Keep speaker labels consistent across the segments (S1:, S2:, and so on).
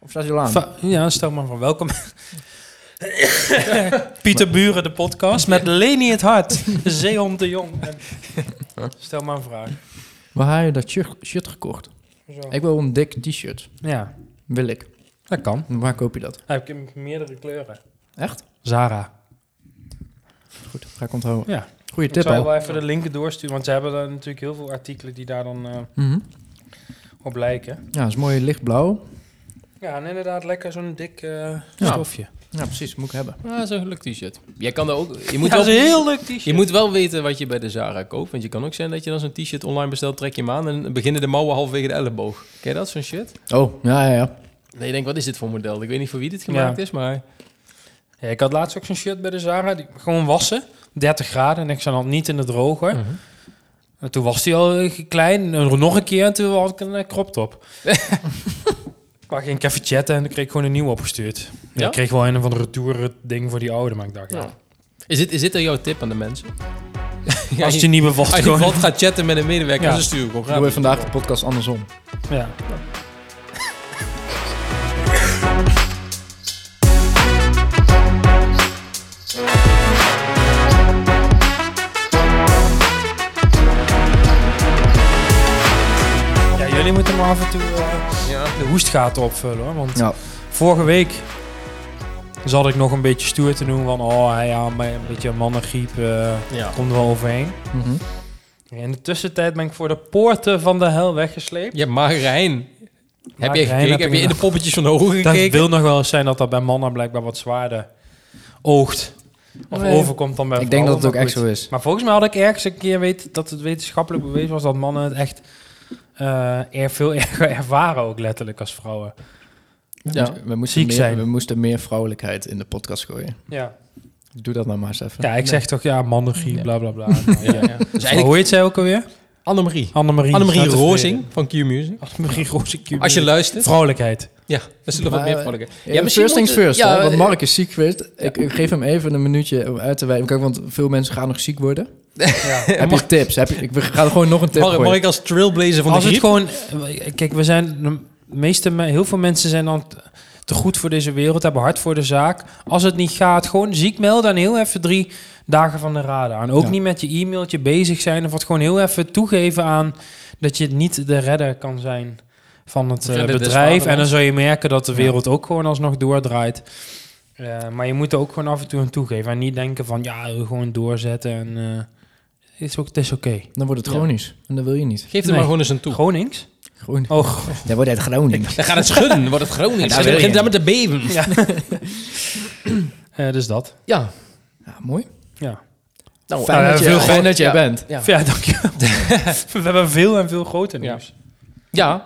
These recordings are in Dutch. S1: Of staat hij al aan?
S2: Va- ja, stel maar van welkom. Pieter Buren, de podcast met Leni het Hart, Zeehond de Jong. En- Stel maar een vraag.
S1: Waar heb je dat shirt, shirt gekocht?
S2: Zo.
S1: Ik wil een dik t-shirt.
S2: Ja,
S1: Wil ik.
S2: dat kan.
S1: Waar koop je dat?
S2: Heb ik in meerdere kleuren.
S1: Echt?
S2: Zara.
S1: Goed, ga ik onthouden.
S2: Ja.
S1: Goeie
S2: Ik
S1: tip
S2: zou
S1: al.
S2: wel even de linken doorsturen, want ze hebben er natuurlijk heel veel artikelen die daar dan eh,
S1: Mhm.
S2: op lijken.
S1: Ja, dat is mooi lichtblauw.
S2: Ja, en inderdaad lekker zo'n dik eh,
S1: Ja.
S2: stofje.
S1: Ja, precies. Moet ik hebben.
S3: Ah, dat is een leuk t-shirt. Jij kan daar ook... Je moet,
S2: Ja, dat
S3: wel,
S2: is een heel leuk t-shirt.
S3: je moet wel weten wat je bij de Zara koopt. Want je kan ook zijn dat je dan zo'n t-shirt online bestelt, trek je hem aan en beginnen de mouwen halverwege de elleboog. Ken je dat, zo'n shit?
S1: Oh, ja, ja, ja.
S3: Nee, je denkt, wat is dit voor model? Ik weet niet voor wie dit gemaakt
S2: Ja.
S3: is, maar...
S2: Ja, ik had laatst ook zo'n shirt bij de Zara, die, gewoon wassen, 30 graden en ik zat al niet in de droger.
S3: Mhm.
S2: En toen was hij al eh, klein. En nog een keer. En toen had ik een eh, crop top. maar ging ik even chatten. En dan kreeg ik gewoon een nieuw opgestuurd. Ja?
S3: Ja?
S2: ik kreeg wel een van de retour eh, ding voor die oude. Maar ik dacht, ja.
S3: Ja. Is, dit, is dit dan jouw tip aan de mensen? Ja,
S2: Als je niet bevocht
S3: Als je
S2: gewoon.
S3: bijvoorbeeld gaat chatten met een medewerker,
S2: Ja.
S3: dan stuur ik gewoon
S1: Doen
S3: graag.
S1: we vandaag de podcast andersom.
S2: Ja. Ja, Jullie moeten maar af en toe eh,
S3: Ja.
S2: de hoestgaten opvullen hoor. Want
S1: Ja.
S2: Vorige week zat ik nog een beetje stoer te doen van, oh ja, maar een beetje mannengriep eh,
S3: Ja.
S2: komt er wel overheen.
S1: Mhm.
S2: In de tussentijd ben ik voor de poorten van de hel weggesleept.
S3: Je hebt Margarijn. Heb je
S2: Margarijn heb
S3: gekeken? Heb,
S2: ik
S3: je in de
S2: nog-
S3: poppetjes van de ogen
S2: Dat
S3: gekeken?
S2: wil nog wel eens zijn dat dat bij mannen blijkbaar wat zwaarder oogt. Of
S1: Nee.
S2: overkomt dan bij
S1: Ik denk dat het ook
S2: vrouwen, maar
S1: echt
S2: goed.
S1: zo is.
S2: Maar volgens mij had ik ergens een keer weet dat het wetenschappelijk bewezen was dat mannen het echt eh, er veel erger ervaren ook letterlijk als vrouwen.
S1: Ja, we moesten,
S2: Ziek
S1: meer,
S2: zijn.
S1: we moesten meer vrouwelijkheid in de podcast gooien.
S2: Ja,
S1: Doe dat nou maar eens even.
S2: ja ik zeg toch ja, mannengriep,
S3: Ja.
S2: bla bla bla. Nou, ja.
S3: Ja. Dus
S2: Maar
S3: eigenlijk
S2: Hoe heet zij ook alweer?
S3: Annemarie.
S2: Oh. Annemarie.
S3: Annemarie
S2: Staat
S3: Rozing van Q Music.
S2: tevreden. Annemarie Rozing. Cuba.
S3: Als je luistert.
S2: Vrouwelijkheid.
S3: Ja, dat zullen wat
S1: Maar,
S3: meer
S1: eh,
S3: vrouwelijke.
S1: Ja,
S3: Ja, misschien
S1: first things
S3: moeten-
S1: first.
S3: ja,
S1: hè, want
S3: eh,
S1: Mark is ziek geweest. Ik, ik geef hem even een minuutje om uit te wijden. Kijk, want veel mensen gaan nog ziek worden.
S2: Ja.
S1: Heb je tips? Heb je, ik ga er gewoon nog een tip
S3: eh, Mark,
S1: gooien.
S3: Mark als trailblazer van
S2: Als
S3: de
S2: het
S3: griep.
S2: gewoon... eh, Kijk, we zijn... De meeste, me- heel veel mensen zijn dan t- te goed voor deze wereld, hebben hard voor de zaak. Als het niet gaat, gewoon ziek melden en heel even drie dagen van de radar. En ook
S1: Ja.
S2: niet met je e-mailtje bezig zijn of wat gewoon heel even toegeven aan dat je niet de redder kan zijn van het eh,
S3: Redder des
S2: bedrijf. En dan
S3: vaderlands.
S2: zul je merken dat de wereld ook gewoon alsnog doordraait. Eh, maar je moet er ook gewoon af en toe aan toegeven. En niet denken van, ja, gewoon doorzetten. En, eh, het is ook- het is oké.
S1: Dan wordt het
S3: Ja.
S1: chronisch. En dat wil je niet.
S3: Geef er
S2: Nee.
S3: maar gewoon eens een toe.
S2: Gronings?
S1: Groen.
S2: Oh,
S1: Dan wordt het Groningen.
S3: Dan gaat het schudden, wordt het Groningen.
S1: Ja,
S3: Dan
S1: wil je.
S3: begint daar met de beven.
S2: Ja. Eh, dus dat.
S3: Ja.
S1: Ja, mooi.
S2: Ja.
S3: Nou,
S1: Fijn
S2: eh,
S1: dat, je,
S2: veel
S1: fijn
S3: goed.
S1: dat jij
S3: Ja.
S1: bent.
S3: Ja.
S2: Ja, dankjewel. We hebben veel en veel groter
S3: Ja.
S2: nieuws.
S3: Ja.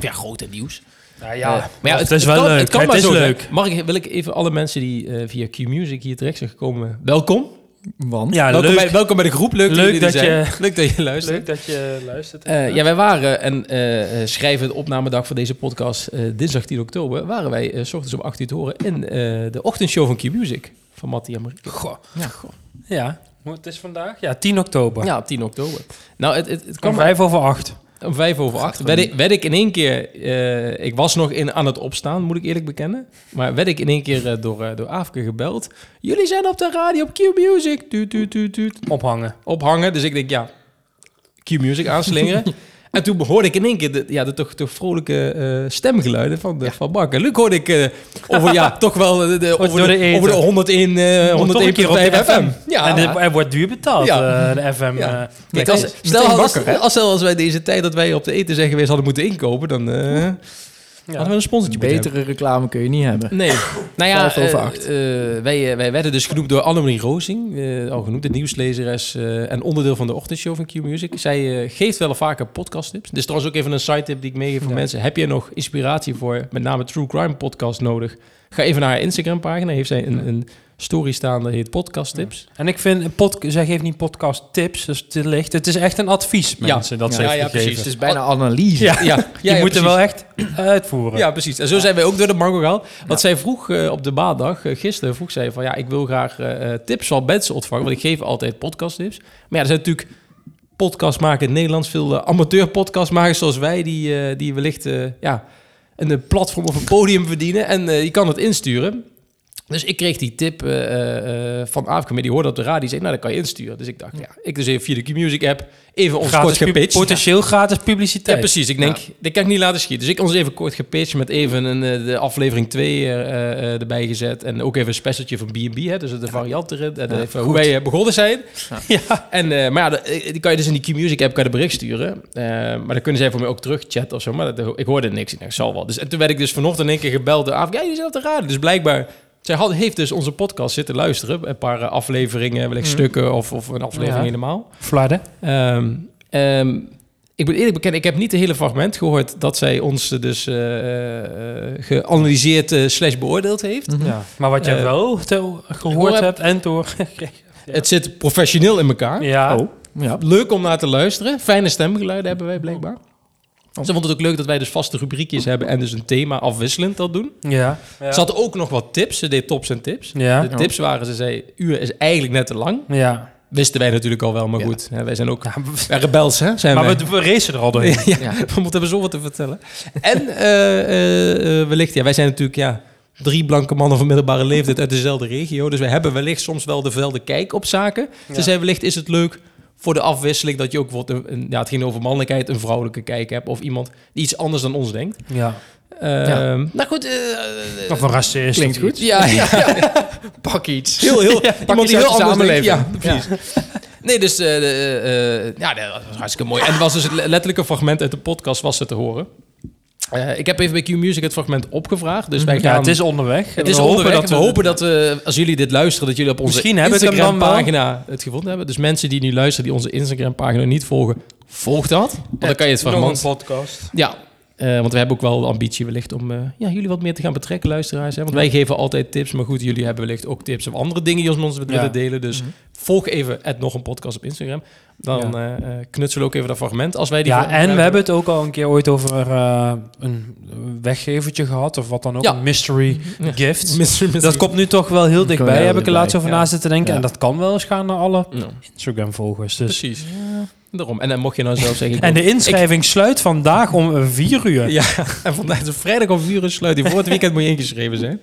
S3: Ja, grote nieuws.
S2: Ja, ja.
S3: Maar ja,
S2: het, is wel
S3: kan-
S2: leuk.
S3: Het, kan
S2: Het
S3: maar
S2: is
S3: zo zijn.
S2: leuk.
S3: Mark, wil ik even alle mensen die eh, via Q Music hier terecht zijn gekomen, welkom.
S1: Want?
S2: Ja,
S3: welkom,
S2: leuk,
S3: Bij, welkom bij de groep. Leuk,
S2: Leuk
S3: dat jullie er
S2: dat
S3: zijn. Leuk dat je luistert.
S2: leuk dat je luistert.
S3: Eh, ja, wij waren, en eh, eh, schrijven de opnamedag voor deze podcast, eh, dinsdag 10 oktober, waren wij eh, s ochtends om 8 uur te horen in eh, de ochtendshow van Q-Music van Mattie en Marieke. Goh.
S1: Ja.
S2: ja. Hoe- Het is vandaag? Ja, 10 oktober.
S3: Ja, op 10 oktober. Nou, het, het, het
S2: Om
S3: kwam
S2: vijf over acht.
S3: om vijf over acht.
S1: gewoon
S3: Werd ik, werd ik in één keer, eh, ik was nog in, aan het opstaan, moet ik eerlijk bekennen, maar werd ik in één keer eh, door, eh, door Aafke gebeld. Jullie zijn op de radio op Q-Music. Tuut, tuut, tuut, tuut.
S2: Ophangen.
S3: ophangen. Dus ik denk, ja, Q-music aanslingeren. en toen hoorde ik in één keer de, ja, de toch, toch vrolijke eh, stemgeluiden van, de, van Mark. En Luc hoorde ik eh, over, ja, toch wel eh, de, de, over,
S2: door de
S3: de,
S2: eten.
S3: over de 101, eh
S2: Om toch een
S3: 101
S2: keer op de
S3: FM. Ja,
S2: en de- er wordt duur betaald,
S3: Ja.
S2: eh, de FM.
S3: Ja.
S2: eh,
S3: Kijk,
S2: nee,
S3: als,
S2: nee.
S3: stel, als,
S1: bakker, hè?
S3: als, stel als wij deze tijd dat wij op de eten zijn geweest hadden moeten inkopen, dan eh,
S2: Ja.
S3: hadden we een sponsortje moeten
S1: Betere reclame kun je niet hebben.
S3: Nee. Nou ja,
S1: Vijf over
S3: eh,
S1: acht.
S3: eh, wij, eh, wij werden dus genoemd door Annemarie Rozing. eh, al genoemd, de nieuwslezeres eh, en onderdeel van de ochtendshow van Q-Music. Zij eh, geeft wel vaker podcasttips. Dit is trouwens ook even een side tip die ik meegeef voor
S2: Ja.
S3: mensen. Heb je nog inspiratie voor met name True Crime podcast nodig? Ga even naar haar Instagram pagina. Heeft zij een, een story staan, dat heet podcast tips.
S2: En ik vind, een pod, zij geeft niet podcast tips, dus te licht. Het is echt een advies,
S3: Ja.
S2: mensen, dat
S1: Ja.
S2: ze heeft
S3: Ja, ja,
S2: gegeven.
S3: precies.
S1: Het is bijna analyse.
S2: Ja.
S3: Ja,
S2: Je moet er wel echt uitvoeren.
S3: Ja, precies. En zo zijn wij ook door de mango gehaald. Want zij vroeg eh, op de maandag, eh, gisteren vroeg zij van... ja, ik wil graag eh, eh, tips van mensen ontvangen. Want ik geef altijd podcasttips. Maar ja, er zijn natuurlijk podcastmakers in het Nederlands... veel eh, amateur podcastmakers zoals wij... die, eh, die wellicht eh, ja, een eh, platform of een podium verdienen. En eh, je kan het insturen. Dus ik kreeg die tip eh, eh, eh, van Afkem, die hoorde op de radio. Die zei, nou, dat kan je insturen. Dus ik dacht, ja, ik dus even via de Q-Music app even ons kort
S2: Gratis pub-
S3: gepitcht.
S2: Potentieel gratis
S3: Ja,
S2: publiciteit.
S3: precies. Ik denk, dit kan ik niet laten schieten. Dus ik ons even kort gepitcht met even een, eh, de aflevering 2 eh, erbij gezet. En ook even een specialtje van B&B, hè, dus de variant erin. En even hoe wij eh, begonnen zijn. Ja. En, eh, maar ja, de- eh, die kan je dus in die Q-Music app kan je de bericht sturen. Eh, maar dan kunnen zij voor mij ook terugchatten of zo. Maar dat, ik hoorde niks. Ik dacht, zal wel. Dus, en toen werd ik dus vanochtend in één keer gebeld door AFK. Ja, jullie zijn op de radio. Dus blijkbaar... Zij had, heeft dus onze podcast zitten luisteren. Een paar eh, afleveringen, wellicht stukken of, of een aflevering
S2: Ja.
S3: helemaal.
S2: Flarden.
S3: Ehm, ehm, ik moet eerlijk bekennen, ik heb niet het hele fragment gehoord dat zij ons eh, dus eh, eh, geanalyseerd eh, slash beoordeeld heeft.
S1: Mhm.
S2: Ja. Maar wat jij
S3: Eh,
S2: wel te-
S3: gehoord
S2: gehoord hebt en doorgekregen.
S3: Het zit professioneel in elkaar.
S2: Ja.
S1: Ja.
S3: Leuk om naar te luisteren. Fijne stemgeluiden hebben wij blijkbaar. Ze vond het ook leuk dat wij dus vaste rubriekjes hebben en dus een thema afwisselend dat doen.
S2: Ja. Ja.
S3: Ze had ook nog wat tips. Ze deed tops en tips.
S2: Ja.
S3: De tips waren, ze zei, uur is eigenlijk net te lang.
S2: Ja.
S3: Wisten wij natuurlijk al wel, maar
S1: Ja.
S3: goed. hè, wij zijn ook
S2: Ja, we-
S3: ja, rebels, hè? Zijn wij.
S2: maar we, we racen er al doorheen.
S3: Oh ja,
S1: Ja.
S3: we moeten hebben zoveel te vertellen. En eh, eh, eh, wellicht, ja, wij zijn natuurlijk ja, drie blanke mannen van middelbare leeftijd uit dezelfde regio. Dus we hebben wellicht soms wel dezelfde kijk op zaken. Ze
S2: Ja.
S3: zei wellicht is het leuk voor de afwisseling dat je ook bijvoorbeeld, een, een- ja, het ging over mannelijkheid, een vrouwelijke kijk hebt. Of iemand die iets anders dan ons denkt.
S2: Ja.
S3: Ehm,
S1: Ja.
S3: Nou goed, eh, eh,
S2: Of een racist.
S1: Klinkt
S2: of
S1: goed.
S2: iets.
S3: ja, ja,
S1: Pak iets.
S3: heel, heel, iemand
S1: iets
S3: die heel
S1: uit de
S3: anders
S1: samenleving.
S3: denkt. Ja, precies. Nee, dus eh, eh, eh, ja, nee, dat was hartstikke mooi. En het was dus het le- letterlijke fragment uit de podcast was het te horen. Eh, ik heb even bij Q Music het fragment opgevraagd. Dus wij gaan,
S2: Ja, het is onderweg.
S3: het is
S2: We
S3: onderweg.
S2: hopen
S3: dat we hopen dat we, als jullie dit luisteren, dat jullie op onze
S2: Misschien heb ik hem dan wel.
S3: Instagram-pagina het gevonden hebben. Dus mensen die nu luisteren, die onze Instagram-pagina niet volgen, volg dat. Want dan kan je het fragment...
S2: podcast.
S3: Ja, eh, want we hebben ook wel de ambitie wellicht om eh, ja, jullie wat meer te gaan betrekken, luisteraars. Hè? Want wij geven altijd tips, maar goed, jullie hebben wellicht ook tips of andere dingen die ons met ons willen
S2: Ja. Mhm.
S3: delen. Dus volg even het nog een podcast op Instagram. Dan eh, eh, knutselen we ook even dat fragment. Als wij die
S2: Ja,
S3: volgende
S2: en we
S3: keer
S2: hebben het ook al een keer ooit over eh, een weggevertje gehad. Of wat dan ook.
S3: Ja.
S2: Een mystery
S3: Ja.
S2: gift.
S3: Mister- mister-
S2: Dat komt nu toch wel heel
S1: wel
S2: dichtbij.
S1: heel
S2: Heb ik er laatst
S1: dichtbij,
S2: over
S1: ja.
S2: na zitten denken.
S1: Ja.
S2: En dat kan wel eens gaan naar alle
S3: Ja,
S2: Instagram-volgers. Dus.
S3: precies. Daarom. En dan mocht je nou zelf zeggen... ik
S2: En
S3: wil-
S2: de inschrijving sluit vandaag om 4 uur.
S3: Ja, en vandaag is het vrijdag om vier uur sluit. Die voor het weekend moet je ingeschreven zijn.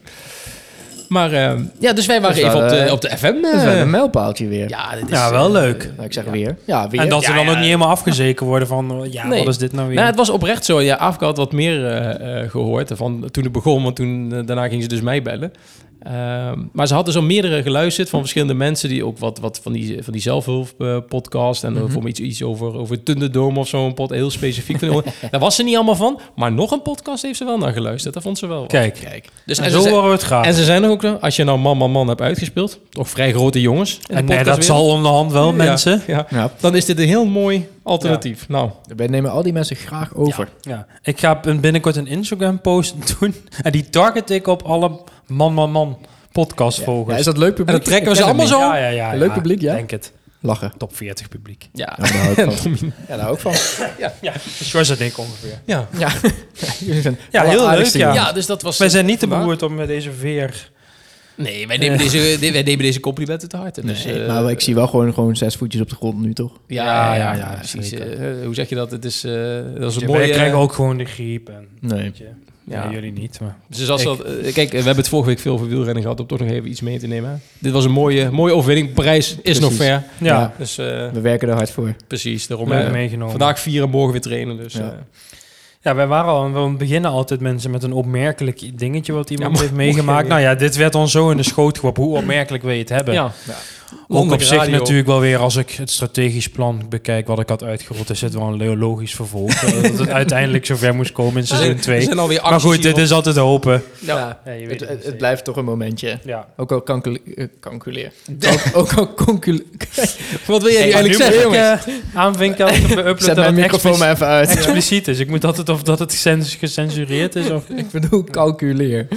S3: Maar eh, ja, dus wij waren
S1: Dat is
S3: even
S1: wel,
S3: op de,
S1: eh,
S3: op de FM.
S1: Dat is wel
S3: eh,
S1: een mijlpaaltje weer.
S3: ja, dit is,
S2: Dus Ja, wel
S3: eh,
S2: leuk.
S1: Nou, ik zeg weer. Ja, weer.
S2: En dat
S3: Ja,
S2: ze dan
S3: ja.
S2: ook niet helemaal afgezeken worden van... eh, Ja,
S3: Nee.
S2: wat is dit nou weer?
S3: Nou, het was oprecht zo. Ja, Afka had wat meer eh, eh, gehoord van toen het begon, want toen, eh, daarna ging ze dus mij bellen. Ehm, maar ze had dus al meerdere geluisterd van verschillende mensen die ook wat, wat van die, van die zelfhulppodcast en
S1: Mhm.
S3: voor me iets, iets over, over Thunderdome of zo, een pod heel specifiek. Van, daar was ze niet allemaal van, maar nog een podcast heeft ze wel naar geluisterd. Dat vond ze wel. wat.
S2: Kijk,
S3: dus,
S2: en
S3: en,
S2: zo eh,
S3: ze,
S2: horen we het graag.
S3: en ze zijn er ook, nog, als je nou man, man, man hebt uitgespeeld, toch vrij grote jongens. in de
S2: En nee, dat
S3: podcastwereld.
S2: zal onderhand wel,
S3: Ja.
S2: mensen.
S3: Ja,
S1: Ja,
S3: dan is dit een heel mooi alternatief. Nou,
S1: wij nemen al die mensen graag over.
S2: Ja. Ik ga een- binnenkort een Instagram-post doen. En die target ik op alle man, man, man
S1: Ja,
S2: podcastvolgers.
S1: is dat leuk publiek?
S3: en dan trekken we
S1: Ik
S3: ze
S1: ken
S3: allemaal
S1: hem
S3: zo.
S2: Ja, ja, ja.
S1: Leuk publiek, ja.
S2: Denk het.
S1: niet. Lachen.
S2: Top 40 publiek.
S3: Ja.
S1: Ja, daar hou ik van. ja, daar hou ik van.
S2: Ja, zoals dat Dus ik ongeveer.
S3: Ja.
S1: Ja, Jullie zijn
S2: Ja, heel
S1: alleraardigste
S2: leuk, ja.
S1: jongens.
S3: Ja, dus dat was.
S2: Wij zijn niet te
S3: vandaag.
S2: beroerd om met deze veer...
S3: Nee, wij nemen, deze, di- wij nemen deze complimenten te harte. Dus,
S1: Nee,
S3: eh,
S1: maar ik zie wel gewoon, gewoon zes voetjes op de grond nu, toch?
S3: Ja, ja, ja, ja, precies.
S2: zeker.
S3: Eh, hoe zeg je dat? Het is, eh, dat is een
S2: Wij
S3: mooie... eh,
S2: krijgen ook gewoon de griep. En,
S1: Nee.
S2: weet je.
S3: Ja.
S2: Ja, jullie niet, maar...
S3: Dus als
S2: Ik-
S3: dat, eh, kijk, eh, we hebben het vorige week veel over wielrennen gehad... om toch nog even iets mee te nemen. Dit was een mooie, mooie overwinning. Parijs is nog ver.
S2: Ja,
S1: Ja.
S3: Dus eh,
S1: We werken er hard voor.
S3: precies, daarom...
S2: leuk
S3: eh,
S2: meegenomen.
S3: vandaag vieren, morgen weer trainen. Dus,
S1: Ja.
S3: eh,
S2: Ja, wij waren al, we beginnen altijd mensen met een opmerkelijk dingetje wat
S3: Ja,
S2: iemand
S3: maar-
S2: heeft meegemaakt.
S3: ja.
S2: Nou ja, dit werd ons zo in de schoot geworpen. Hoe opmerkelijk wil je het hebben?
S3: ja.
S2: Ook op
S3: Landelijk
S2: zich
S3: radio.
S2: natuurlijk wel weer, als ik het strategisch plan bekijk wat ik had uitgerold, is het wel een le- logisch vervolg. eh, dat het uiteindelijk zover moest komen in seizoen
S3: Er zijn- er
S2: 2.
S3: zijn alweer
S2: Maar
S3: acties
S2: goed, dit
S3: hierop.
S2: is altijd hopen.
S1: Ja,
S2: Ja, je
S1: het,
S2: weet
S1: het, het blijft toch een momentje.
S2: Ja.
S1: Ook al kankele- eh, kankuleer. Ook- Ook al concule...
S3: Wat wil jij
S1: Hey,
S3: nu
S2: nu
S3: eigenlijk
S2: moet
S3: zeggen,
S2: ik
S3: jongens?
S2: eh, aanvinken als ik hem upload
S1: Zet
S2: dat
S1: mijn
S2: het
S1: microfoon
S2: explici-
S1: maar even uit.
S2: expliciet is. Ik moet altijd of dat het gesens- gecensureerd is. Of...
S1: Ik bedoel, calculeer.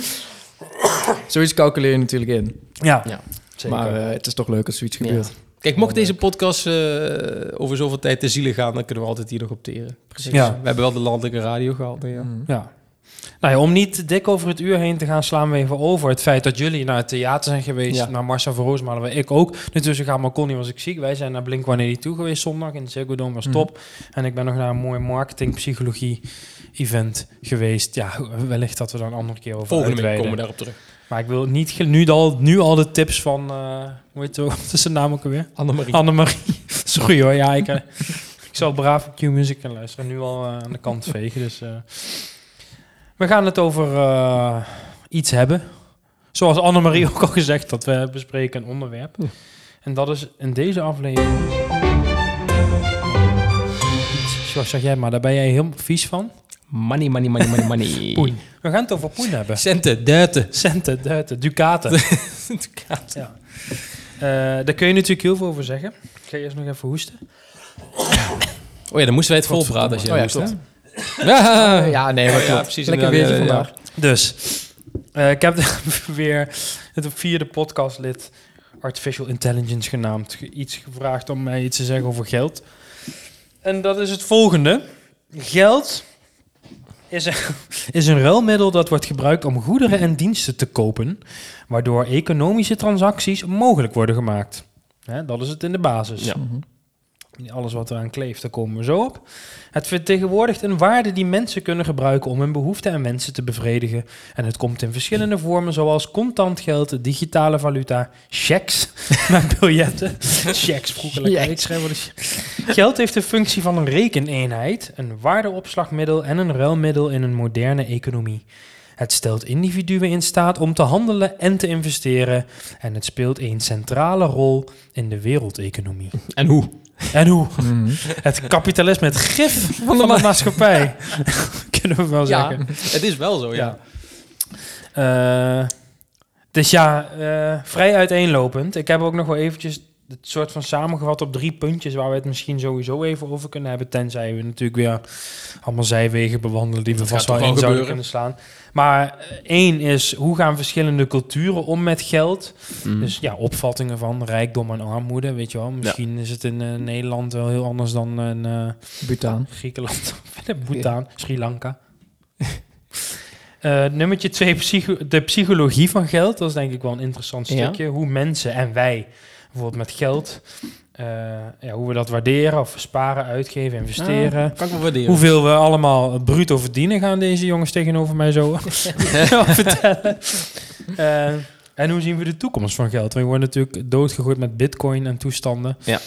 S1: Zoiets calculeer je natuurlijk in.
S2: Ja,
S3: Ja,
S2: zeker.
S1: Maar eh, het is toch leuk als zoiets gebeurt.
S3: Kijk, mocht deze podcast eh, over zoveel tijd te zielen gaan... dan kunnen we altijd hier nog opteren. Precies.
S2: Ja.
S3: We hebben wel de landelijke radio gehad. Ja.
S1: Mm.
S2: Ja. Nou ja, om niet te dik over het uur heen te gaan, slaan we even over het feit dat jullie naar het theater zijn geweest.
S3: Ja.
S2: Naar Marcel van Roosmalen, waar ik ook. Intussen gaan, maar kon niet, was ik ziek. Wij zijn naar Blink-182 geweest zondag in de Ziggo Dome, was
S1: Mhm.
S2: top. En ik ben nog naar een mooie marketingpsychologie event geweest. Ja, wellicht dat we daar een andere keer over
S3: Volgende week
S2: uitweiden.
S3: komen we daarop terug.
S2: Maar ik wil niet ge- nu al, nu al de tips van... eh hoe heet het ook? Wat is zijn naam ook alweer?
S3: Annemarie.
S2: Annemarie. Dat is goed hoor. Ja, ik, eh, ik zal braaf Q-music gaan luisteren. Nu al eh, aan de kant vegen. Dus, eh. we gaan het over eh, iets hebben. Zoals Annemarie ook al gezegd, dat we bespreken een onderwerp. En dat is in deze aflevering... iets- Zoals zeg jij maar, daar ben jij heel vies van.
S3: money, money, money, money, money.
S2: Poen. We gaan het over poen hebben.
S3: Centen, duiten.
S2: Centen, duiten, ducaten. Ja. Eh, daar kun je natuurlijk heel veel over zeggen. Ik ga eerst nog even hoesten.
S3: Oh ja, dan moesten wij het volpraten als
S2: Godverdomme.
S1: Oh ja,
S3: je moest, hè?
S1: klopt.
S3: Ja,
S1: Eh, ja, nee, maar
S3: Ja,
S1: klopt.
S3: precies,
S1: Lekker
S3: inderdaad,
S2: eh,
S1: weertje
S3: ja, ja, ja.
S1: vandaag.
S2: Dus, eh, ik heb weer het vierde podcastlid Artificial Intelligence genaamd. ge- Iets gevraagd om mij iets te zeggen over geld. En dat is het volgende. Geld is een, is een ruilmiddel dat wordt gebruikt om goederen en diensten te kopen, waardoor economische transacties mogelijk worden gemaakt. Hè, dat is het in de basis.
S3: Ja.
S1: Mhm.
S2: Alles wat eraan kleeft, daar komen we zo op. Het vertegenwoordigt een waarde die mensen kunnen gebruiken om hun behoeften en wensen te bevredigen. En het komt in verschillende vormen, zoals contant geld, digitale valuta, checks met biljetten. checks, vroeger lekker.
S1: Checks.
S2: Ik schrijf wel eens. Geld heeft de functie van een rekeneenheid, een waardeopslagmiddel en een ruilmiddel in een moderne economie. Het stelt individuen in staat om te handelen en te investeren. En het speelt een centrale rol in de wereldeconomie.
S3: En hoe?
S2: En hoe?
S1: Mhm.
S2: Het kapitalisme, het gif van de, maatschappij. Kunnen we wel
S3: Ja,
S2: zeggen.
S3: het is wel zo, ja.
S2: Ja. Eh, dus ja, eh, vrij uiteenlopend. Ik heb ook nog wel eventjes het soort van samengevat op drie puntjes waar we het misschien sowieso even over kunnen hebben. Tenzij we natuurlijk weer allemaal zijwegen bewandelen die we
S3: Dat
S2: vast
S3: gaat
S2: wel
S3: toch
S2: in
S3: wel
S2: zouden
S3: gebeuren?
S2: kunnen slaan. Maar eh, één is, hoe gaan verschillende culturen om met geld?
S3: Hmm.
S2: Dus ja, opvattingen van rijkdom en armoede, weet je wel. Misschien is het in eh, Nederland wel heel anders dan in eh,
S1: Butaan.
S2: Griekenland, Bhutan, Sri Lanka. Eh, nummertje twee, psycho- de psychologie van geld. Dat is denk ik wel een interessant
S1: Ja.
S2: stukje. Hoe mensen en wij bijvoorbeeld met geld, eh, ja, hoe we dat waarderen of sparen, uitgeven, investeren.
S3: Ah, kan ik wel waarderen.
S2: Hoeveel we allemaal bruto verdienen gaan deze jongens tegenover mij zo vertellen. Eh, en hoe zien we de toekomst van geld? Want je wordt natuurlijk doodgegooid met bitcoin en toestanden.
S3: Ja.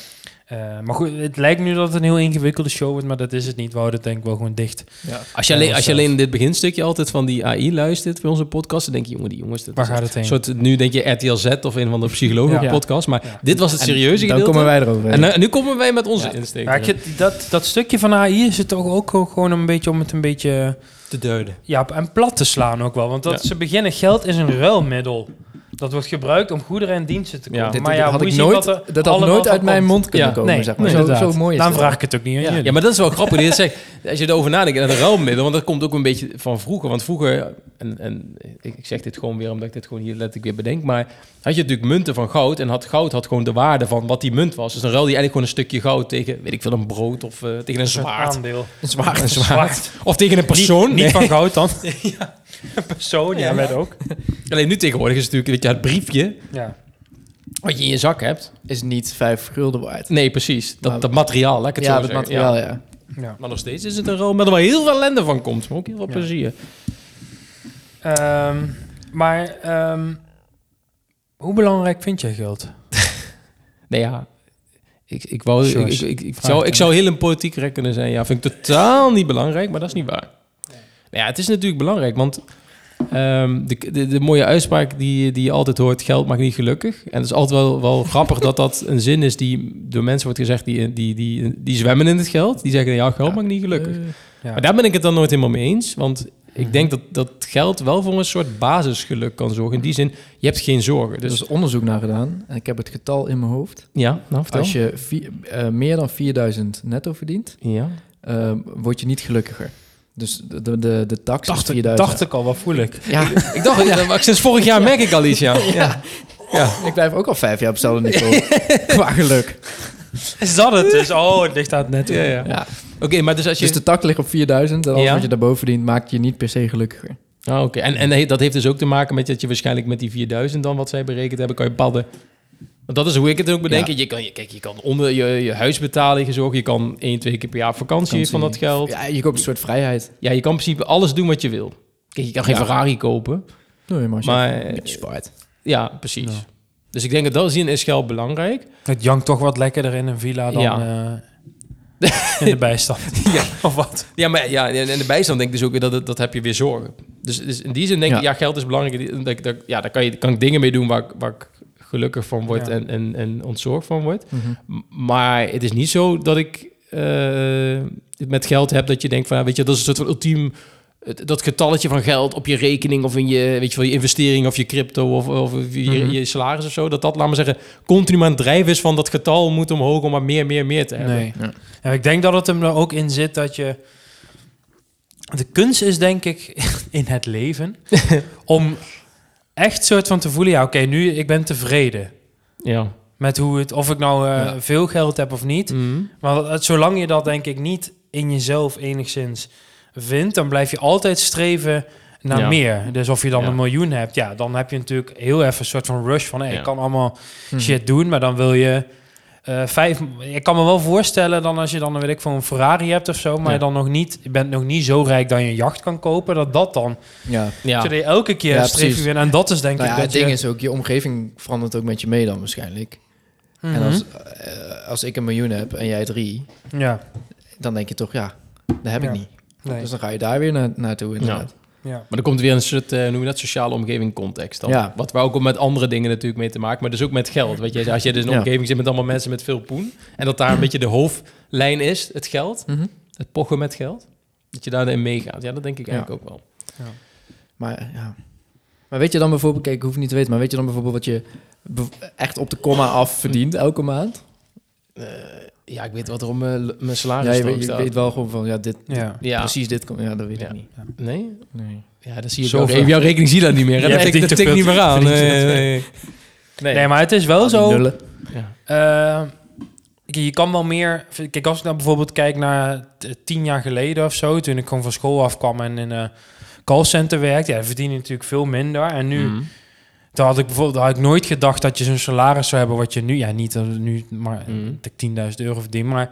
S2: Eh, maar goed, het lijkt nu dat het een heel ingewikkelde show wordt, maar dat is het niet. We houden het denk ik wel gewoon dicht.
S1: Ja.
S3: Als je, alleen, als je alleen dit beginstukje altijd van die AI luistert bij onze podcast, dan denk je, jongen, die jongens, dat
S2: Waar
S3: is
S2: gaat het heen?
S3: een soort, nu denk je RTL Z of een van de psychologen
S2: Ja.
S3: podcast, maar
S2: Ja.
S3: dit was het serieuze
S1: Dan
S3: gedeelte.
S1: komen wij erover.
S2: eh,
S3: en, nu- nu komen wij met onze
S1: Ja.
S3: insteek
S2: Maar ik, het- dat, dat stukje van AI is het toch ook gewoon een beetje om het een beetje
S3: te duiden.
S2: ja, en plat te slaan ook wel. Want dat
S3: Ja.
S2: ze beginnen, geld is een ruilmiddel. Dat wordt gebruikt om goederen en diensten te
S3: Ja.
S2: kopen.
S1: Dit-
S2: maar
S1: dit
S2: ja,
S1: had
S2: moet
S1: ik
S2: je zien
S1: nooit,
S2: wat er
S1: dat had
S2: allemaal
S1: nooit
S2: van
S1: uit mijn
S2: komt.
S1: mond kunnen
S3: Ja,
S1: komen, zeg maar. zo,
S2: inderdaad.
S1: zo mooi is
S2: Dan
S1: dat.
S2: vraag ik het ook niet aan
S1: Ja.
S2: jullie.
S3: Ja, maar dat is wel grappig. dit zeg, als je erover nadenkt, en een ruilmiddel, want dat komt ook een beetje van vroeger. Want vroeger, en, en ik ik zeg dit gewoon weer omdat ik dit gewoon hier letterlijk weer bedenk, maar had je natuurlijk munten van goud en had goud had gewoon de waarde van wat die munt was. Dus dan ruilde je eigenlijk gewoon een stukje goud tegen, weet ik veel, een brood of eh, tegen een
S2: Een
S3: zwaard.
S2: aandeel.
S1: Zwaar.
S2: Een zwaard.
S3: Of tegen een persoon.
S2: Niet,
S3: Nee.
S2: niet van goud dan. ja. Een persoon, ja,
S3: Ja.
S2: werd ook.
S3: Alleen nu tegenwoordig is het natuurlijk dat je het briefje
S2: Ja.
S3: wat je in je zak hebt.
S1: Is niet vijf gulden waard.
S3: Nee, precies. Dat,
S1: Maar-
S3: dat materiaal, laat ik het
S1: Ja,
S3: zo
S1: dat
S3: zeggen.
S1: materiaal,
S3: Ja.
S1: ja.
S2: ja.
S3: Maar nog steeds is het een ruilmiddel waar heel veel ellende van komt. Maar ook heel veel
S2: Ja.
S3: plezier.
S2: Ehm, maar ehm, hoe belangrijk vind jij geld?
S3: Nee, ja. Ik, ik, wou, ik,
S2: Sjors,
S3: ik, ik, ik
S2: vraag het
S3: zou, ik
S2: hem.
S3: zou heel een politiek rek kunnen zijn. Ja, vind ik totaal niet belangrijk, maar dat is niet waar. Nou ja, het is natuurlijk belangrijk, want ehm, de, de, de mooie uitspraak die, die je altijd hoort, geld maakt niet gelukkig. En het is altijd wel, wel grappig dat dat een zin is die door mensen wordt gezegd die, die, die, die zwemmen in het geld. Die zeggen, ja, geld
S1: Ja.
S3: maakt niet gelukkig.
S1: Eh, Mhm.
S2: Ja.
S3: Maar daar ben ik het dan nooit helemaal mee eens. Want ik denk dat, dat geld wel voor een soort basisgeluk kan zorgen. In die zin, je hebt geen zorgen.
S1: Er
S3: Dus
S1: is onderzoek naar gedaan en ik heb het getal in mijn hoofd.
S3: ja, nou vertel.
S1: Als je vi- eh, meer dan 4000 netto verdient,
S3: Ja.
S1: eh, word je niet gelukkiger. Dus de, de, de, de tax is
S2: dacht, ik-
S1: 4000.
S2: dacht ik al, wat voel ik?
S1: Ja,
S3: Ik dacht, ja. maar sinds vorig jaar merk ik al iets, ja.
S1: ja. ik blijf ook al vijf jaar op hetzelfde niveau. Qua geluk.
S2: Is dat het dus? Oh, het ligt aan het net.
S3: ja, ja.
S1: Ja.
S3: Oké, maar dus als je...
S1: Dus de tak ligt op 4000 en alles
S3: Ja.
S1: wat je daarboven verdient maakt je niet per se gelukkiger.
S3: Ah, oké. En, en he- dat heeft dus ook te maken met dat je waarschijnlijk met die 4000 dan wat zij berekend hebben, kan je padden. Want dat is hoe ik het ook bedenk. Je, kan, je, kijk, je kan onder je, je huis betalen, je zorg. Je kan één, twee keer per jaar op vakantie,
S1: Vakantie.
S3: van dat geld. Ja.
S1: Ja, je koopt een soort vrijheid.
S3: je kan in principe alles doen wat je wil. Kijk, je kan geen
S1: Ja.
S3: Ferrari kopen.
S1: Nee, maar eh, als je
S3: Maar- eh,
S1: een beetje spaart.
S3: Ja, precies.
S2: Ja.
S3: Dus ik denk dat dat zin is geld belangrijk.
S2: Het jankt toch wat lekkerder in een villa dan
S3: Ja.
S2: eh, in de bijstand. ja. Of wat?
S3: Ja, maar ja, en en de bijstand denk ik dus ook weer dat, het- dat heb je weer zorgen. Dus, dus in die zin denk ik, ja,
S1: Ja.
S3: geld is belangrijk. Dat, ik- dat, ik- ja, daar kan, je, kan ik dingen mee doen waar, ik- waar ik gelukkig van word
S2: Ja.
S3: en, en, en ontzorgd van word.
S1: Mhm.
S3: M- Maar het is niet zo dat ik eh, het met geld heb dat je denkt van, ja, weet je, dat is een soort van ultiem... het- Dat getalletje van geld op je rekening of in je, weet je, wel, je investering of je crypto of, of je,
S1: Mhm.
S3: je salaris of zo, dat dat, laat maar zeggen, continu aan het drijven is van dat getal moet omhoog om maar meer, meer, meer te hebben.
S2: Nee.
S1: Ja.
S2: Ja, ik denk dat het hem er ook in zit dat je... De kunst is denk ik in het leven om echt soort van te voelen, ja oké, nu ik ben tevreden
S3: Ja.
S2: met hoe het, of ik nou eh,
S1: Ja.
S2: veel geld heb of niet. Maar het- zolang je dat denk ik niet in jezelf enigszins vindt, dan blijf je altijd streven naar
S3: Ja.
S2: meer. Dus of je dan
S3: Ja.
S2: een miljoen hebt, ja, dan heb je natuurlijk heel even een soort van rush van, hey,
S3: Ja.
S2: ik kan allemaal
S1: Mhm.
S2: shit doen, maar dan wil je eh, vijf. Ik kan me wel voorstellen dan als je dan weet ik voor een Ferrari hebt of zo, maar
S3: Ja.
S2: dan nog niet, je bent nog niet zo rijk dat je een jacht kan kopen, dat dat dan.
S1: Ja.
S3: Ja.
S2: Zodat je elke keer
S1: Ja,
S2: streef je
S1: precies.
S2: weer. En dat is denk
S1: Nou
S2: ik
S1: ja,
S2: dat
S1: het ding
S2: je,
S1: is ook, je omgeving verandert ook met je mee dan waarschijnlijk.
S2: Mhm.
S1: En als, eh, als ik een miljoen heb en jij drie,
S2: ja,
S1: dan denk je toch, ja, dat heb
S2: Ja.
S1: ik niet.
S2: nee,
S1: Dus dan ga je daar weer na- naartoe inderdaad.
S2: ja,
S3: Maar dan komt er weer een soort, eh, noem je dat, sociale omgeving context dan.
S1: Ja.
S3: Wat we ook met andere dingen natuurlijk mee te maken, maar dus ook met geld. Weet je, als je dus in een
S1: Ja.
S3: omgeving zit met allemaal mensen met veel poen, en dat daar een beetje de hoofdlijn is, het geld,
S1: Mhm.
S3: het pochen met geld, dat je daarin meegaat. Ja, dat denk ik eigenlijk ook wel.
S1: Maar ja. Maar weet je dan bijvoorbeeld, kijk, ik hoef het niet te weten, maar weet je dan bijvoorbeeld wat je bev- echt op de comma af verdient elke maand?
S3: Eh, Ja, ik weet wat er om mijn mijn
S1: Ja,
S3: salaris
S1: je,
S3: ook
S1: weet- je
S3: staat.
S1: weet wel gewoon van, ja, dit,
S2: ja.
S3: ja.
S1: precies dit, komt- ja, dat weet
S3: Ja.
S1: ik niet.
S3: Nee?
S1: Nee.
S3: Ja, dan zie je
S2: Zo
S3: jouw,
S2: ver.
S3: jouw rekening zie je dat niet meer. hè?
S2: Jij
S3: Dat tikt
S2: verdient
S3: dat
S2: te
S3: tikt niet
S2: veel.
S3: meer aan.
S2: Verdient
S3: Nee,
S2: te veel.
S3: nee. nee.
S2: Nee, maar het is wel zo.
S1: Nullen.
S3: Ja.
S2: Eh, kijk, je kan wel meer. Kijk, als ik nou bijvoorbeeld kijk naar t- tien jaar geleden of zo, toen ik gewoon van school afkwam en in een callcenter werkte, ja, dan verdien je natuurlijk veel minder. En nu,
S3: Mhm.
S2: toen had ik bijvoorbeeld had ik nooit gedacht dat je zo'n salaris zou hebben wat je nu, ja, niet dat het nu maar
S1: Mm.
S3: Mhm.
S2: dat ik 10.000 euro verdien, maar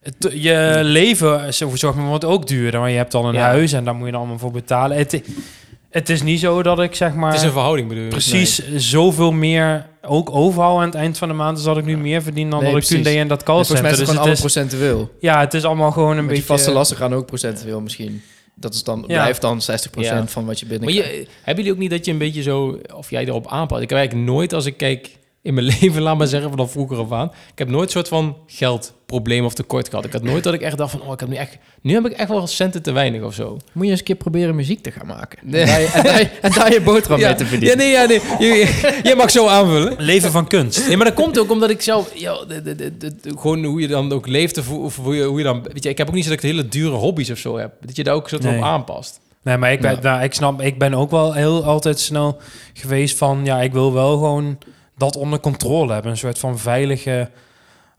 S2: het- je leven eh, zo- zorgt me wordt ook duurder, want je hebt dan een
S3: Ja.
S2: huis en daar moet je dan allemaal voor betalen. Het, het is niet zo dat ik zeg maar
S3: Het is een verhouding bedoel je?
S2: precies zoveel meer ook overal aan het eind van de maand. Dus dat ik nu meer verdien dan
S1: Nee,
S2: dat ik toen
S1: precies.
S2: deed in dat
S1: Volgens mij
S2: callcenter.
S1: is het
S2: Dus
S1: gewoon
S2: het
S1: allemaal
S2: is,
S1: procentueel. Een
S2: ja, het is allemaal gewoon een
S1: beetje...
S2: beetje...
S1: vaste lasten gaan ook procentueel misschien. Dat is dan, blijft dan 60%
S3: Ja.
S1: van wat je binnen
S3: Maar je, hebben jullie ook niet dat je een beetje zo, of jij erop aanpast? Ik heb eigenlijk nooit, als ik kijk in mijn leven, laat maar zeggen, vanaf vroeger af aan, ik heb nooit een soort van geldprobleem of tekort gehad. Ik had nooit dat ik echt dacht van, oh, ik heb nu echt, nu heb ik echt wel centen te weinig of zo.
S1: Moet je eens een keer proberen muziek te gaan maken.
S3: Nee.
S1: En, daar je, en daar je- en daar je boterham mee te
S3: ja,
S1: verdienen.
S3: nee, ja, nee. Je, je- je mag zo aanvullen.
S2: Leven van kunst.
S3: Nee, maar dat komt ook omdat ik zelf, ja, de- de- de- de- de- gewoon hoe je dan ook leeft, of hoe, of hoe, je, hoe je dan, weet je, ik heb ook niet zo dat ik hele dure hobby's of zo heb, dat je daar ook een soort van
S2: Nee.
S3: op aanpast.
S2: Nee, maar ik, ben,
S1: Ja.
S2: nou, ik snap, ik ben ook wel heel altijd snel geweest van... Ja, ik wil wel gewoon dat onder controle hebben. Een soort van veilige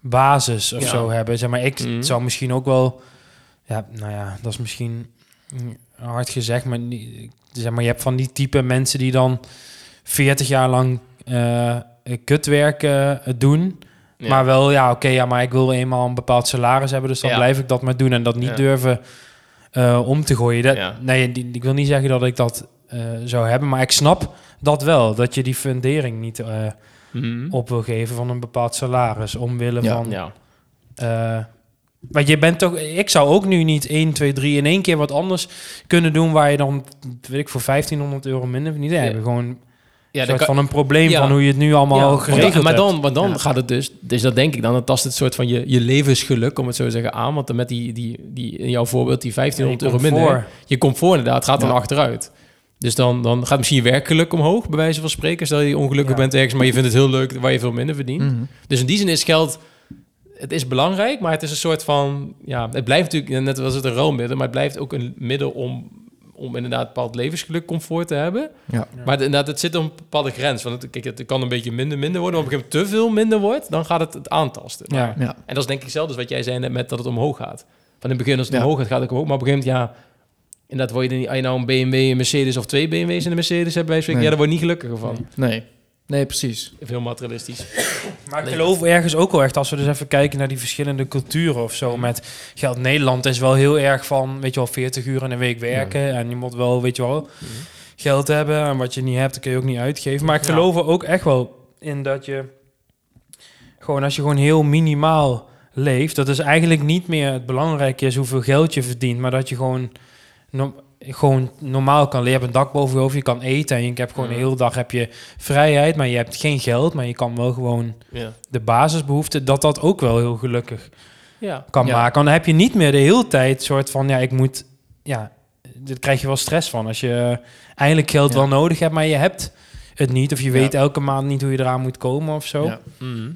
S2: basis of
S3: Ja.
S2: zo hebben. Zeg maar, ik
S3: Mhm.
S2: zou misschien ook wel... Ja, nou ja, dat is misschien mm, hard gezegd, maar, niet- zeg maar je hebt van die type mensen die dan 40 jaar lang eh kutwerk eh, doen.
S3: Ja.
S2: Maar wel, ja, oké, ja, maar ik wil eenmaal een bepaald salaris hebben, dus dan
S3: Ja.
S2: blijf ik dat maar doen en dat niet
S3: Ja.
S2: durven eh, om te gooien. Dat,
S3: Ja.
S2: Nee, die- ik wil niet zeggen dat ik dat eh, zou hebben, maar ik snap dat wel, dat je die fundering niet eh,
S3: Mhm.
S2: op wil geven van een bepaald salaris, omwille
S1: Ja.
S2: van...
S3: Ja.
S2: eh, want je bent toch, ik zou ook nu niet 1, 2, 3 in één keer wat anders kunnen doen waar je dan, weet ik, voor 1500 euro minder verdient. Ja,
S3: Ja.
S2: heb je gewoon
S3: Ja,
S2: een
S3: dat
S2: soort
S3: kan-
S2: van een probleem
S3: ja.
S2: van hoe je het nu allemaal
S3: Ja,
S2: geregeld
S3: maar dan,
S2: hebt.
S3: maar dan, want dan
S2: Ja.
S3: gaat het dus, dus dat denk ik dan, dat tast het soort van je, je levensgeluk, om het zo te zeggen, aan. Want dan met die, die, die in jouw voorbeeld, die 1500
S2: Ja, je
S3: euro minder,
S2: comfort.
S3: je comfort inderdaad gaat dan
S1: Ja.
S3: achteruit. Dus dan, dan gaat misschien je werkgeluk omhoog, bij wijze van spreken. Stel je ongelukkig
S2: Ja.
S3: bent ergens, maar je vindt het heel leuk waar je veel minder verdient.
S1: Mhm.
S3: Dus in die zin is geld, het is belangrijk, maar het is een soort van, ja, het blijft natuurlijk, net als het een ruilmiddel, maar het blijft ook een middel om, om inderdaad een bepaald levensgeluk, comfort te hebben.
S1: Ja.
S2: Ja.
S3: Maar het- inderdaad, het zit op een bepaalde grens. Want het, kijk, het kan een beetje minder, minder worden. Maar op een gegeven moment te veel minder wordt, dan gaat het het aantasten.
S2: Ja.
S1: Ja.
S3: En dat is denk ik zelfs wat jij zei net met dat het omhoog gaat. Van in het begin als het
S1: Ja.
S3: omhoog gaat, gaat het omhoog. Maar op een gegeven moment, ja... Inderdaad, word je, er niet- als je nou een BMW, een Mercedes of twee BMW's en een Mercedes hebt, bij wijze van spreken,
S1: Nee.
S3: ja, daar word je niet gelukkiger van.
S1: Nee. Nee, precies.
S3: Even heel materialistisch.
S2: Maar ik
S3: Nee.
S2: geloof ergens ook wel echt, als we dus even kijken naar die verschillende culturen of
S3: Mm.
S2: zo. Met geld, Nederland is wel heel erg van, weet je wel, 40 uur in een week werken. En je moet wel, weet je wel, geld hebben. En wat je niet hebt, dat kun je ook niet uitgeven. Maar ik
S3: Ja.
S2: geloof er ook echt wel in dat je, gewoon als je gewoon heel minimaal leeft. Dat is eigenlijk niet meer het belangrijke is hoeveel geld je verdient. Maar dat je gewoon, no- gewoon normaal kan leven. Je hebt een dak boven je hoofd, je kan eten. En je hebt gewoon de
S3: Ja.
S2: hele dag heb je vrijheid. Maar je hebt geen geld, maar je kan wel gewoon
S3: Ja.
S2: de basisbehoeften, dat dat ook wel heel gelukkig
S3: ja.
S2: kan
S1: Ja.
S2: maken. Want dan heb je niet meer de hele tijd soort van, ja, ik moet, ja, daar krijg je wel stress van. Als je eh, eigenlijk geld
S1: Ja.
S2: wel nodig hebt, maar je hebt het niet. Of je weet
S1: Ja.
S2: elke maand niet hoe je eraan moet komen of zo.
S1: Ja.
S3: Mhm.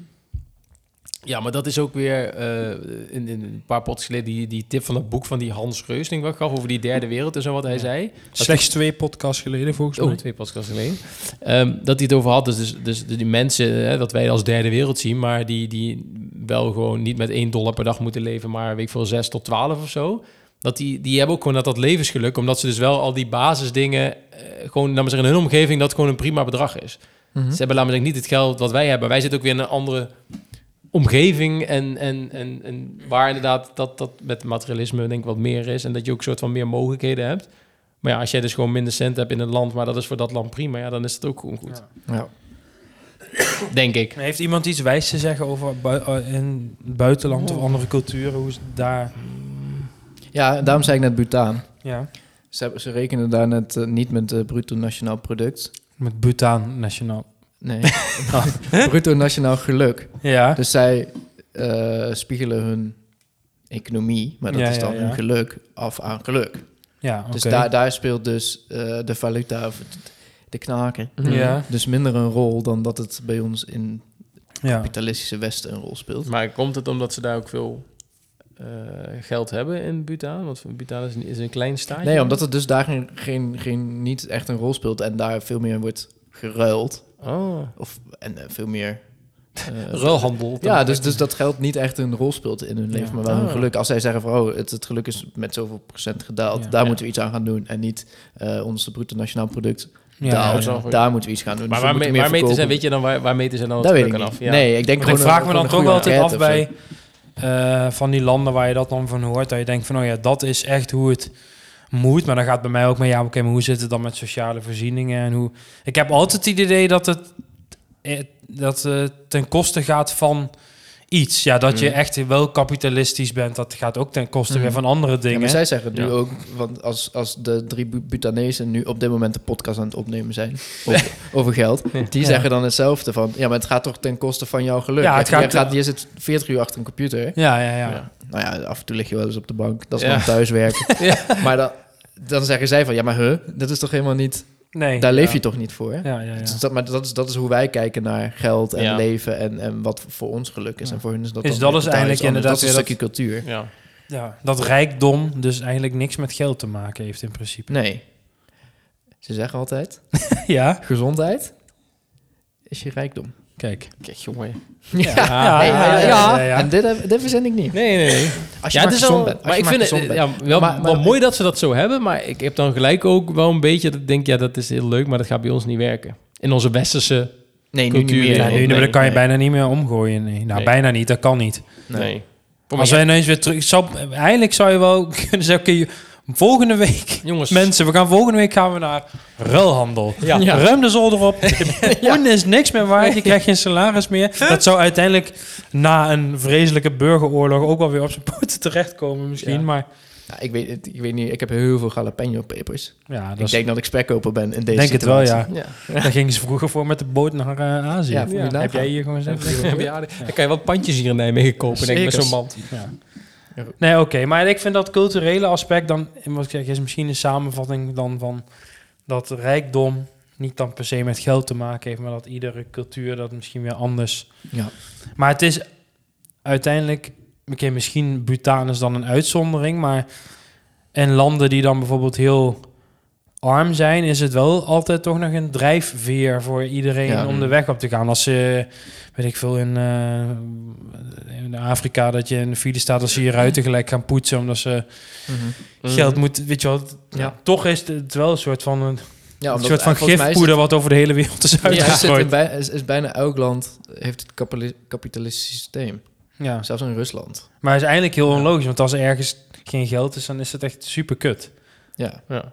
S3: Ja, maar dat is ook weer eh, in, in een paar pots geleden die, die tip van dat boek van die Hans Reusling wat ik gaf over die derde wereld en zo wat hij
S2: Ja.
S3: zei.
S2: Slechts twee podcasts geleden volgens
S3: Oh, twee podcasts alleen. Ehm, dat hij het over had, dus, dus, dus die mensen, hè, wat wij als derde wereld zien, maar die, die wel gewoon niet met 1 dollar per dag moeten leven, maar weet ik veel, 6 tot 12 of zo. Dat die, die hebben ook gewoon dat, dat levensgeluk, omdat ze dus wel al die basisdingen, eh, gewoon, laten we zeggen, in hun omgeving, dat gewoon een prima bedrag is. Ze hebben, laten we zeggen, niet het geld wat wij hebben. Wij zitten ook weer in een andere omgeving en, en, en, en waar inderdaad dat, dat met materialisme denk ik wat meer is en dat je ook soort van meer mogelijkheden hebt. Maar ja, als jij dus gewoon minder cent hebt in een land, maar dat is voor dat land prima, ja, dan is het ook gewoon goed,
S1: Ja.
S3: denk ik.
S2: Heeft iemand iets wijs te zeggen over bui- eh, in het buitenland of andere culturen, hoe ze daar...
S1: ja, daarom zei ik net Bhutan.
S2: Ja.
S1: Ze, hebben- ze rekenen daar net eh, niet met eh, bruto nationaal product.
S2: Met Bhutan Nationaal.
S1: Nee, bruto nationaal geluk.
S2: Ja.
S1: Dus zij eh, spiegelen hun economie, maar dat
S2: Ja,
S1: is dan
S2: ja, ja.
S1: hun geluk af aan geluk.
S2: ja,
S1: Dus
S2: oké.
S1: daar, daar speelt dus eh, de valuta, of het- de knaken,
S2: Mhm. Ja.
S1: dus minder een rol dan dat het bij ons in
S2: ja.
S1: kapitalistische Westen een rol speelt.
S3: Maar komt het omdat ze daar ook veel eh, geld hebben in Bhutan? Want Bhutan is een, is een klein staatje.
S1: Nee, omdat het dus daar geen, geen, geen, niet echt een rol speelt en daar veel meer wordt geruild.
S3: Oh.
S1: Of, en eh, veel meer... eh,
S3: Ruilhandel.
S1: Ja, dus, dus dat geld niet echt een rol speelt in hun
S2: Ja.
S1: leven, maar wel hun
S3: Ah.
S1: geluk. Als zij zeggen van, oh, het, het geluk is met zoveel procent gedaald,
S2: Ja.
S1: daar
S3: Ja.
S1: moeten we iets aan gaan doen. En niet eh ons bruto nationaal product
S2: Ja,
S3: daar-
S1: daalt,
S3: ja, ja.
S1: daar moeten we iets gaan doen.
S3: Maar
S1: Dus we
S3: waarmee,
S1: moeten meer
S3: waarmee te
S1: verkopen.
S3: zijn, weet je dan waar, waarmee te zijn dan het
S1: Dat weet ik
S3: geluk
S1: niet.
S3: aan af? Ja.
S1: Nee, ik denk
S2: Want ik
S1: gewoon
S2: vraag me
S1: een-
S2: dan toch
S1: gewoon
S2: wel
S1: een
S2: altijd af
S1: goede
S2: bij
S1: enquête
S2: eh, van die landen waar je dat dan van hoort. Dat je denkt van, oh ja, dat is echt hoe het moet. Maar dan gaat bij mij ook mee, ja, oké, maar hoe zit het dan met sociale voorzieningen? En hoe... Ik heb altijd het idee dat het eh, dat, eh, ten koste gaat van iets. Ja, dat je
S3: Mm.
S2: echt wel kapitalistisch bent. Dat gaat ook ten koste
S1: Mm.
S2: weer van andere
S1: Ja,
S2: dingen.
S1: maar zij zeggen nu
S3: Ja.
S1: ook, want als, als de drie Bu- Butanezen nu op dit moment de podcast aan het opnemen zijn over, over geld, die
S2: Ja.
S1: zeggen dan hetzelfde van, ja, maar het gaat toch ten koste van jouw geluk.
S2: Ja,
S1: Ja,
S2: het
S1: het
S2: gaat-
S1: gaat, je zit 40 uur achter een computer.
S2: ja, ja, ja.
S3: Ja.
S1: Nou ja, af en toe lig je wel eens op de bank. Dat is
S3: Ja.
S1: dan thuiswerken.
S3: Ja.
S1: Maar dan, dan zeggen zij van, ja, maar huh, dat is toch helemaal niet...
S2: Nee.
S1: Daar leef je
S2: Ja.
S1: toch niet voor, hè?
S2: Ja, ja, ja.
S1: Dus dat, maar dat is, dat is hoe wij kijken naar geld en
S3: Ja.
S1: leven en, en wat voor ons geluk is.
S2: Ja.
S1: En voor hun is dat
S2: Is
S1: dan
S2: dat
S1: weer
S2: is
S1: totaal
S2: eigenlijk
S1: iets anders.
S2: inderdaad
S1: dat is een stukje cultuur.
S3: Ja.
S2: Ja, dat rijkdom dus eigenlijk niks met geld te maken heeft in principe.
S1: Nee. Ze zeggen altijd,
S2: Ja,
S1: gezondheid is je rijkdom.
S2: kijk.
S3: Kijk, jongen.
S1: Ja,
S2: Ja,
S1: Nee,
S2: ja,
S1: maar-
S2: ja, ja, ja.
S1: En dit, heb- dit verzend ik niet.
S3: Nee, nee, nee.
S1: Als je maar gezond bent. Als
S3: maar
S1: je
S3: ik
S1: maar
S3: vind
S1: gezond
S3: het
S1: bent.
S3: ja, wel,
S1: Maar-
S3: wel
S1: maar-
S3: mooi dat ze dat zo hebben, maar ik heb dan gelijk ook wel een beetje dat ik denk, ja, dat is heel leuk, maar dat gaat bij ons niet werken. In onze westerse.
S1: Nee, nu
S3: Cultuur,
S1: niet meer.
S2: Ja,
S3: Nee,
S2: nu
S3: nee,
S2: kan je
S1: nee.
S2: bijna niet meer omgooien. Nee. Nou,
S3: Nee.
S2: bijna niet. Dat kan niet.
S1: Nee.
S2: Als wij ineens weer terug... Zou, eigenlijk zou je wel kunnen zeggen... oké, volgende week...
S3: jongens,
S2: Mensen, we gaan volgende week gaan we naar ruilhandel.
S3: Ja.
S2: Ja. Ruim de zolder op. Poen is niks meer waard. Je krijgt geen salaris meer. Dat zou uiteindelijk na een vreselijke burgeroorlog ook wel weer op zijn poten terechtkomen misschien.
S3: Ja.
S2: Maar
S1: Nou, ik, weet, het- ik weet niet, ik heb heel veel jalapeno pepers.
S2: ja, dat
S1: Ik
S2: is-
S1: denk dat ik spekkoper ben in
S2: ik
S1: deze
S2: denk het wel,
S1: situatie.
S2: ja.
S3: ja.
S2: Daar gingen ze vroeger voor met de boot naar eh, Azië.
S1: Ja, voor je nagaan.
S2: Heb jij hier gewoon zelf
S3: Ja, ja, Dan kan je wat pandjes hier in Nijmegen kopen, denk ik, met
S1: Zeker.
S3: zo'n mand.
S2: Ja.
S1: Ja.
S2: Nee, oké. Maar ik vind dat culturele aspect dan, wat ik zeg, is misschien een samenvatting dan van dat rijkdom niet dan per se met geld te maken heeft, maar dat iedere cultuur dat misschien weer anders.
S1: Ja.
S2: Maar het is uiteindelijk, oké, misschien Bhutan is dan een uitzondering, maar in landen die dan bijvoorbeeld heel arm zijn, is het wel altijd toch nog een drijfveer voor iedereen
S1: Ja.
S2: om de weg op te gaan. Als ze, weet ik veel, in, eh, in Afrika dat je in de file staat, als ze je ruiten gelijk gaan poetsen omdat ze
S1: Mhm.
S2: geld moet, weet je wel.
S1: Ja.
S2: Toch is het wel een soort van een
S1: Ja,
S2: een soort van
S1: volgens mij is
S2: gifpoeder wat over de hele wereld is
S1: het- Ja, zit in
S2: uitgestrooid.
S1: bij, is, is bijna elk land heeft het kapitali- kapitalistisch systeem.
S2: Ja.
S1: Zelfs in Rusland.
S2: Maar het is eigenlijk heel onlogisch, want als er ergens geen geld is, dan is het echt super kut.
S1: Ja,
S3: Ja.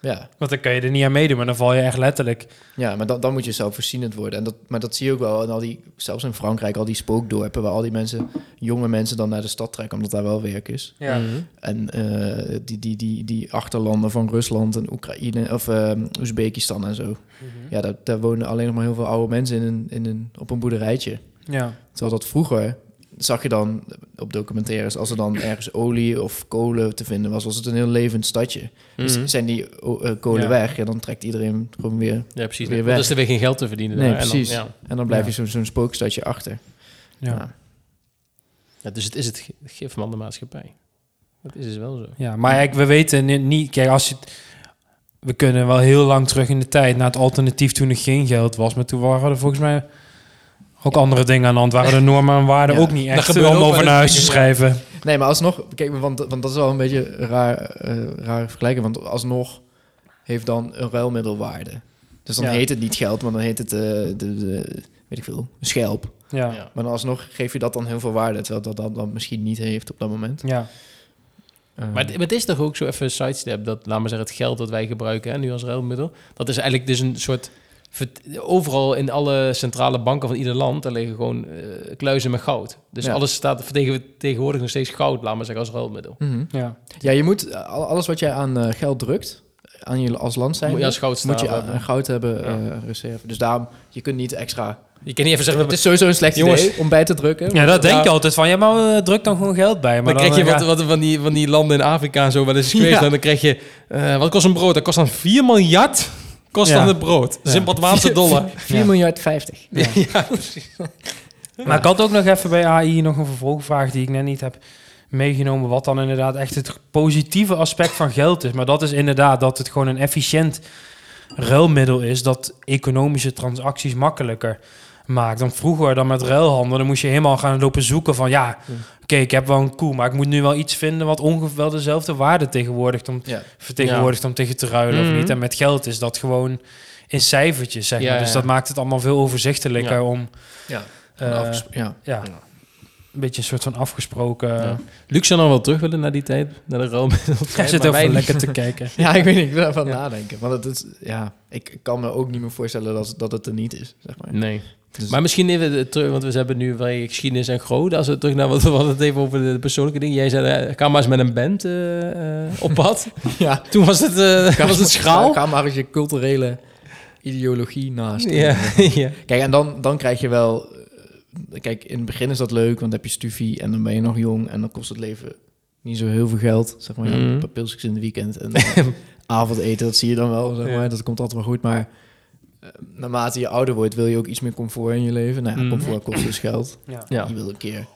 S1: ja.
S2: Want dan kan je er niet aan meedoen, maar dan val je echt letterlijk.
S1: ja maar dan, dan moet je zelfvoorzienend worden. En dat, maar dat zie je ook wel. En al die, zelfs in Frankrijk, al die spookdorpen... waar al die mensen, jonge mensen dan naar de stad trekken... omdat daar wel werk is.
S2: Mm.
S3: Mhm.
S1: En eh, die, die, die, die achterlanden van Rusland en Oekraïne... of eh, Oezbekistan en zo.
S3: Mhm.
S1: Ja, daar, daar wonen alleen nog maar heel veel oude mensen in een, in een, op een boerderijtje.
S2: Ja.
S1: Terwijl dat vroeger zag je dan op documentaires, als er dan ergens olie of kolen te vinden was, was het een heel levend stadje. Dus
S3: Mhm.
S1: zijn die o- eh, kolen
S2: Ja.
S1: weg, ja, dan trekt iedereen gewoon weer.
S3: Ja, precies.
S1: Weer
S3: Want
S1: weg.
S3: Dan is er weer geen geld te verdienen.
S1: Nee,
S3: daar. En dan-
S1: precies.
S3: ja.
S1: En dan blijf
S2: Ja.
S1: je zo'n zo'n spookstadje achter.
S2: Ja.
S1: Ja.
S3: Ja, dus het is het gi- gif van de maatschappij. Dat is dus wel zo.
S2: Ja, maar kijk, we weten ni- niet. Kijk, als je, het- we kunnen wel heel lang terug in de tijd naar het alternatief toen er geen geld was. Maar toen waren er volgens mij ook andere dingen aan de hand. Waren de normen en waarden
S1: Ja,
S2: ook niet
S3: dat
S2: echt
S3: gebeurt
S2: om
S3: ook wel
S2: over naar huis te
S3: eens.
S2: schrijven.
S1: Nee, maar alsnog, kijk, want, want dat is wel een beetje een raar, eh, raar vergelijken, want alsnog heeft dan een ruilmiddelwaarde. Dus dan
S2: Ja.
S1: heet het niet geld, maar dan heet het, eh, de, de- weet ik veel, een schelp.
S2: Ja, ja.
S3: Ja.
S1: Maar dan alsnog geef je dat dan heel veel waarde, terwijl dat dat dan misschien niet heeft op dat moment. Eh,
S3: Maar het, maar het is toch ook zo even een sidestep dat, laten we zeggen, het geld dat wij gebruiken hè, nu als ruilmiddel, dat is eigenlijk dus een soort. vert- Overal in alle centrale banken van ieder land, daar liggen gewoon eh, kluizen met goud. Dus
S1: Ja.
S3: alles staat vertegen- tegenwoordig nog steeds goud, laten we zeggen, als ruilmiddel.
S1: Mhm.
S2: ja.
S1: Ja, je moet eh, al- alles wat jij aan eh, geld drukt, aan je als land zijn,
S3: Moet je als goud staan.
S1: moet je aan,
S3: hebben.
S1: aan goud hebben
S3: Ja.
S1: eh, reserve. Dus daarom, je kunt niet extra.
S3: je kan niet even zeggen,
S1: Het is sowieso een slecht
S3: Jongens.
S1: idee om bij te drukken.
S2: ja, dat denk
S3: Ja.
S2: je altijd van. Ja, maar eh, druk dan gewoon geld bij. Maar
S3: dan krijg je
S2: eh,
S3: wat,
S2: ja.
S3: wat van, die, van die landen in Afrika en zo wel eens is geweest.
S2: Ja.
S3: En dan krijg je, eh, wat kost een brood? Dat kost dan 4 miljard, kost
S2: Ja.
S3: dan het brood. Dat is
S2: Ja.
S3: een Badwaanse dollar.
S1: 4
S2: Ja.
S1: miljard 50.
S2: Ja. Maar ik had ook nog even bij AI nog een vervolgvraag die ik net niet heb meegenomen. Wat dan inderdaad echt het positieve aspect van geld is. Maar dat is inderdaad dat het gewoon een efficiënt ruilmiddel is. Dat economische transacties makkelijker maakt. Dan vroeger dan met ruilhandel, dan moest je helemaal gaan lopen zoeken van ja,
S1: Ja.
S2: oké, ik heb wel een koe, maar ik moet nu wel iets vinden wat ongeveer wel dezelfde waarde tegenwoordigt om,
S1: Ja.
S2: vertegenwoordigt om tegen te ruilen
S3: Mhm.
S2: of niet. En met geld is dat gewoon in cijfertjes, zeg
S3: Ja,
S2: maar. Dus
S3: ja.
S2: dat maakt het allemaal veel overzichtelijker
S3: Ja.
S2: om
S1: Ja.
S2: eh,
S1: Afges- ja.
S2: ja,
S1: Ja.
S2: een beetje een soort van afgesproken.
S3: Ja. Luc zou nog wel terug willen naar die tijd, naar de ruilmiddel.
S2: Hij zit ook wel lekker te kijken.
S1: ja, ik weet niet, ik wil even nadenken. Want het is, ja, ik ik kan me ook niet meer voorstellen dat, dat het er niet is. Zeg maar.
S3: Nee.
S1: Dus-
S3: Maar misschien even de- terug, want we hebben nu wel geschiedenis en groot. Als we terug naar wat we hadden het even over de persoonlijke dingen. Jij zei, eh, ga maar eens met een band eh, eh, op pad.
S1: ja.
S3: Toen was het, eh,
S1: Ga-
S3: was het schaal.
S1: Ga maar eens je culturele ideologie naast.
S3: Ja, ja.
S1: Kijk, en dan, dan krijg je wel... eh, Kijk, in het begin is dat leuk, want dan heb je stufie en dan ben je nog jong... en dan kost het leven niet zo heel veel geld. Zeg maar, ja,
S3: Mhm.
S1: een paar pilsjes in het weekend en eh, avondeten, dat zie je dan wel. Zeg maar,
S2: Ja.
S1: Dat komt altijd wel goed, maar... eh, Naarmate je ouder wordt, wil je ook iets meer comfort in je leven. Nou ja,
S3: Mhm.
S1: comfort kost dus geld.
S2: Ja.
S3: Ja.
S1: Je wil een keer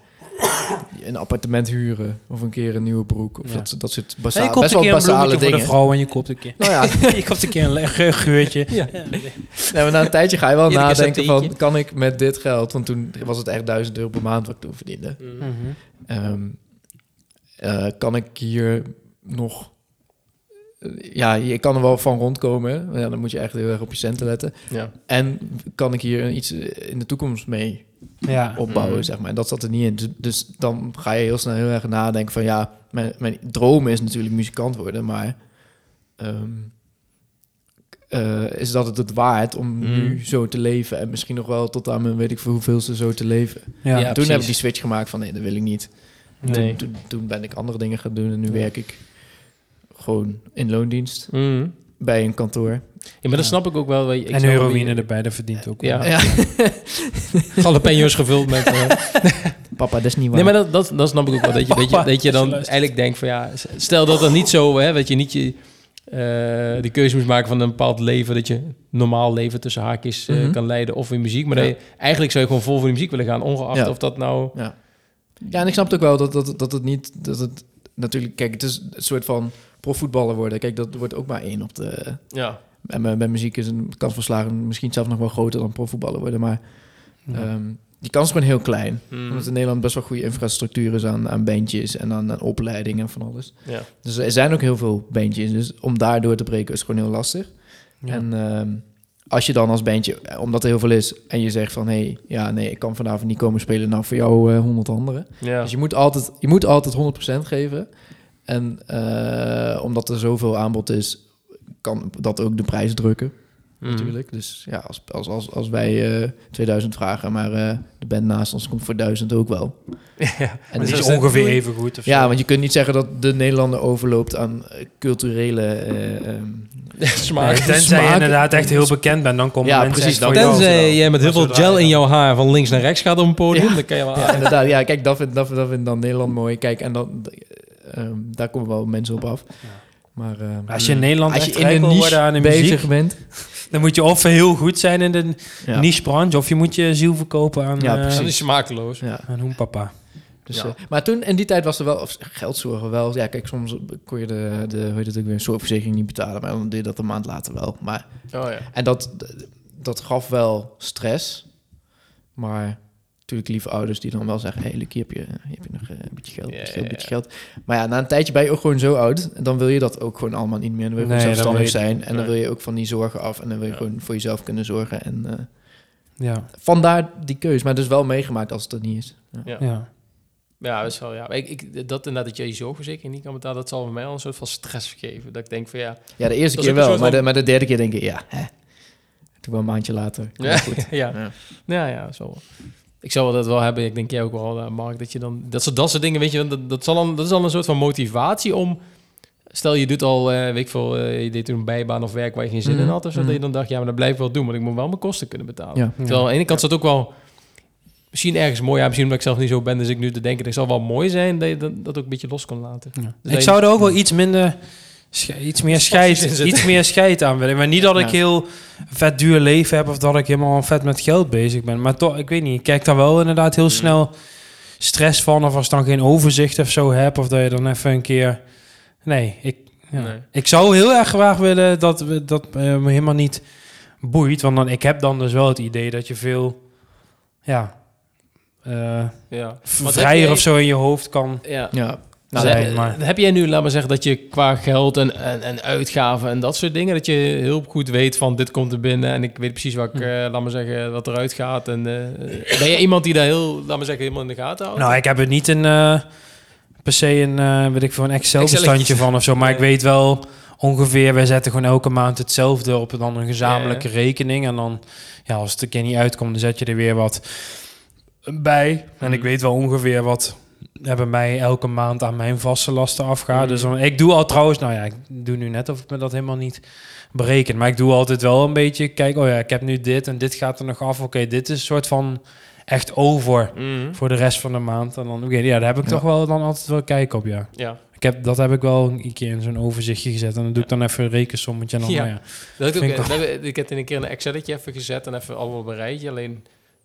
S1: een appartement huren of een keer een nieuwe broek. Of
S2: Ja.
S1: dat, dat soort
S2: Ja,
S1: basa-
S2: je koopt
S1: best
S2: een
S1: wel
S2: keer een
S1: basale
S2: bloemetje voor de
S1: dingen.
S2: vrouw en je koopt een keer,
S1: Nou ja,
S2: je koopt een keer een le- geurtje.
S3: Ja.
S1: Nee, maar na een tijdje ga je wel
S3: Iedere keer zo'n
S1: nadenken van,
S3: tientje.
S1: kan ik met dit geld... Want toen was het echt 1000 euro per maand wat ik toen verdiende.
S2: Mhm.
S1: Ehm, eh, kan ik hier nog... eh, Ja, je kan er wel van rondkomen. maar Ja, dan moet je echt heel erg op je centen letten.
S3: Ja.
S1: En kan ik hier iets eh, in de toekomst mee
S2: Ja.
S1: opbouwen,
S3: Mhm.
S1: zeg maar. En dat zat er niet in. Dus, dus dan ga je heel snel heel erg nadenken van... Ja, mijn, mijn droom is natuurlijk muzikant worden, maar... ehm, eh, is dat het het waard om
S3: Mhm.
S1: nu zo te leven? En misschien nog wel tot aan mijn weet ik veel hoeveelste zo te leven.
S2: Ja.
S3: Ja.
S1: toen heb ik
S3: precies.
S1: die switch gemaakt van nee, dat wil ik niet.
S2: Nee.
S3: Nee.
S1: Toen, toen ben ik andere dingen gaan doen en nu
S2: Ja.
S1: werk ik gewoon in loondienst
S3: Mhm.
S1: bij een kantoor.
S3: Ja, maar dat
S2: Ja.
S3: snap ik ook wel. Ik
S2: En
S3: snap
S2: heroïne
S3: die-
S2: erbij, dat verdient ook.
S3: Ja.
S2: wel.
S1: Ja.
S3: Jalapenos gevuld met... eh,
S1: Papa, dat is niet waar.
S3: Nee, maar dat, dat, dat snap ik ook wel. Dat je, dat je,
S2: Papa,
S3: dat je
S2: als je
S3: dan
S2: luistert.
S3: eigenlijk denkt van ja, stel dat dat niet zo, hè, dat je niet je, eh, de keuze moest maken van een bepaald leven, dat je normaal leven tussen haakjes eh,
S1: Mhm.
S3: kan leiden of in muziek. Maar
S1: Ja.
S3: dat je- eigenlijk zou je gewoon vol voor de muziek willen gaan, ongeacht
S1: Ja.
S3: of dat nou...
S1: Ja, en ik snap het ook wel dat, dat, dat het niet... Dat het, natuurlijk, kijk, het is een soort van profvoetballer worden. Kijk, dat wordt ook maar één op de...
S3: Ja.
S1: En bij, bij muziek is een kans van slagen misschien zelfs nog wel groter dan profvoetballer worden. Maar
S2: Ja.
S1: ehm, die kans is gewoon heel klein.
S2: Hmm.
S1: Omdat
S2: Mhm.
S1: in Nederland best wel goede infrastructuur is aan, aan bandjes en aan, aan opleidingen en van alles.
S3: Ja.
S1: Dus er zijn ook heel veel bandjes. Dus om daardoor te breken is gewoon heel lastig.
S2: Ja.
S1: En ehm, als je dan als bandje, eh, omdat er heel veel is, en je zegt van hé, hey, ja nee, ik kan vanavond niet komen spelen, nou voor jou honderd anderen.
S2: Ja.
S1: Dus je moet altijd, je moet altijd 100% geven. En eh, omdat er zoveel aanbod is, kan dat ook de prijs drukken,
S2: Mhm.
S1: natuurlijk. Dus ja, als, als, als, als wij eh 2000 vragen, maar eh, de band naast ons komt voor 1000 ook wel. En
S3: ja.
S2: Maar
S1: die
S2: die is
S1: zijn-
S2: ongeveer even goed. Of
S1: Ja,
S2: zo.
S1: want je kunt niet zeggen dat de Nederlander overloopt aan eh, culturele... eh, ehm,
S3: Smaak.
S2: Nee, tenzij je
S1: smaak-
S2: inderdaad echt heel bekend bent, dan komen
S1: Ja,
S2: mensen
S1: precies,
S2: echt
S1: dan-
S2: voor jou.
S3: Tenzij jij met heel veel
S2: Maar zodra
S3: gel in
S2: je
S3: jouw haar van links naar rechts gaat op een podium, dan kan je wel...
S1: ja, inderdaad. Ja, kijk, dat vindt dat vind, dat vindt dan Nederland mooi. Kijk, en dan, ehm, daar komen wel mensen op af. Maar ehm,
S2: Mhm. Als je in Nederland
S1: als
S2: echt
S1: je in
S2: rijk
S1: een
S2: wil worden aan de
S1: niche
S2: muziek,
S1: bezig bent...
S2: dan moet je of heel goed zijn in de
S1: Ja.
S2: niche-branche, of je moet je ziel verkopen aan,
S1: Ja,
S2: eh,
S1: precies.
S3: Dat is smakeloos.
S1: Ja,
S2: aan hun papa.
S1: dus,
S3: Ja.
S1: eh, maar toen, in die tijd was er wel, of geldzorgen wel. Ja, kijk, soms kon je de, de hoe heet het ook weer, zorgverzekering niet betalen. Maar dan deed je dat een maand later wel. Maar,
S3: Oh, ja.
S1: en dat, dat gaf wel stress. Maar natuurlijk lieve ouders die dan wel zeggen... Hé, hey, Luc, hier heb je, hier heb je nog eh, een beetje geld, een
S3: Ja,
S1: beetje geld,
S3: ja,
S1: een beetje geld. Maar ja, na een tijdje ben je ook gewoon zo oud. En dan wil je dat ook gewoon allemaal niet meer. Dan wil je
S2: Nee,
S1: gewoon
S2: dan
S1: zelfstandig
S2: wil je-
S1: zijn. En dan
S3: nee.
S1: wil je ook van die zorgen af. En dan wil je
S3: Ja.
S1: gewoon voor jezelf kunnen zorgen. En eh,
S2: Ja,
S1: vandaar die keus. Maar dus wel meegemaakt als het er niet is. Ja.
S3: Ja.
S2: ja.
S3: Ja, dat is wel, ja. Maar Ik, ik, dat inderdaad, dat je je zorgverzekering niet kan betalen, dat zal voor mij al een soort van stress geven. Dat ik denk van ja,
S1: Ja, de eerste
S3: Dat is
S1: keer
S3: ook een
S1: wel,
S3: soort
S1: maar de,
S3: van-
S1: maar de derde keer denk ik, ja, hè. Toen wel een maandje later. komt
S3: Ja,
S1: goed.
S3: ja.
S1: Ja.
S3: Ja, ja, dat is wel. wel. Ik zou wel dat wel hebben. Ik denk jij ook wel, eh, Mark, dat je dan dat soort, dat soort dingen, weet je, want dat, dat, zal dan, dat is al een soort van motivatie om. Stel je doet al, eh, weet ik veel, eh, je deed toen een bijbaan of werk waar je geen zin
S1: Mhm,
S3: in had, of zo,
S1: mhm.
S3: dat je dan dacht, ja, maar dat blijf ik wel doen, want ik moet wel mijn kosten kunnen betalen.
S1: Ja.
S3: Terwijl aan de ene kant zat ook wel misschien ergens mooi, ja, misschien omdat ik zelf niet zo ben, dus ik nu te denken, dat zal wel mooi zijn dat je dat, dat ook een beetje los kon laten.
S2: Ik zou er ook wel iets minder, sche- iets meer
S3: Stofjes
S2: scheid,
S3: in zitten.
S2: iets meer scheid aan willen. Maar niet dat ik
S1: Ja.
S2: heel vet duur leven heb of dat ik helemaal vet met geld bezig ben. Maar toch, ik weet niet, ik kijk daar wel inderdaad
S3: Mm.
S2: heel snel stress van. Of als ik dan geen overzicht of zo heb, of dat je dan even een keer... Nee, ik, ja.
S3: Nee.
S2: ik zou heel erg graag willen dat, we- dat eh, me helemaal niet boeit. Want dan, ik heb dan dus wel het idee dat je veel... Ja, eh,
S3: Ja. Want heb
S2: vrijer
S3: jij-
S2: of zo in je hoofd kan...
S3: Ja.
S1: Ja.
S3: Nou,
S1: Nou,
S2: Zij-
S1: ja,
S3: heb,
S2: maar-
S3: heb jij nu, laat maar zeggen, dat je qua geld en, en, en uitgaven en dat soort dingen, dat je heel goed weet van dit komt er binnen en ik weet precies wat ik,
S2: Hm.
S3: eh, laat maar zeggen, wat eruit gaat. En, eh, ben je iemand die daar heel, laat maar zeggen, helemaal in de gaten houdt?
S2: Nou, ik heb het niet een, eh, per se een, eh, weet ik veel, een Excel-bestandje
S3: Excelletje.
S2: van of zo. Maar ik
S3: Nee.
S2: weet wel ongeveer, wij zetten gewoon elke maand hetzelfde op dan een gezamenlijke rekening. En dan, ja, als het een keer niet uitkomt, dan zet je er weer wat bij. En ik
S3: Mhm.
S2: weet wel ongeveer wat er bij mij elke maand aan mijn vaste lasten afgaat.
S3: Mhm.
S2: Dus dan, ik doe al trouwens, nou ja, ik doe nu net of ik me dat helemaal niet bereken. Maar ik doe altijd wel een beetje, kijk, oh ja, ik heb nu dit en dit gaat er nog af. Oké, dit is een soort van echt over
S3: Mhm.
S2: voor de rest van de maand. En dan, oké, ja, daar heb ik
S1: Ja.
S2: toch wel dan altijd wel kijk op, ja.
S3: Ja.
S2: Ik heb, dat heb ik wel een keer in zo'n overzichtje gezet. En dan doe ik dan even een rekensommetje. En dan,
S3: Ja.
S2: nou ja.
S3: Dat heb ik, ook,
S2: Vind ik
S3: eh, dat heb ik- ik heb in een keer een Excelletje even gezet en even allemaal op een rijtje. Alleen,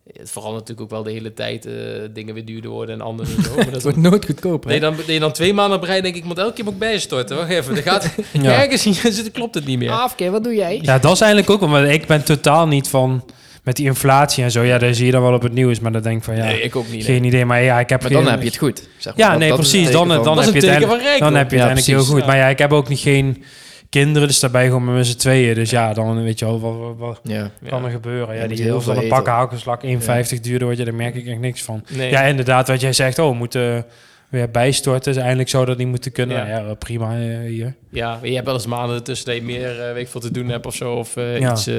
S3: eh, het verandert natuurlijk ook wel de hele tijd, eh, dingen weer duurder worden en anders en zo. Maar dat
S1: het
S3: is
S1: wordt nooit goedkoper.
S3: Nee, dan ben je dan twee maanden op rij, denk ik, moet elke keer moet ik bijstorten. Wacht even, er gaat
S2: Ja.
S3: ergens hier zitten, klopt het niet meer.
S1: Afke, wat doe jij?
S2: ja, dat is eigenlijk ook, wel, maar ik ben totaal niet van met die inflatie en zo. Ja, daar zie je dan wel op het nieuws, maar dan denk ik van ja,
S3: Nee, ik ook niet. nee.
S2: geen idee. Maar ja, ik heb
S1: Maar
S2: geen-
S1: dan heb je het goed. zeg maar.
S2: Ja,
S1: Dat-
S2: nee,
S1: dat is
S2: precies.
S1: een
S2: Dan-
S1: teken van-
S2: dan-
S3: dat is een
S2: heb je
S3: teken van rijk.
S2: dan
S3: hoor.
S2: heb je
S1: Ja,
S2: het eigenlijk heel
S1: precies,
S2: goed.
S3: ja.
S2: Maar ja, ik heb ook niet geen kinderen, dus daarbij gewoon met z'n tweeën. Dus ja, dan weet je wel wat, wat, wat
S1: Ja.
S2: kan er gebeuren.
S1: Je
S2: Ja,
S1: moet
S2: die
S1: heel
S2: heel
S1: veel
S2: van een
S1: eten.
S2: pak hakelslag 1,50 duurder wordt, ja, daar merk ik echt niks van.
S3: Nee.
S2: Ja, inderdaad, wat jij zegt, oh, we moeten weer bijstorten. Dus eindelijk zou dat niet moeten kunnen.
S3: Ja.
S2: Ja, ja prima eh, hier.
S3: Ja, je hebt wel eens maanden ertussen dat je meer eh, weet ik veel te doen hebt of zo. Of eh,
S2: Ja.
S3: iets eh,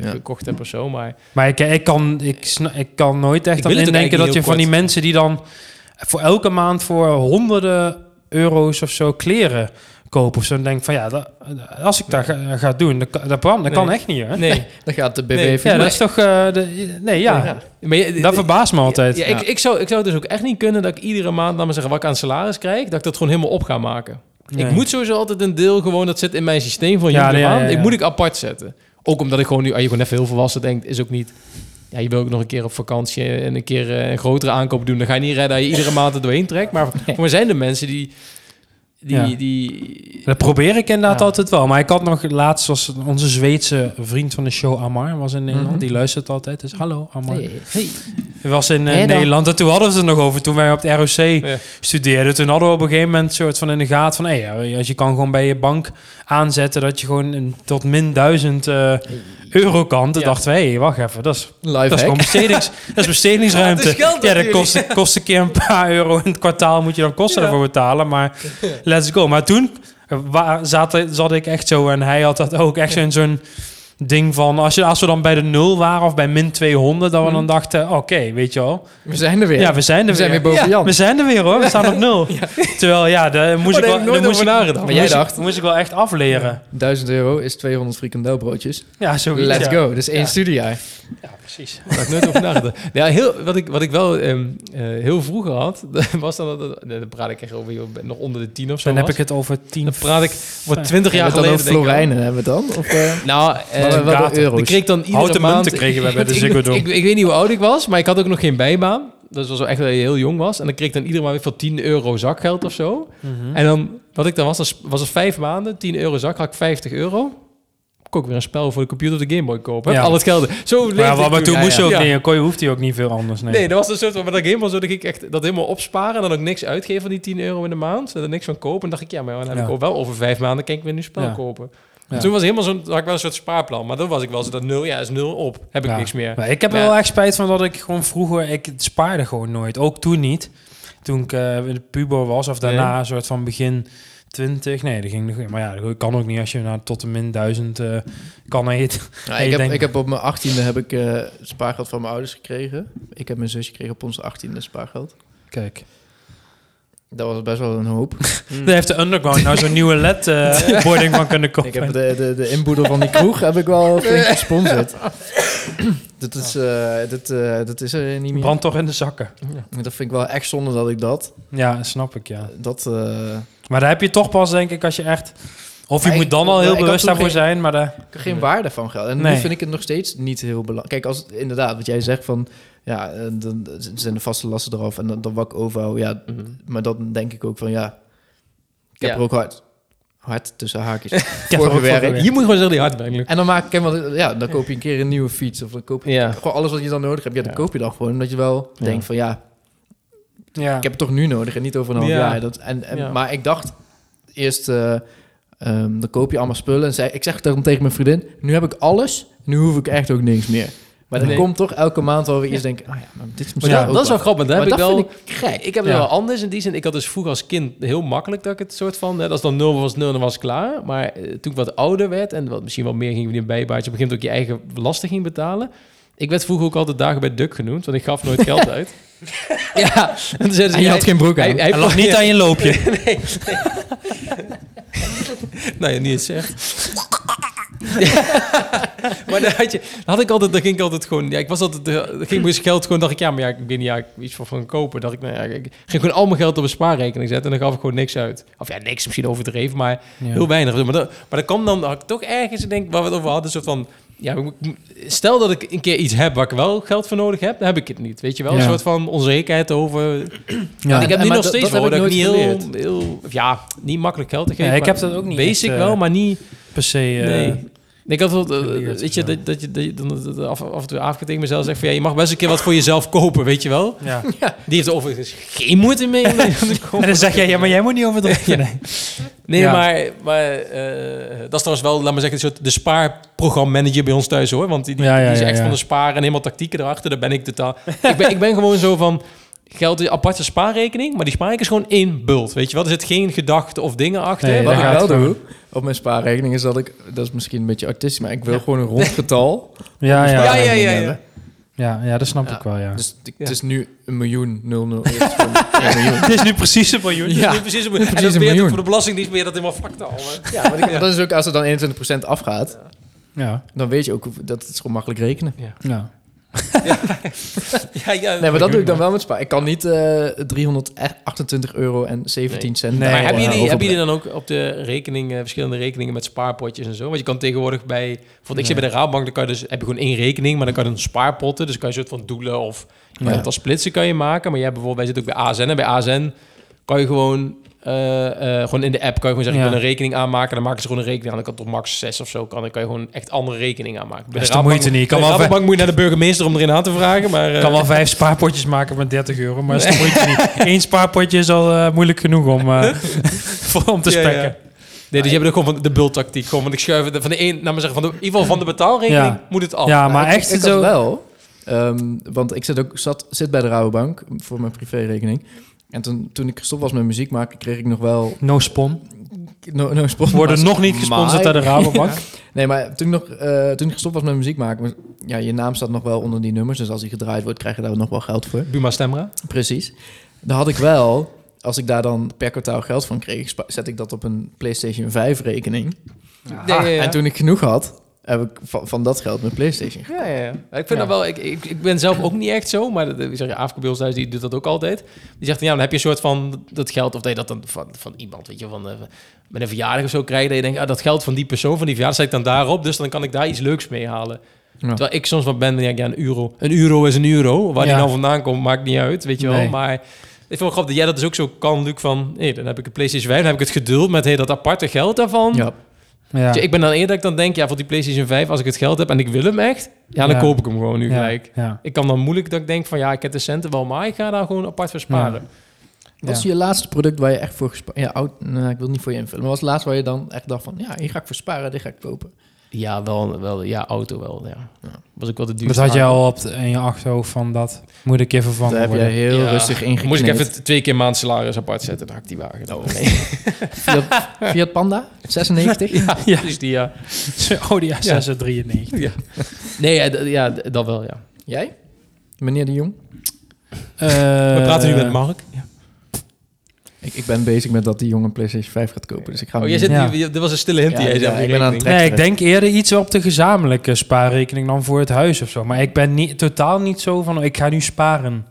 S1: Ja.
S3: gekocht hebt of zo. Maar
S2: Maar ik, ik, kan, ik, sna- ik kan nooit
S3: Ik
S2: echt aan
S3: wil het ook
S2: indenken
S3: eigenlijk
S2: dat je
S3: heel
S2: van die
S3: kort.
S2: mensen die dan voor elke maand voor honderden euro's of zo kleren kopen of zo. Dan denk ik van ja, dat, als ik dat ga, ga doen, dat, kan- dat, kan- dat kan
S3: Nee.
S2: echt niet. Hè?
S3: nee.
S1: Dan gaat de BV
S3: Nee,
S2: Ja,
S1: failliet.
S2: dat is toch... eh, de, nee, ja.
S3: maar je-
S2: Dat verbaast me altijd.
S3: Ja, ik, ik, zou, ik zou het dus ook echt niet kunnen dat ik iedere maand, laat maar zeggen, wat ik aan salaris krijg, dat ik dat gewoon helemaal op ga maken.
S2: Nee.
S3: Ik moet sowieso altijd een deel gewoon, dat zit in mijn systeem van
S2: Ja,
S3: ja,
S2: nee, ja,
S3: maand,
S2: ja,
S3: ik
S2: ja.
S3: moet ik apart zetten. Ook omdat ik gewoon nu, als je gewoon even heel volwassen denkt, is ook niet... Ja, je wil ook nog een keer op vakantie en een keer eh, een grotere aankoop doen. Dan ga je niet redden dat je iedere maand er doorheen trekt. Maar voor mij zijn er mensen die... die,
S2: Ja.
S3: die
S2: Dat probeer ik inderdaad
S1: Ja.
S2: altijd wel. Maar ik had nog laatst, was onze Zweedse vriend van de show Amar was in Nederland.
S1: Mhm.
S2: Die luistert altijd. Dus hallo Amar.
S1: Hey, hey.
S2: was in eh,
S1: Nee, dan-
S2: Nederland. En toen hadden we het er nog over. Toen wij op het ROC
S3: Ja.
S2: studeerden. Toen hadden we op een gegeven moment soort van in de gaten van... Hey, ja, als je kan gewoon bij je bank aanzetten dat je gewoon een- tot min 1000 eh, euro kan. Toen
S3: Ja.
S2: dachten we, hey, wacht even. Dat is, dat
S1: Live
S2: is
S1: hack.
S2: gewoon bestedings, dat is bestedingsruimte.
S3: Gratis geld
S2: ja, dat
S3: natuurlijk.
S2: kost, kost een keer een paar euro in het kwartaal. Moet je dan kosten
S3: Ja.
S2: ervoor betalen. Maar let's go. Maar toen eh, wa- zat, zat ik echt zo... En hij had dat ook echt zo in zo'n ding van... Als, je, als we dan bij de nul waren of bij min 200... Dat we dan dachten, oké, weet je wel...
S1: We zijn er weer.
S2: Ja, we zijn er
S1: We zijn weer boven
S3: Ja,
S1: Jan.
S2: we zijn er weer hoor, we staan op nul. Terwijl ja, daar moest
S3: Oh, daar
S2: ik
S3: heb ik
S2: wel, daar
S3: nooit
S2: moest
S3: over
S2: ik,
S3: nagedacht.
S2: daar
S1: Maar jij
S2: moest ik-
S1: dacht-
S2: moest ik wel echt afleren.
S1: 1000 euro is 200 frikandelbroodjes.
S2: Ja, zoiets.
S1: Let's
S2: ja.
S1: go. Dat is één
S2: Ja.
S1: studiejaar.
S2: Ja, precies.
S3: Daar heb ik nooit over nagedacht. Ja, heel, wat, ik, wat ik wel ehm, eh, heel vroeger had, was dan... dat- dat- Dan praat ik echt over joh, nog onder de tien of zo
S2: Dan heb
S3: was.
S2: ik het over tien.
S3: Dan praat ik voor
S2: Ja.
S3: twintig jaar
S1: Hebben we het
S3: geleden...
S1: dan over
S3: denk ik
S1: florijnen
S3: al.
S1: hebben we het dan? Of, eh,
S3: Nou, eh,
S1: Wat- wat
S2: kaarten.
S1: de euro's?
S3: ik kreeg dan iedere
S2: Houten
S3: maand...
S2: munten kregen wij bij de
S3: ik-
S2: Ziggo Dome.
S3: Ik, ik, weet niet hoe oud ik was, maar ik had ook nog geen bijbaan. Dus dat was echt dat je heel jong was. En dan kreeg ik dan iedere maand weer voor 10 euro zakgeld of zo.
S2: Mhm.
S3: En dan, wat ik dan was, dan sp- was het vijf maanden, 10 euro zak, had ik 50 euro. Kon ik weer een spel voor de computer de Game Boy kopen.
S2: Ja.
S3: Al het geld. Zo leefde
S2: Maar, ja,
S3: ik
S2: maar, toen
S1: Ja,
S2: moest je
S1: ja.
S2: ook
S3: Ja.
S2: niet, eh, kon je hoeft hij ook niet veel anders. Nee.
S3: Nee, dat was een soort van, maar dat Game Boy zo, dat ik echt dat helemaal opsparen en dan ook niks uitgeven van die 10 euro in de maand. En er niks van kopen. En dacht ik, ja, maar dan heb
S2: Ja.
S3: ik ook wel over vijf maanden, kan ik weer nu spel
S2: Ja.
S3: kopen.
S2: Ja.
S3: Toen was helemaal zo'n, had ik wel een soort spaarplan. Maar dan was ik wel zo dat nul, ja, is nul op. Heb ik
S2: Ja.
S3: niks meer.
S2: Maar ik heb er
S3: Ja.
S2: wel echt spijt van dat ik gewoon vroeger, ik spaarde gewoon nooit. Ook toen niet. Toen ik eh, in de puber was of daarna,
S3: Nee.
S2: een soort van begin 20. Nee, dat ging nog. Maar ja, dat kan ook niet als je nou tot de min 1000 eh, kan eten.
S1: Nou,
S2: Hey,
S1: ik,
S2: denk-
S1: heb, ik heb op mijn achttiende heb ik eh, spaargeld van mijn ouders gekregen. Ik heb mijn zusje gekregen op onze achttiende spaargeld.
S2: Kijk.
S1: Dat was best wel een hoop.
S2: Daar heeft de Underground nou zo'n nieuwe LED-boarding van kunnen kopen.
S1: Mm. ik heb de, de, de inboedel van die kroeg heb ik wel flink gesponsord. dat, is, eh, dat, eh, dat is er niet meer.
S2: Brand toch in de zakken.
S1: Dat vind ik wel echt zonde dat ik dat...
S2: Ja, snap ik, ja.
S1: dat eh,
S2: Maar daar heb je toch pas, denk ik, als je echt... Of je
S1: Maar
S2: moet
S1: ik-
S2: dan al
S1: ik
S2: heel
S1: had
S2: bewust
S1: toen
S2: daarvoor
S1: geen-
S2: zijn, maar... daar-
S1: Ik heb geen waarde van geld. En
S2: Nee.
S1: nu vind ik het nog steeds niet heel belangrijk. Kijk, als het- inderdaad, wat jij zegt van... Ja, eh, dan dan zijn de vaste lasten eraf en dan, dan wat ik overhoud. Ja,
S3: Mhm.
S1: maar dan denk ik ook van ja... Ik heb
S3: Ja.
S1: er ook hard, hard tussen haakjes
S2: er ook
S1: voor
S2: voor
S1: gewerkt.
S2: gewerkt.
S3: Je moet gewoon zeggen, die hard werkelijk.
S1: En dan maak ik helemaal... Ja, dan koop je een keer een nieuwe fiets. Of dan koop je...
S3: Ja.
S1: Gewoon alles wat je dan nodig hebt. Ja, dan
S3: Ja.
S1: koop je dan gewoon. Omdat je wel
S3: Ja.
S1: denkt van ja,
S2: Ja.
S1: ik heb het toch nu nodig en niet over een half
S3: Ja.
S1: jaar. Dat, en, en,
S3: Ja.
S1: Maar ik dacht eerst, eh, ehm, dan koop je allemaal spullen. En zei, ik zeg daarom tegen mijn vriendin, nu heb ik alles, nu hoef ik echt ook niks meer. Maar dan
S3: Nee.
S1: komt toch elke maand wel weer iets denken, ah ja, maar dit is
S3: Maar
S1: misschien
S3: ja,
S1: ook
S3: dat is wel grappig. Daar
S1: Maar
S3: heb ik
S1: dat
S3: wel...
S1: vind ik gek.
S3: Ik heb het
S2: Ja.
S3: wel anders in die zin. Ik had dus vroeger als kind heel makkelijk dat ik het soort van... Hè, als dan nul was, nul, dan was ik klaar. Maar eh, toen ik wat ouder werd en wat misschien wel meer ging verdienen bij baantje... op een gegeven moment ook je eigen belasting ging betalen. Ik werd vroeger ook altijd dagen bij Duk genoemd, want ik gaf nooit geld uit. ja, en toen zeiden ze...
S1: En je had geen broek aan.
S3: Hij, hij,
S2: Hij lag niet aan je loopje.
S3: Nou ja, niet eens echt. maar dan had, je, dan had ik altijd, dan ging ik altijd gewoon, ja, ik was altijd, eh, dan ging mijn geld gewoon, dacht ik, ja, maar ja, ik weet niet, ja, ik wil iets voor van kopen. Dacht ik, nou ja, ik ging gewoon al mijn geld op een spaarrekening zetten en dan gaf ik gewoon niks uit. Of ja, niks, misschien overdreven, maar heel weinig. Maar dat, maar dat kwam dan, had ik toch ergens, ik denk, waar we het over hadden, een soort van, ja, ik moet- stel dat ik een keer iets heb waar ik wel geld voor nodig heb, dan heb ik het niet, weet je wel? Een
S2: Ja.
S3: soort van onzekerheid over,
S2: Ja.
S3: ik heb
S1: En- maar
S3: nu nog
S1: dat-
S3: steeds
S1: dat
S3: wel
S1: heb
S3: dat ik
S1: ik
S3: niet
S1: nooit
S3: heel, heel... Ja, niet makkelijk geld te geven.
S2: Ja, ik
S3: maar
S2: heb dat ook niet
S3: Basic
S2: echt, eh,
S3: wel, maar niet...
S2: Per se... eh,
S3: nee. Ik had wel... eh,
S2: geleerd
S3: weet je,
S2: of zo.
S3: dat, dat je dat je dan dat- dat af, af en toe Afrika tegen mezelf zegt van... Ja, je mag best een keer wat voor jezelf kopen, weet je wel?
S2: Ja.
S3: Die heeft er overigens geen moeite mee om dat te kopen.
S2: En dan zeg jij, ja, maar jij moet niet overdrijven. Nee.
S3: Nee,
S2: Ja.
S3: maar, maar eh, dat is trouwens wel, laat maar zeggen, een soort de spaarprogrammanager bij ons thuis hoor. Want die, die,
S2: Ja, ja,
S3: die is
S2: ja,
S3: echt
S2: ja.
S3: van de sparen en helemaal tactieken erachter. Daar ben ik totaal. ik, ben, ik ben gewoon zo van. Geld is een aparte spaarrekening, maar die spaarrekening is gewoon één bult. Weet je wel, er zit geen gedachte of dingen achter.
S2: Nee,
S1: Wat
S2: daar
S1: ik
S2: gaat
S1: wel
S2: het
S1: doe op mijn spaarrekening is dat ik, dat is misschien een beetje artistisch, maar ik wil gewoon een rond getal.
S2: Ja, ja, ja.
S3: ja, ja, ja, ja.
S1: hebben.
S2: Ja, ja, dat snap
S1: Ja.
S2: ik wel, ja.
S1: Dus ik-
S3: Ja.
S1: het is nu een miljoen, nul, nul. eerst gewoon een miljoen.
S2: Het is nu precies een miljoen.
S3: Dus
S1: Ja.
S3: nu precies, een- en dat
S1: een
S3: ben je
S1: miljoen.
S3: voor de belastingdienst ben je dat helemaal fucked al. hè?
S1: Ja, maar ik- maar dat is ook als er dan 21% afgaat,
S2: Ja,
S1: dan weet je ook hoe- dat het is gewoon makkelijk rekenen.
S2: ja.
S3: Ja, ja,
S1: Nee, maar dat doe ik dan wel met spaar. Ik kan niet eh 328 euro en 17 cent.
S2: Nee,
S1: daar
S3: maar
S2: ja,
S3: hebben
S1: gewoon
S3: jullie,
S1: aan
S3: hebben
S1: overbrengen.
S3: jullie dan ook op de rekening, eh, verschillende rekeningen met spaarpotjes en zo? Want je kan tegenwoordig bij, bijvoorbeeld ik zit
S2: Ja.
S3: bij de Raadbank, dan kan je dus, heb je gewoon één rekening, maar dan kan je een spaarpotten, dus kan je een soort van doelen of je kan
S1: Ja.
S3: het als splitsen kan je maken. Maar jij hebt bijvoorbeeld, wij zitten ook bij AZN en bij AZN kan je gewoon, eh, eh, gewoon in de app kan je gewoon zeggen,
S2: Ja.
S3: ik wil een rekening aanmaken. Dan maken ze gewoon een rekening aan. Dan kan tot max 6 of zo. Kan, dan kan je gewoon echt andere rekening aanmaken. Bij
S2: Dat is de
S3: Rabobank-
S2: moeite niet. Je kan
S3: bij
S2: wel-
S3: de Rabobank moet je naar de burgemeester om erin aan te vragen. Maar, eh,
S2: Ik kan wel vijf spaarpotjes maken met 30 euro, maar dat is de moeite niet. Eén spaarpotje is al eh, moeilijk genoeg om, eh, voor, om te
S3: Ja, ja.
S2: spekken.
S3: Nee, dus je hebt ook gewoon van de bultactiek. Gewoon, want ik schuif het van de een, nou maar zeggen, van de, in ieder geval van de betaalrekening
S2: Ja.
S3: moet het af.
S2: Ja,
S1: Nou,
S2: maar
S1: ik-
S2: echt
S1: ik, had
S2: zo.
S1: wel. ehm, want ik zit, ook, zat, zit bij de Rabobank voor mijn privérekening. En toen, toen ik gestopt was met muziek maken, kreeg ik nog wel...
S2: No spon.
S1: No, no sponsor-
S2: Worden nog niet gesponsord door de Rabobank.
S1: Nee, maar toen, ik nog, eh, toen ik gestopt was met muziek maken... was- Ja, je naam staat nog wel onder die nummers. Dus als die gedraaid wordt, krijg je daar nog wel geld voor.
S3: Buma Stemra.
S1: Precies. Dan had ik wel... Als ik daar dan per kwartaal geld van kreeg... spa- zet ik dat op een PlayStation 5 rekening.
S3: Nee, ja, ja.
S1: Ah, En toen ik genoeg had, heb ik van, van dat geld mijn PlayStation.
S3: Ja, ja, ja. Ik vind
S2: Ja.
S3: dat wel... Ik, ik, ik ben zelf ook niet echt zo, maar dat, ik zeg, ja, Afke Beelshuis, die doet dat ook altijd. Die zegt, ja, dan heb je een soort van dat geld... of dat je dat dan van, van iemand, weet je, van, eh, met een verjaardag of zo krijgt... dat je denkt, ah, dat geld van die persoon, van die verjaardag... zet ik dan daarop, dus dan kan ik daar iets leuks mee halen.
S1: Ja.
S3: Terwijl ik soms wat ben, dan denk ik, ja, een euro. Een euro is een euro. Waar
S2: Ja.
S3: die nou vandaan komt, maakt niet uit, weet je wel.
S1: Nee.
S3: Maar ik vind het grappig dat jij dat dus ook zo kan, Luc, van... hé, dan heb ik een PlayStation 5, dan heb ik het geduld met hey, dat aparte geld daarvan.
S1: Ja.
S2: Ja.
S3: Weet je, ik ben dan eerder dat ik dan denk, ja, voor die PlayStation 5, als ik het geld heb en ik wil hem echt, ja, dan
S2: Ja.
S3: koop ik hem gewoon nu
S2: Ja,
S3: gelijk.
S2: ja.
S3: Ik kan dan moeilijk dat ik denk van, ja, ik heb de centen wel, maar ik ga daar gewoon apart voor sparen.
S1: Wat is je laatste product waar je echt voor gespaard... Ja, oud, nou, ik wil het niet voor je invullen. Maar wat is het laatste waar je dan echt dacht van... Ja, hier ga ik voor sparen, dit ga ik kopen.
S3: Ja, wel, wel, ja, auto wel, ja. Was ik wel de
S2: Dat
S3: duurste.
S2: had jij
S3: aankoop.
S2: al op de- in je achterhoofd van dat moet ik even
S1: Daar
S2: vervangen
S1: heb jij
S2: worden.
S1: heel
S3: Ja.
S1: rustig ingeknipt.
S3: Moest ik even twee keer maand salaris apart zetten, dan had ik die wagen. Dan. Oh, nee.
S1: Fiat, Fiat Panda, 96.
S3: ja,
S2: Ja.
S3: Dus die, ja.
S2: Oh, die SS93.
S3: Nee, ja, d- ja, d- dat wel, ja.
S1: Jij? Meneer de Jong?
S2: Eh,
S3: We praten nu met Mark.
S1: Ik, ik ben bezig met dat die jongen PlayStation 5 gaat kopen. Dus ik ga
S3: Oh,
S1: hem
S3: jij
S1: niet-
S3: zit
S2: Ja.
S3: nu, dit was een stille hint
S1: Ja,
S3: die jij
S1: ja,
S3: zei.
S1: ik ben aan het
S2: Nee, ik
S1: trekken.
S2: denk eerder iets op de gezamenlijke spaarrekening dan voor het huis of zo. Maar ik ben niet, totaal niet zo van, oh, ik ga nu sparen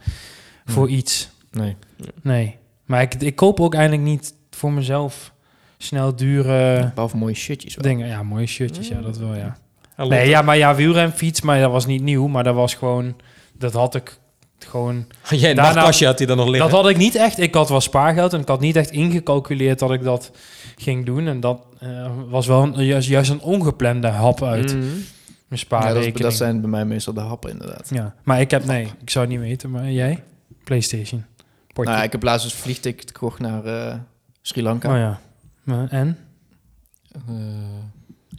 S2: voor
S1: Hmm.
S2: iets.
S1: Nee.
S2: Nee. Maar ik, ik koop ook eigenlijk niet voor mezelf snel dure
S1: Behalve mooie shitjes. wel.
S2: dingen. Ja, mooie shirtjes, ja, dat wel, ja.
S1: Hmm.
S3: Hallo.
S2: Nee, ja, maar ja, wielrenfiets, maar dat was niet nieuw. Maar dat was gewoon, dat had ik gewoon...
S3: Jij, een
S2: Daarna-
S3: nachtkastje had hij dan nog liggen.
S2: Dat had ik niet echt. Ik had wel spaargeld en ik had niet echt ingecalculeerd dat ik dat ging doen. En dat eh, was wel een, juist, juist een ongeplande hap uit
S3: Mhm.
S2: mijn
S1: Hmm. Ja,
S2: spaarrekening.
S1: dat, dat zijn bij mij meestal de happen inderdaad.
S2: Ja, maar ik heb... Nee, ik zou het niet weten, maar jij? PlayStation. Portje.
S1: Nou, ja, ik heb laatst een vliegticket gekocht naar eh, Sri Lanka.
S2: Oh ja. Maar En?
S1: Eh,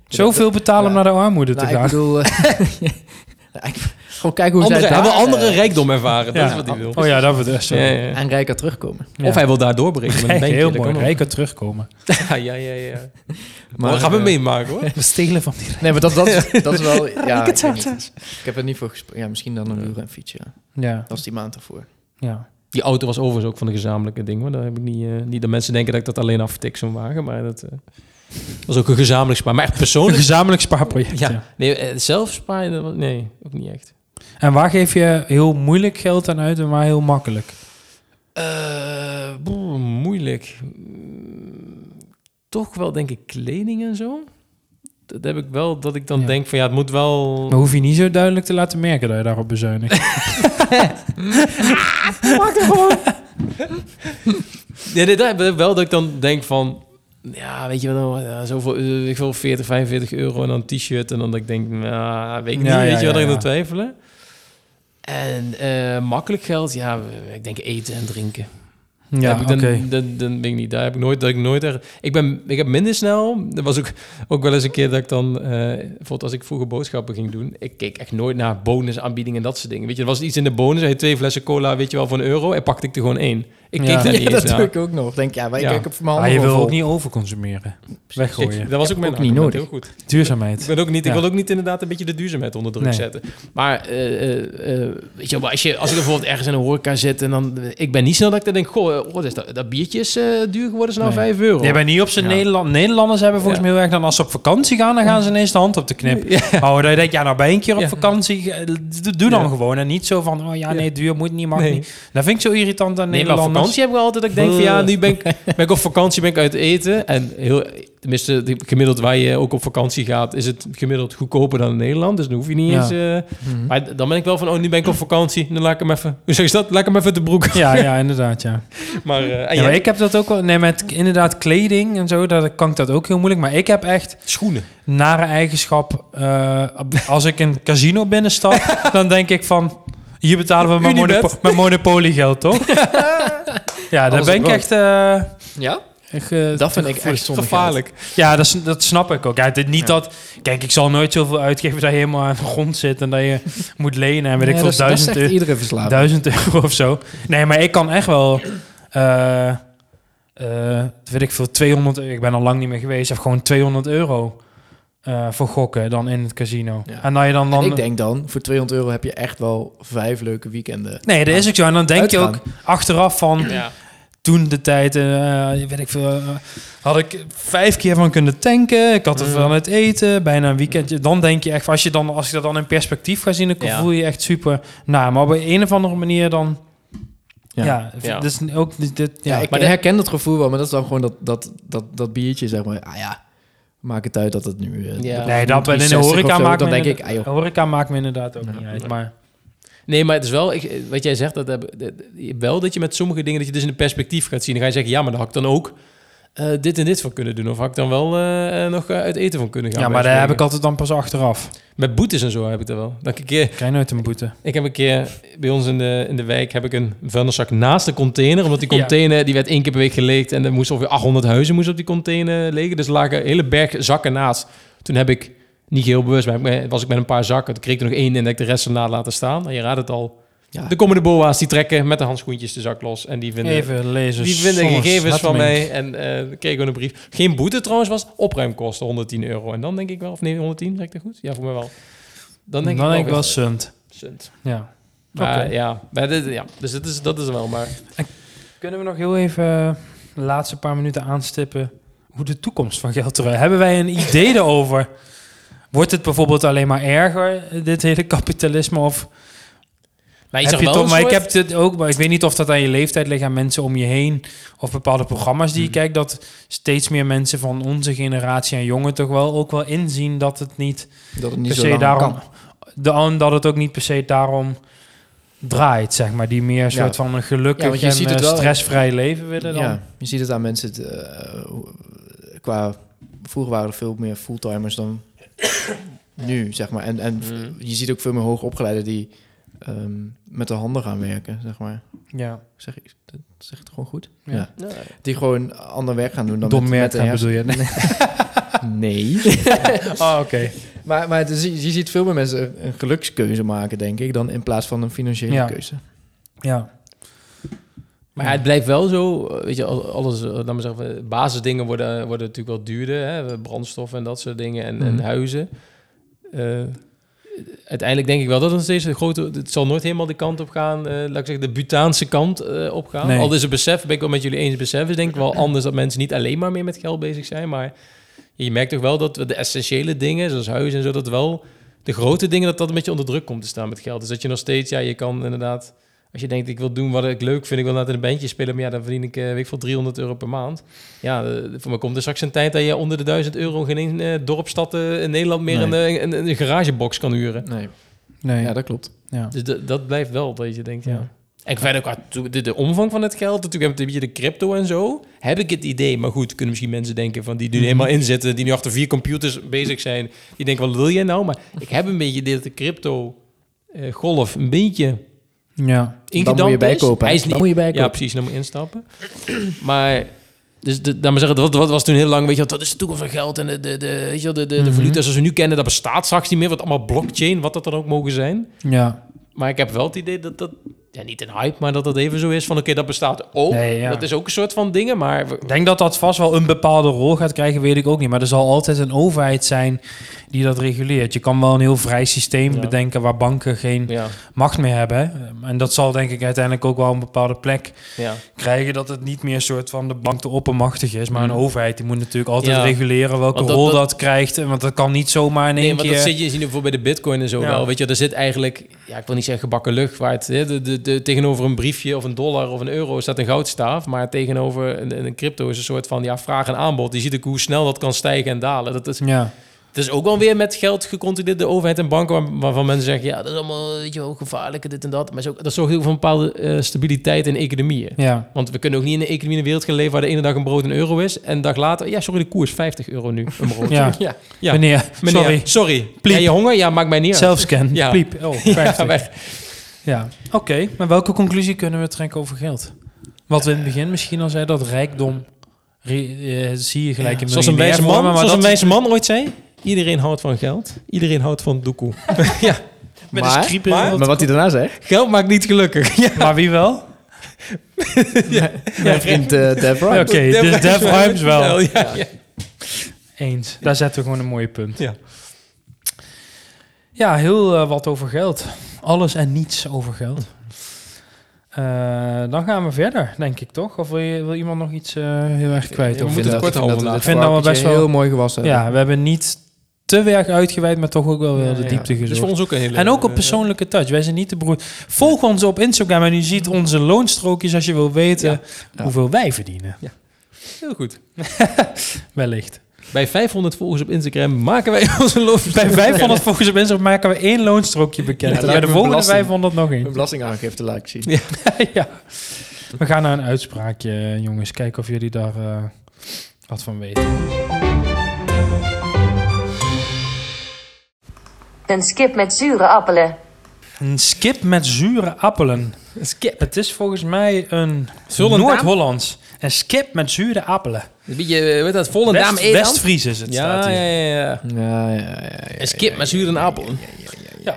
S2: Zoveel betalen om
S1: Ja.
S2: naar de armoede te
S1: nou, ik
S2: gaan.
S1: bedoel... eh, ja, ik- gewoon kijken hoe
S3: Andere,
S1: zij
S3: hij
S1: daar...
S3: wil andere
S1: eh,
S3: rijkdom ervaren, dat
S2: Ja.
S3: is wat hij wil.
S2: Oh ja, dat betreft zo.
S3: Ja, ja, ja.
S1: en rijker terugkomen.
S3: Of hij wil daar doorbreken. met een
S2: Kijk,
S3: bankje,
S2: heel
S3: dat
S2: mooi.
S3: kan ook.
S2: Rijker terugkomen.
S3: Ja, ja, ja. ja. Maar,
S1: Maar,
S3: gaan we
S1: eh,
S3: meemaken hoor.
S2: We stelen van die
S1: Nee, maar dat, dat, is, dat is wel... Ja, ik, weet niet. ik heb er niet voor gesproken. Ja, misschien dan een uur en fiets, ja.
S2: Ja,
S1: Dat was die maand ervoor.
S2: ja.
S3: Die auto was overigens ook van de gezamenlijke ding. Maar daar heb ik niet, eh, niet dat mensen denken dat ik dat alleen aftik, zo'n wagen. Maar dat eh, was ook een gezamenlijk spaar. Maar echt
S2: Een
S3: persoonlijk.
S2: gezamenlijk spaarproject.
S3: Ja.
S2: ja.
S3: Nee, eh, zelf sparen, dat was- nee, ook niet echt.
S2: En waar geef je heel moeilijk geld aan uit en waar heel makkelijk?
S3: Eh, boe, moeilijk. Mm, Toch wel denk ik kleding en zo. Dat heb ik wel, dat ik dan
S2: Ja.
S3: denk van ja, het moet wel...
S2: Maar hoef je niet zo duidelijk te laten merken dat je daarop bezuinigt.
S3: Ja, dit, dat- wel dat ik dan denk van... Ja, weet je wel, ja, zoveel, eh, ik wil 40, 45 euro en dan een t-shirt. En dan dat ik denk, nou, weet ik
S2: Ja,
S3: niet,
S2: ja,
S3: weet je wel,
S2: ja,
S3: dat ik
S2: ja.
S3: aan twijfelen. En eh, makkelijk geld, ja, ik denk eten en drinken.
S2: Ja,
S3: heb ik
S2: oké.
S3: dan, dan, dan weet ik niet, daar heb ik nooit, dat ik nooit er, ik ben, ik heb minder snel, er was ook, ook wel eens een keer dat ik dan, eh bijvoorbeeld als ik vroeger boodschappen ging doen, ik keek echt nooit naar bonusaanbiedingen en dat soort dingen. Weet je, er was iets in de bonus, hij twee flessen cola, weet je wel, voor een euro, en pakte ik er gewoon één. Ik
S2: Ja.
S3: keek daar
S1: Ja,
S3: niet eens
S1: dat
S3: naar.
S1: doe ik ook nog. Denk, ja, maar ik
S3: Ja.
S1: ik heb voor mijn
S2: Maar
S1: handen
S2: Ah, je wil
S1: wel
S2: ook
S1: vol.
S2: niet overconsumeren. Weggooien.
S3: Ik- dat was
S1: Ik
S3: ook
S1: heb
S3: mijn
S1: ook niet
S3: argument,
S1: nodig.
S3: Heel goed. Ik,
S2: Duurzaamheid.
S3: ben ook niet, ik
S2: Ja.
S3: wil ook niet inderdaad een beetje de duurzaamheid onder druk
S2: Nee.
S3: zetten. Maar eh, eh, eh, weet je, wel, maar als, je, als ik bijvoorbeeld ergens in een horeca zit en dan... Ik ben niet snel dat ik dan denk, goh, eh, wat is dat, dat biertje is eh, duur geworden, is nou
S2: Nee.
S3: 5 euro.
S2: Jij bent niet op zijn
S1: Ja.
S2: Nederland. Nederlanders hebben volgens
S3: Ja.
S2: mij heel erg dan als ze op vakantie gaan, dan gaan ze ineens de hand op de knip. Oh, dan denk je, ja, nou ben je een keer op
S3: Ja.
S2: vakantie. eh, d- Doe dan
S3: Ja.
S2: gewoon. En niet zo van, oh ja,
S3: Ja.
S2: nee, duur moet niet, mag
S3: Nee.
S2: niet. Dat vind ik zo irritant aan
S3: Nee, maar op
S2: Nederlanders.
S3: vakantie heb ik altijd dat ik denk van ja, nu ben ik, ben ik op vakantie, ben ik uit eten. En heel, tenminste, de- gemiddeld waar je ook op vakantie gaat, is het gemiddeld goedkoper dan in Nederland. Dus dan hoef je niet
S2: Ja.
S3: eens... eh,
S1: Mhm.
S3: maar d- dan ben ik wel van, oh, nu ben ik op vakantie. Dan laat ik hem even... Hoe zeg je dat? Laat ik hem even de broek.
S2: Ja, ja, inderdaad, ja.
S3: Maar, eh, en
S2: ja maar
S3: jij-
S2: ik heb dat ook wel... Nee, met inderdaad kleding en zo, daar kan ik dat ook heel moeilijk. Maar ik heb echt
S3: Schoenen.
S2: nare eigenschap. eh, als ik een casino binnenstap, dan denk ik van... Hier betalen we mijn,
S3: Unibet.
S2: monopo mijn monopolie geld, toch? ja, daar
S1: Alles
S2: ben ik
S1: op rood.
S2: echt... eh,
S1: Ja?
S2: ge-
S1: Dat vind ik
S3: Voor-
S1: eh, echt zonde
S3: Gevaarlijk.
S2: ja, dat, s- dat snap ik ook. Ja, dit, niet dat... Kijk, ik zal nooit zoveel uitgeven dat je helemaal aan de grond zit... en dat je moet lenen en weet ik
S1: Ja,
S2: veel,
S1: dat, dat
S2: duizend,
S1: zegt
S2: euro,
S1: iedere verslaafde.
S2: duizend euro of zo. Nee, maar ik kan echt wel... eh, eh, weet ik veel, 200 euro. Ik ben al lang niet meer geweest. Of gewoon 200 euro eh, voor gokken dan in het casino.
S1: Ja.
S2: En dat je dan... dan
S1: En ik denk dan, voor 200 euro heb je echt wel vijf leuke weekenden.
S2: Nee, dat is ook zo. En dan denk je
S1: Uitgaan.
S2: ook achteraf van
S3: Ja.
S2: toen de tijd, eh, weet ik veel, eh, had ik vijf keer van kunnen tanken. Ik had er
S3: Mm.
S2: van het eten, bijna een weekendje. Dan denk je echt, als je, dan, als je dat dan in perspectief gaat zien, dan
S3: Ja.
S2: voel je je echt super. Nou, maar op een of andere manier dan, ja,
S1: Ja.
S3: Ja.
S2: dat is ook dit, dit-
S1: Ja,
S2: ja.
S1: ik eh,
S3: maar de-
S1: herken dat gevoel wel, maar dat is dan gewoon dat, dat, dat, dat biertje, zeg maar. Ah ja, maak het uit dat het nu... eh,
S3: Ja.
S2: Nee, dat in de
S1: 360
S2: horeca
S1: of zo,
S2: maakt
S1: Dan
S2: me
S1: denk ik,
S2: inderdaad-
S1: ah joh,
S2: horeca maakt me inderdaad ook
S1: Ja.
S2: niet uit. Maar
S3: Nee, maar het is wel, ik, wat jij zegt, dat, heb- dat- wel dat je met sommige dingen dat je dus in een perspectief gaat zien. Dan ga je zeggen, ja, maar daar had ik dan ook eh, dit en dit van kunnen doen. Of had ik dan wel eh, eh, nog eh, uit eten van kunnen
S2: ja,
S3: gaan.
S2: maar
S3: bij
S2: daar heb
S3: spreken.
S2: ik altijd dan pas achteraf.
S3: Met boetes en zo heb ik dat wel. Dat ik, eh, een keer,
S2: Krijg je nooit een boete.
S3: ik heb een keer bij ons in de, in de wijk heb ik een vuilniszak naast de container. Omdat die
S2: Ja.
S3: container, die werd één keer per week geleegd. En er moesten ongeveer 800 huizen moesten op die container liggen. Dus er lagen een hele berg zakken naast. Toen heb ik, niet heel bewust, maar ik- was ik met een paar zakken. Toen kreeg ik er nog één en heb ik de rest erna laten staan. En je raadt het al.
S1: ja.
S3: De komende boa's die trekken met de handschoentjes de zak los en die vinden,
S2: Even lezen.
S3: die vinden
S2: soms
S3: gegevens van
S2: Hartmink.
S3: mij en eh dan kreeg ik gewoon een brief. Geen boete trouwens, was opruimkosten 110 euro. En dan denk ik wel, of nee, 110, zeg ik dat goed? Ja, voor mij wel. Dan denk
S2: Dan
S3: ik
S2: denk ik wel
S3: weer,
S2: sunt.
S3: Sunt.
S2: Ja.
S3: Maar
S2: Oké.
S3: ja, maar dit- ja, dus dat is, dat is wel. Maar
S2: Kunnen we nog heel even eh, de laatste paar minuten aanstippen hoe de toekomst van geld eruit? Hebben wij een idee daarover? Wordt het bijvoorbeeld alleen maar erger, dit hele kapitalisme? Of
S3: nou,
S2: heb je toch, maar ik heb het ook, maar ik weet niet of dat aan je leeftijd ligt, aan mensen om je heen of bepaalde programma's
S1: Hmm.
S2: die je kijkt, dat steeds meer mensen van onze generatie en jongen toch wel ook wel inzien dat het niet
S1: dat het niet
S2: per
S1: zo
S2: se
S1: lang
S2: daarom,
S1: kan.
S2: de, dat het ook niet per se daarom draait, zeg maar, die meer een soort van een
S1: Ja,
S2: gelukkig
S1: want je
S2: en
S1: ziet
S2: eh,
S1: het wel-
S2: stressvrij leven willen dan.
S1: Ja, je ziet het aan mensen. het, eh, hoe- qua, vroeger waren er veel meer fulltimers dan nu, zeg maar. En, en
S3: Mm.
S1: je ziet ook veel meer hoogopgeleiden die ehm, met de handen gaan werken, zeg maar.
S2: Ja.
S1: Zeg ik dat zeg ik het gewoon goed?
S2: Ja.
S1: Die gewoon ander werk gaan doen dan
S2: Dom
S1: met, met
S2: merk
S1: de
S2: gaan
S1: hersen.
S2: bedoel je?
S1: Nee.
S2: Ah, oké.
S1: maar maar het is- je ziet veel meer mensen een- een gelukskeuze maken, denk ik, dan in plaats van een financiële
S2: Ja.
S1: keuze.
S2: Ja.
S3: Maar ja, het blijft wel zo, eh, weet je, al- alles, eh, laat maar zeggen, eh, basisdingen worden, worden natuurlijk wel duurder, hè? brandstof en dat soort dingen en, en
S1: Mhm.
S3: huizen. Eh, uiteindelijk denk ik wel dat het steeds een grote, het zal nooit helemaal de kant op gaan, eh, laat ik zeggen, de butaanse kant eh, op gaan.
S2: Nee.
S3: Al is het besef, ben ik wel met jullie eens, het besef is denk ik wel anders dat mensen niet alleen maar meer met geld bezig zijn, maar je merkt toch wel dat de essentiële dingen, zoals huizen en zo, dat wel de grote dingen, dat dat een beetje onder druk komt te staan met geld. Dus dat je nog steeds, ja, je kan inderdaad als je denkt, ik wil doen wat ik leuk vind, ik wil laten een bandje spelen, maar ja, dan verdien ik, eh, weet ik veel, 300 euro per maand. Ja, eh, voor mij komt er straks een tijd dat je onder de 1000 euro geen één eh, dorp, stad eh, in Nederland meer
S1: Nee.
S3: een, eh, een, een garagebox kan huren.
S1: Nee.
S2: Nee.
S1: Ja, dat klopt.
S2: ja.
S3: Dus dat- dat blijft wel, dat je denkt, ja.
S2: Ja.
S3: En verder qua to- de, de omvang van het geld, natuurlijk heb je een beetje de crypto en zo, heb ik het idee. Maar goed, kunnen misschien mensen denken van die
S1: Mhm.
S3: die er helemaal in zitten, die nu achter vier computers bezig zijn, die denken, wat wil jij nou? Maar ik heb een beetje dit, de crypto eh, golf, een beetje
S2: Ja.
S1: Dan
S3: ingedampt
S1: moet je
S3: is.
S1: bijkopen.
S3: Hij
S1: hè?
S3: is niet
S1: dan moet je
S3: ja,
S1: bijkopen.
S3: precies, dan moet je instappen. Maar, dus de, laat maar zeggen, dat, dat was toen heel lang, weet je wel, dat is de toekomst van geld en de, de, de, weet je wel, de, de, de
S2: Mhm.
S3: valuta zoals we nu kennen, dat bestaat straks niet meer, wat allemaal blockchain, wat dat dan ook mogen zijn.
S2: Ja.
S3: Maar ik heb wel het idee dat dat, ja, niet een hype, maar dat dat even zo is van, oké, dat bestaat ook.
S2: Nee, ja.
S3: Dat is ook een soort van dingen, maar... we-
S2: Ik denk dat dat vast wel een bepaalde rol gaat krijgen, weet ik ook niet. Maar er zal altijd een overheid zijn die dat reguleert. Je kan wel een heel vrij systeem
S3: Ja.
S2: bedenken waar banken geen
S3: Ja,
S2: macht meer hebben. En dat zal denk ik uiteindelijk ook wel een bepaalde plek
S3: ja.
S2: krijgen. Dat het niet meer een soort van de bank de oppermachtige is. Maar een
S3: Mhm.
S2: overheid die moet natuurlijk altijd
S3: Ja.
S2: reguleren welke
S3: Want dat-
S2: rol dat,
S3: dat-
S2: krijgt. En Want dat kan niet zomaar in één
S3: Nee, want
S2: keer...
S3: dat zit je, zien we voor bij de bitcoin en zo
S2: Ja.
S3: wel. Weet je, er zit eigenlijk... ja, ik wil niet zeggen gebakken lucht, waar het, hè, de, de, de, tegenover een briefje of een dollar of een euro staat een goudstaaf, maar tegenover een, een crypto is een soort van ja, vraag en aanbod. Je ziet ook hoe snel dat kan stijgen en dalen. Dat is,
S2: Ja.
S3: het is ook wel weer met geld gecontroleerd, de overheid en banken, waar- waarvan mensen zeggen, ja, dat is allemaal weet je, wel, gevaarlijk, en dit en dat. Maar het is ook, dat zorgt ook voor een bepaalde eh, stabiliteit in economieën.
S2: Ja.
S3: Want we kunnen ook niet in een economie in de wereld gaan leven waar de ene dag een brood een euro is en een dag later, ja, sorry, de koers is 50 euro nu, een brood.
S2: Ja.
S3: ja.
S2: ja. Meneer,
S3: Meneer,
S2: sorry.
S3: sorry.
S2: Pliep.
S3: Ben je honger? Ja, maakt mij niet uit.
S2: Zelfscan.
S3: Ja.
S2: Pliep. Oh,
S3: Ja,
S2: 50.
S3: weg.
S2: Ja, oké. Maar welke conclusie kunnen we trekken over geld? Wat we in het
S3: Eh.
S2: begin misschien al zeiden, dat rijkdom re- eh, zie je gelijk in
S3: Zoals een wijze
S2: miljonair
S3: man,
S2: vormen, maar
S3: zoals een
S2: dat-
S3: wijze man ooit zei. Iedereen houdt van geld. Iedereen houdt van doekoe. ja,
S2: Met
S1: Maar-
S2: een scriep in
S3: maar-
S2: de
S1: Maar wat hij daarna zegt,
S3: geld maakt niet gelukkig. ja.
S2: hand. Maar wie wel?
S1: mijn vriend eh Dev Ryan.
S2: Ja, oké. dus Def Rhymes wel.
S3: Ja, ja.
S2: Eens. Daar zetten we gewoon een mooie punt.
S3: Ja.
S2: Ja, heel eh, wat over geld. Alles en niets over geld. Eh, dan gaan we verder, denk ik toch? Of wil, je, wil iemand nog iets eh, heel erg kwijt?
S3: we
S2: over
S3: moeten
S2: dit?
S3: het kort houden vandaag.
S1: Ik
S2: Ik vind dat we best wel-
S1: heel mooi gewassen hebben.
S2: Ja, we hebben niet te erg uitgeweid, maar toch ook wel weer de
S1: Ja,
S2: diepte
S3: Dus
S2: gezorgd.
S3: voor ons ook een hele...
S2: En ook op
S3: eh,
S2: persoonlijke touch. Wij zijn niet te broer. Volg ons op Instagram en u ziet onze loonstrookjes als je wil weten
S3: Ja.
S1: Ja.
S2: hoeveel wij verdienen.
S3: Heel goed.
S2: Wellicht.
S3: Bij 500 volgers op Instagram maken wij onze loof.
S2: Bij 500 volgers op Instagram maken we één loonstrookje bekend.
S1: Ja,
S2: En
S1: lijkt
S2: Bij de
S1: me
S2: volgende
S1: belasting.
S2: 500 nog
S1: Mijn
S2: één.
S1: belastingaangifte laat ik zien.
S2: ja. We gaan naar een uitspraakje, jongens. Kijken of jullie daar eh, wat van weten.
S4: Een skip met zure appelen.
S2: Een skip met zure appelen.
S3: Skip.
S2: Het is volgens mij een
S3: Zullen we
S2: Noord-Hollands. Een skip met zure appelen.
S3: Een beetje, eh, weet dat, Volendam
S2: West-
S3: Eland?
S2: West-Fries is het, staat
S3: Ja,
S2: hier.
S3: ja, ja, ja.
S1: Ja, ja, ja, ja, ja,
S3: Een skip maar zuur en appel.
S2: ja.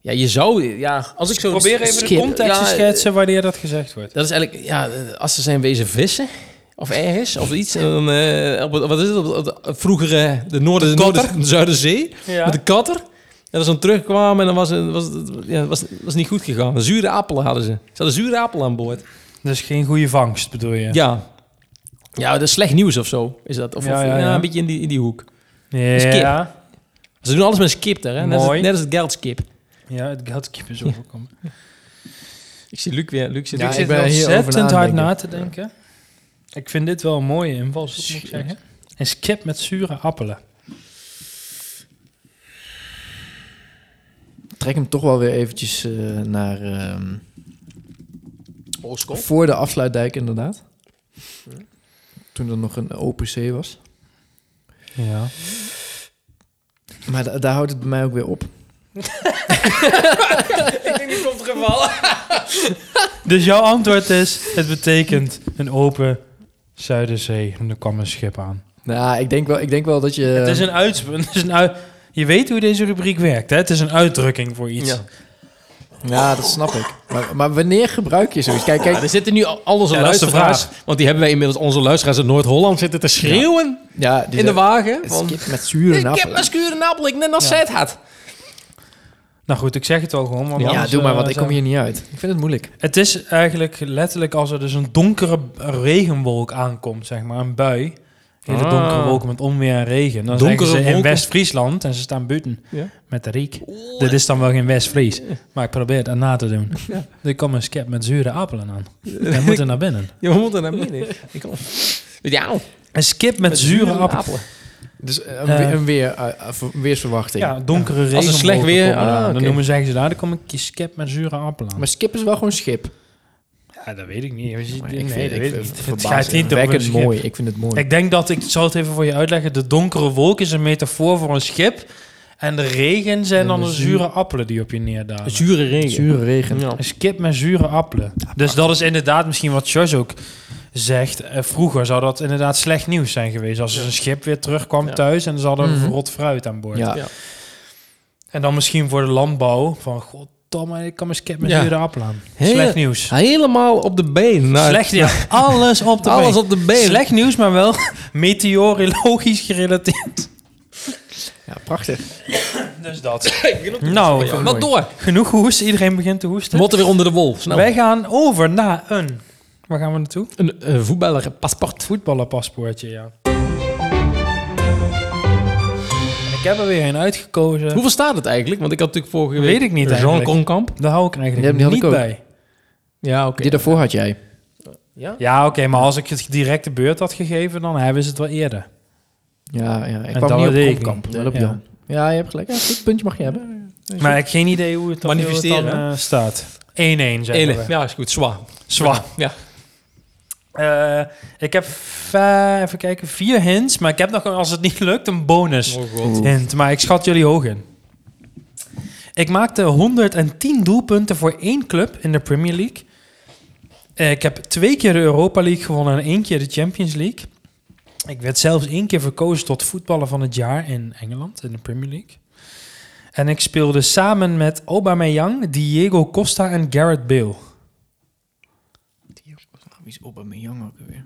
S3: Ja, je zou... Ja, als ik zo...
S2: Probeer even
S3: Skip.
S2: de context te
S3: Ja,
S1: eh,
S2: schetsen wanneer dat gezegd wordt.
S3: Dat is eigenlijk, ja, als ze zijn wezen vissen of ergens of iets, dan, eh, op, het- wat is het, op, het- op de vroegere de Noorden, de, Noorden, de Zuiderzee
S2: Ja.
S3: met de katter. En als ze dan terugkwamen en dan was het was, het- ja, was, was niet goed gegaan. Een zure appel hadden ze. Ze hadden zure appel aan boord.
S2: Dus geen goede vangst, bedoel je?
S3: Ja. Ja, dat is slecht nieuws of zo is dat. Of, of-
S2: Ja, ja,
S3: ja,
S2: ja.
S3: een beetje in die, in die hoek.
S2: Ja,
S3: skip.
S2: ja.
S3: Ze doen alles met een skip daar, hè? Net, als
S2: Mooi.
S3: het, net als het geldskip.
S2: het geldskip is overkomen.
S3: Ik zie Luc weer. Luc zit
S1: Ja,
S3: Luc
S1: ik
S3: zit
S1: ben
S3: wel-
S1: hier over na
S2: Ontzettend
S1: aan
S2: hard
S1: denken.
S2: na te denken. Ik vind dit wel een mooie invalshoek, moet ik zeggen. Een skip met zure appelen.
S1: Trek hem toch wel weer eventjes eh, naar... ehm,
S2: oh,
S1: Voor de afsluitdijk, inderdaad. Toen er nog een open zee was.
S2: Ja.
S1: Maar da- daar houdt het bij mij ook weer op.
S2: Dus jouw antwoord is, het betekent een open Zuiderzee. En er kwam een schip aan.
S1: Nou, ik denk wel, ik denk wel dat je...
S2: het is een uitspraak. het is een ui- Je weet hoe deze rubriek werkt, hè? Het is een uitdrukking voor iets.
S3: Ja.
S1: Ja, dat snap ik. Maar, maar wanneer gebruik je zoiets? Kijk, kijk.
S3: Ja, er zitten nu al al onze
S2: Ja, dat is de
S3: luisteraars, want die hebben wij inmiddels onze luisteraars in Noord-Holland zitten te schreeuwen
S1: Ja, die
S3: in de
S1: zijn-
S3: wagen.
S1: Het
S3: Van,
S1: skip met zure
S3: ik heb
S1: appelen.
S3: een schuur appel, ik net als
S2: Ja.
S3: zij het had.
S2: Nou goed, ik zeg het al gewoon. want
S1: Ja,
S2: anders,
S1: doe maar,
S2: eh,
S1: want ik
S2: zijn
S1: kom
S2: we-
S1: hier niet uit. Ik vind het moeilijk.
S2: Het is eigenlijk letterlijk als er dus een donkere b- regenwolk aankomt, zeg maar, een bui. Hele
S3: Ah.
S2: donkere wolken met onweer en regen. Dan
S3: Donkere
S2: donkere ze in
S3: wolken.
S2: West-Friesland en ze staan buiten
S3: Ja.
S2: met de riek. Dit is dan wel geen West-Fries, maar ik probeer het aan na te doen.
S3: Ja.
S2: Er komt een skep met zure appelen aan. Wij moeten naar binnen.
S3: Je moet er naar binnen. Ik kan- Ja, met,
S2: Een skip met, zure
S3: zure
S2: appelen.
S3: appelen.
S1: Dus eh, een,
S2: Eh.
S1: weer, een weer, eh, eh, voor- weersverwachting.
S2: Ja, donkere regen.
S3: Als het slecht weer- ah,
S2: dan
S3: oké.
S2: noemen zeggen ze daar, er komt een skep met zure appelen aan.
S1: Maar skip is wel gewoon schip.
S2: ja, dat weet ik niet. Je ziet-
S1: Maar
S2: nee,
S1: ik
S2: dat weet ik
S1: vind
S2: niet.
S1: het
S2: Het gaat niet om een
S1: verbazingwekkend
S2: schip.
S1: mooi. Ik vind het mooi.
S2: Ik denk dat, ik zal het even voor je uitleggen. De donkere wolk is een metafoor voor een schip. En de regen zijn
S1: En
S2: dan
S1: de
S2: de
S1: zuur-
S2: zure appelen die op je neerdalen.
S3: Zure regen.
S1: Zure regen.
S3: Ja.
S2: Een skip met zure appelen. Dus dat is inderdaad misschien wat Josh ook zegt. Eh, vroeger zou dat inderdaad slecht nieuws zijn geweest. Als er een schip weer terugkwam
S3: Ja.
S2: thuis en ze hadden
S1: Mhm.
S2: rot fruit aan boord.
S1: Ja.
S3: Ja.
S2: En dan misschien voor de landbouw van... Goddomme, ik kan mijn skip met
S3: Ja.
S2: zure appelen aan.
S3: Hele-
S2: Slecht nieuws.
S3: Helemaal op de been. Nou,
S2: Slecht nieuws. Alles op de
S3: alles
S2: been.
S3: op de been.
S2: Slecht nieuws, maar wel meteorologisch gerelateerd.
S1: Ja, prachtig.
S2: Dus dat.
S3: Ja.
S2: nou,
S1: Ja.
S3: Maar door.
S2: genoeg hoest. Iedereen begint te hoesten.
S3: Motten weer onder de wol. Snel.
S2: Wij gaan over naar een... Waar gaan we naartoe?
S3: Een eh, voetballer, paspoort.
S2: Voetballerpaspoortje, ja. En ik Ik heb er weer een uitgekozen.
S3: Hoeveel staat het eigenlijk? Want ik had natuurlijk vorige week...
S2: Weet ik niet
S3: Jean
S2: eigenlijk.
S3: Kronkamp.
S2: Daar hou ik eigenlijk
S1: Ja, die had ik
S2: niet
S1: ook.
S2: bij.
S3: Ja, oké.
S1: Die daarvoor had jij.
S3: Ja?
S2: Ja, oké, maar als ik het direct de beurt had gegeven, dan hebben ze het wel eerder.
S1: Ja, ja. Ik
S2: En
S1: kwam
S2: dat
S1: niet op
S2: deed ik
S1: Kronkamp,
S2: niet.
S1: wel op
S2: Ja.
S1: Jan. Ja, je hebt gelijk. Ja, goed puntje mag je hebben.
S2: Maar ik heb geen idee hoe het dan, hoe het dan,
S3: Manifesteren,
S2: eh, staat. 1-1 zeggen we.
S3: Enig. Ja, is goed. Zwa.
S2: Zwaar.
S3: Ja.
S2: Eh, ik heb va- even kijken, vier hints, maar ik heb nog, een- als het niet lukt, een bonus
S3: Oh god.
S2: hint. Maar ik schat jullie hoog in. Ik maakte 110 doelpunten voor één club in de Premier League. Eh, ik heb twee keer de Europa League gewonnen en één keer de Champions League. Ik werd zelfs één keer verkozen tot voetballer van het jaar in Engeland, in de Premier League. En ik speelde samen met Aubameyang, Diego Costa en Gareth Bale.
S1: Wie is op mijn jong ook weer?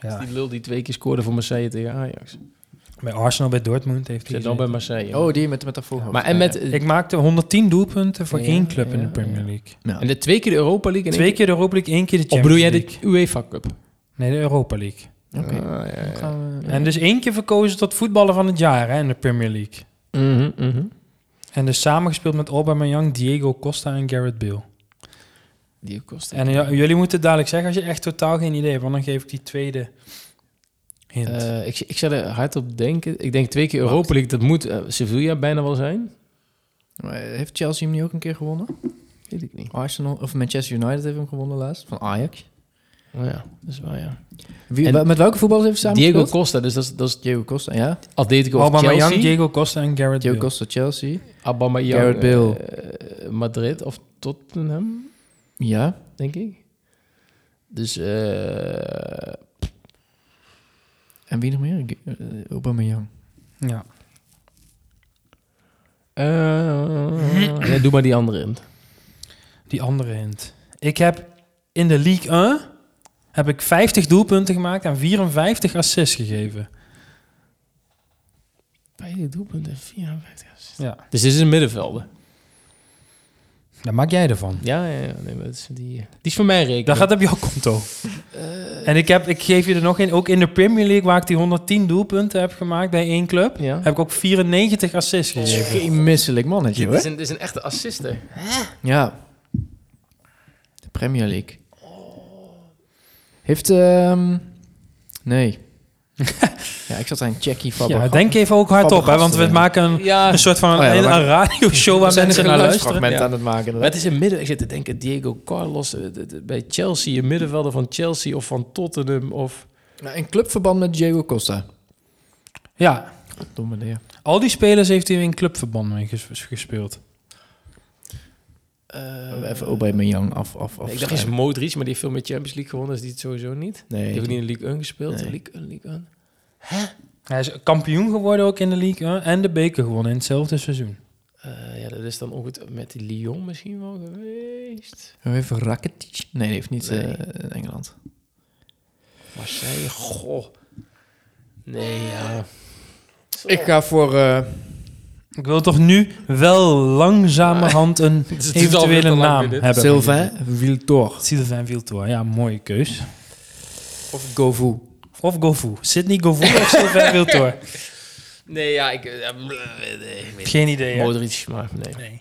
S2: Ja.
S3: Die lul die twee keer scoorde voor Marseille tegen Ajax.
S2: Bij Arsenal, bij Dortmund heeft hij.
S3: Zit dan bij Marseille.
S1: Oh, die met, met daarvoor.
S3: maar en met...
S2: Ik maakte 110 doelpunten voor
S1: Ja,
S2: één club in
S1: ja,
S2: de Premier League.
S1: Ja.
S3: En de twee keer de Europa League en
S2: Twee keer de Europa League, één keer de
S3: Of
S2: Champions
S3: bedoel jij
S2: League.
S3: de UEFA Cup?
S2: Nee, de Europa League.
S1: Oké.
S3: Ah, ja, ja.
S1: Gaan we-
S2: En dus één keer verkozen tot voetballer van het jaar hè, in de Premier League.
S3: Mhm, mhm.
S2: En dus samengespeeld met Aubameyang, Diego Costa en Gareth Bale.
S1: Die kost.
S2: En ja, jullie moeten het dadelijk zeggen als je echt totaal geen idee hebt, want dan geef ik die tweede hint.
S3: Eh, ik, ik zou er hard op denken. Ik denk twee keer Europa League. Dat moet eh, Sevilla bijna wel zijn.
S1: Maar eh, heeft Chelsea hem niet ook een keer gewonnen?
S3: Weet ik niet.
S1: Arsenal of Manchester United heeft hem gewonnen laatst van Ajax.
S3: Oh, ja, dat is waar, ja.
S1: Wie,
S3: En-
S1: wa- met welke voetballers heeft hij samen
S3: Diego
S1: gespeeld?
S3: Costa, dus dat is, dat is
S1: Diego Costa, ja.
S3: Atletico of
S2: Aubameyang,
S3: Chelsea.
S2: Diego Costa en Gareth
S1: Diego
S2: Bale.
S1: Costa Chelsea.
S3: Aubameyang,
S1: Gareth Bale.
S3: eh, Madrid of Tottenham,
S1: Ja.
S3: denk ik. Dus eh,
S1: En wie nog meer? G- eh, Aubameyang.
S2: Ja.
S3: eh, ja, doe maar die andere in.
S2: Die andere hint. Ik heb in de League 1 heb ik 50 doelpunten gemaakt en 54 assists gegeven.
S3: Beide doelpunten, 54.
S2: Ja.
S3: Dus dit is een middenvelder.
S2: Daar maak jij ervan.
S3: Ja, ja, ja. Nee, maar dat is die, eh, die is voor mij rekening.
S2: Dat gaat op jouw konto.
S1: Eh,
S2: en ik, heb, ik geef je er nog een. Ook in de Premier League, waar ik die 110 doelpunten heb gemaakt bij één club,
S3: Ja.
S2: heb ik ook 94 assists gegeven.
S1: Geen misselijk mannetje
S3: dit, is
S1: hoor.
S3: een, dit is een echte assister.
S1: Ja. De Premier League. Heeft... ehm, nee. ja, ik zat aan Jackie Fabregas.
S2: Ja, denk even ook hardop, hè, want we
S1: Fabregas-
S2: maken een,
S3: Ja,
S2: een soort van
S1: Oh ja, we
S2: een,
S1: maken-
S2: een radioshow
S1: We
S2: waar
S1: zijn
S2: mensen
S1: een
S2: naar luisteren.
S1: geluidsfragment
S3: ja.
S1: aan het maken.
S3: Maar het is een midden... Ik zit te denken, Diego Carlos eh, de- de- bij Chelsea. Een middenvelder van Chelsea of van Tottenham of...
S1: Nou, Een clubverband met Diego Costa.
S2: Ja,
S1: Domme neer.
S2: al die spelers heeft hij in clubverband mee ges- gespeeld.
S3: eh,
S1: Even Aubameyang af, af, af.
S3: Nee, ik dacht, is Modric, maar die heeft veel meer Champions League gewonnen. Dus die het sowieso niet.
S1: Nee.
S3: Die heeft ook niet in de League 1 gespeeld.
S1: Nee.
S3: League 1, League 1.
S2: Hij is kampioen geworden ook in de League 1 en de beker gewonnen in hetzelfde seizoen.
S3: Eh, ja, dat is dan ook het, met die Lyon misschien wel geweest.
S1: Even Rakitic? Nee, die heeft niet
S3: Nee.
S1: eh, in Engeland.
S3: Marseille, goh. Nee, ja.
S1: Ik ga voor... eh,
S2: Ik wil toch nu wel langzamerhand een
S3: Het is al weer te
S2: eventuele
S3: lang
S2: naam
S3: weer dit.
S2: hebben.
S1: Sylvain Wiltor.
S2: Sylvain Viltoor, ja, mooie keus.
S1: Of Govu.
S2: Of Govu. Sidney Govu of Sylvain Wiltor.
S3: Nee, ja, ik... eh, ja, bleh, nee, ik weet
S2: Geen idee.
S3: niet.
S2: hè?
S3: Modric, maar nee.
S2: Nee.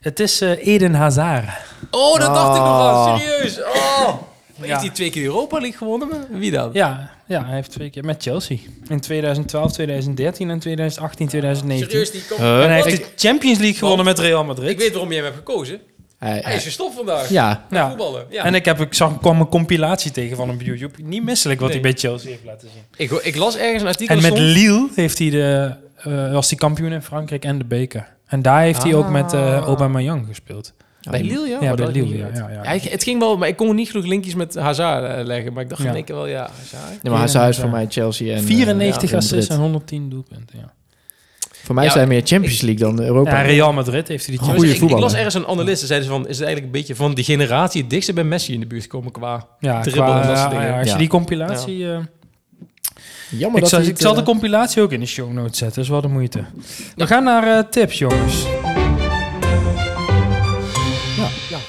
S2: Het is eh, Eden Hazard.
S3: Oh, dat dacht ik nog
S1: Ah.
S3: al. Serieus. Oh. Heeft
S2: Ja.
S3: hij twee keer de Europa League gewonnen? maar Wie dan?
S2: Ja, ja, hij heeft twee keer met Chelsea. In 2012, 2013 en 2018, 2019.
S3: Serieus, die komt...
S2: En hij
S3: Wat?
S2: heeft de Champions League gewonnen met Real Madrid.
S3: Ik weet waarom jij hem hebt gekozen.
S1: Hij,
S3: Hij is gestopt vandaag.
S1: ja.
S3: Met
S2: Ja.
S3: voetballen. Ja.
S2: En ik, heb, ik zag, kwam een compilatie tegen van hem op YouTube. Niet misselijk wat
S3: Nee.
S2: hij bij Chelsea heeft laten zien.
S3: ik, ik las ergens een artikel.
S2: En met
S3: stond-
S2: Lille heeft hij de, eh, was hij kampioen in Frankrijk en de beker. En daar heeft hij ook met eh Aubameyang gespeeld.
S3: Bij Lille, Ah. ja?
S2: Ja,
S3: Oh,
S2: bij
S3: dat-
S2: Lille, ja, ja, ja.
S3: Ja, ik- het ging wel, maar ik kon niet genoeg linkjes met Hazard eh, leggen. Maar ik dacht
S2: Ja.
S3: in één keer wel, ja, Hazard.
S1: Nee, maar hij is voor mij Chelsea en... eh,
S2: 94
S1: ja,
S2: assists en
S1: Madrid.
S2: 110 doelpunten, ja.
S1: Voor mij
S3: Ja,
S1: zijn meer Champions League dan Europa.
S2: Ja, Real Madrid Oh. heeft hij die
S1: Goeie
S3: Ja, maar ik, ik
S1: voetballer.
S3: las ergens een analist, en zeiden ze van, is het eigenlijk een beetje van die generatie het dichtste bij Messi in de buurt komen qua...
S2: Ja,
S3: dribbel
S2: qua-
S3: en dat soort dingen.
S2: ja, als je
S1: Ja.
S2: die compilatie... eh,
S1: Jammer
S2: ik,
S1: dat
S2: zal,
S1: hij
S2: ik
S1: het,
S2: zal
S1: eh,
S2: de compilatie ook in de show notes zetten, dat is wel de moeite. We gaan naar eh, tips, jongens.
S3: ja. nee,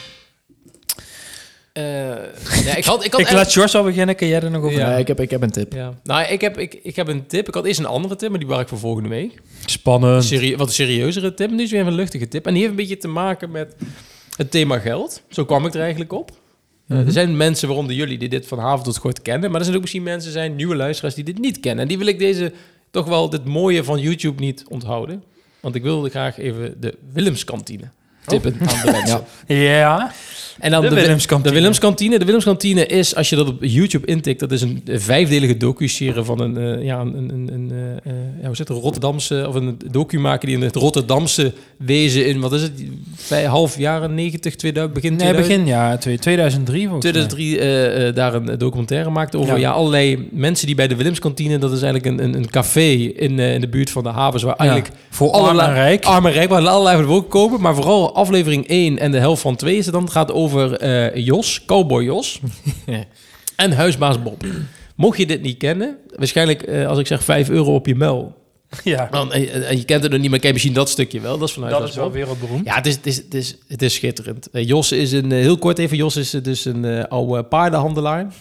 S3: Eh, ik had, ik had
S2: ik
S3: echt-
S2: laat George al beginnen. Kun jij er nog over?
S3: Ja.
S1: Nee, ik, heb, ik heb een tip.
S3: Ja. Nou, ik heb, ik, ik heb een tip. Ik had eerst een andere tip, maar die waar ik voor volgende week.
S2: Spannend.
S3: Serie, wat een serieuzere tip. En nu is weer even een luchtige tip. En die heeft een beetje te maken met het thema geld. Zo kwam ik er eigenlijk op. Eh, Er zijn mensen, waaronder jullie, die dit van haven tot gort kennen. Maar er zijn ook misschien mensen, zijn nieuwe luisteraars, die dit niet kennen. En die wil ik deze, toch wel dit mooie van YouTube niet onthouden. Want ik wilde graag even de Willemskantine tippen aan de mensen.
S1: Ja.
S2: Ja.
S3: En dan
S2: De
S3: de, Wi-
S2: Willemskantine.
S3: De Willemskantine. De Willemskantine is, als je dat op YouTube intikt, dat is een eh, vijfdelige docu-serie van een, eh, ja, een, een, een, een, eh, eh, ja, hoe zit het, Rotterdamse, of een docu-maker die in het Rotterdamse wezen in, wat is het, vijf, half jaren 90, 2000, begin
S2: Nee,
S3: 2000?
S2: begin ja, twee- 2003 volgens mij.
S3: 2003 eh, eh, daar een documentaire maakte over
S2: Ja.
S3: ja. allerlei mensen die bij de Willemskantine, dat is eigenlijk een, een, een café in, eh, in de buurt van de havens, waar eigenlijk Ah.
S2: voor arm
S3: allerlei-
S2: en rijk.
S3: Arme Rijk, waar allerlei van de wolken komen. Maar vooral aflevering 1 en de helft van 2 is het dan. Het gaat over eh, Jos, cowboy Jos. en huisbaas Bob. Mocht je dit niet kennen, waarschijnlijk eh, als ik zeg 5 euro op je mel.
S2: Ja,
S3: Dan, en, en- en je kent het nog niet, maar ken je misschien dat stukje wel. Dat is van
S2: dat
S3: huisbaas
S2: is wel
S3: Bob.
S2: wereldberoemd.
S3: Ja, het is, het is, het is, het is schitterend. Eh, Jos is een, eh, heel kort even, Jos is eh, dus een eh, oude paardenhandelaar.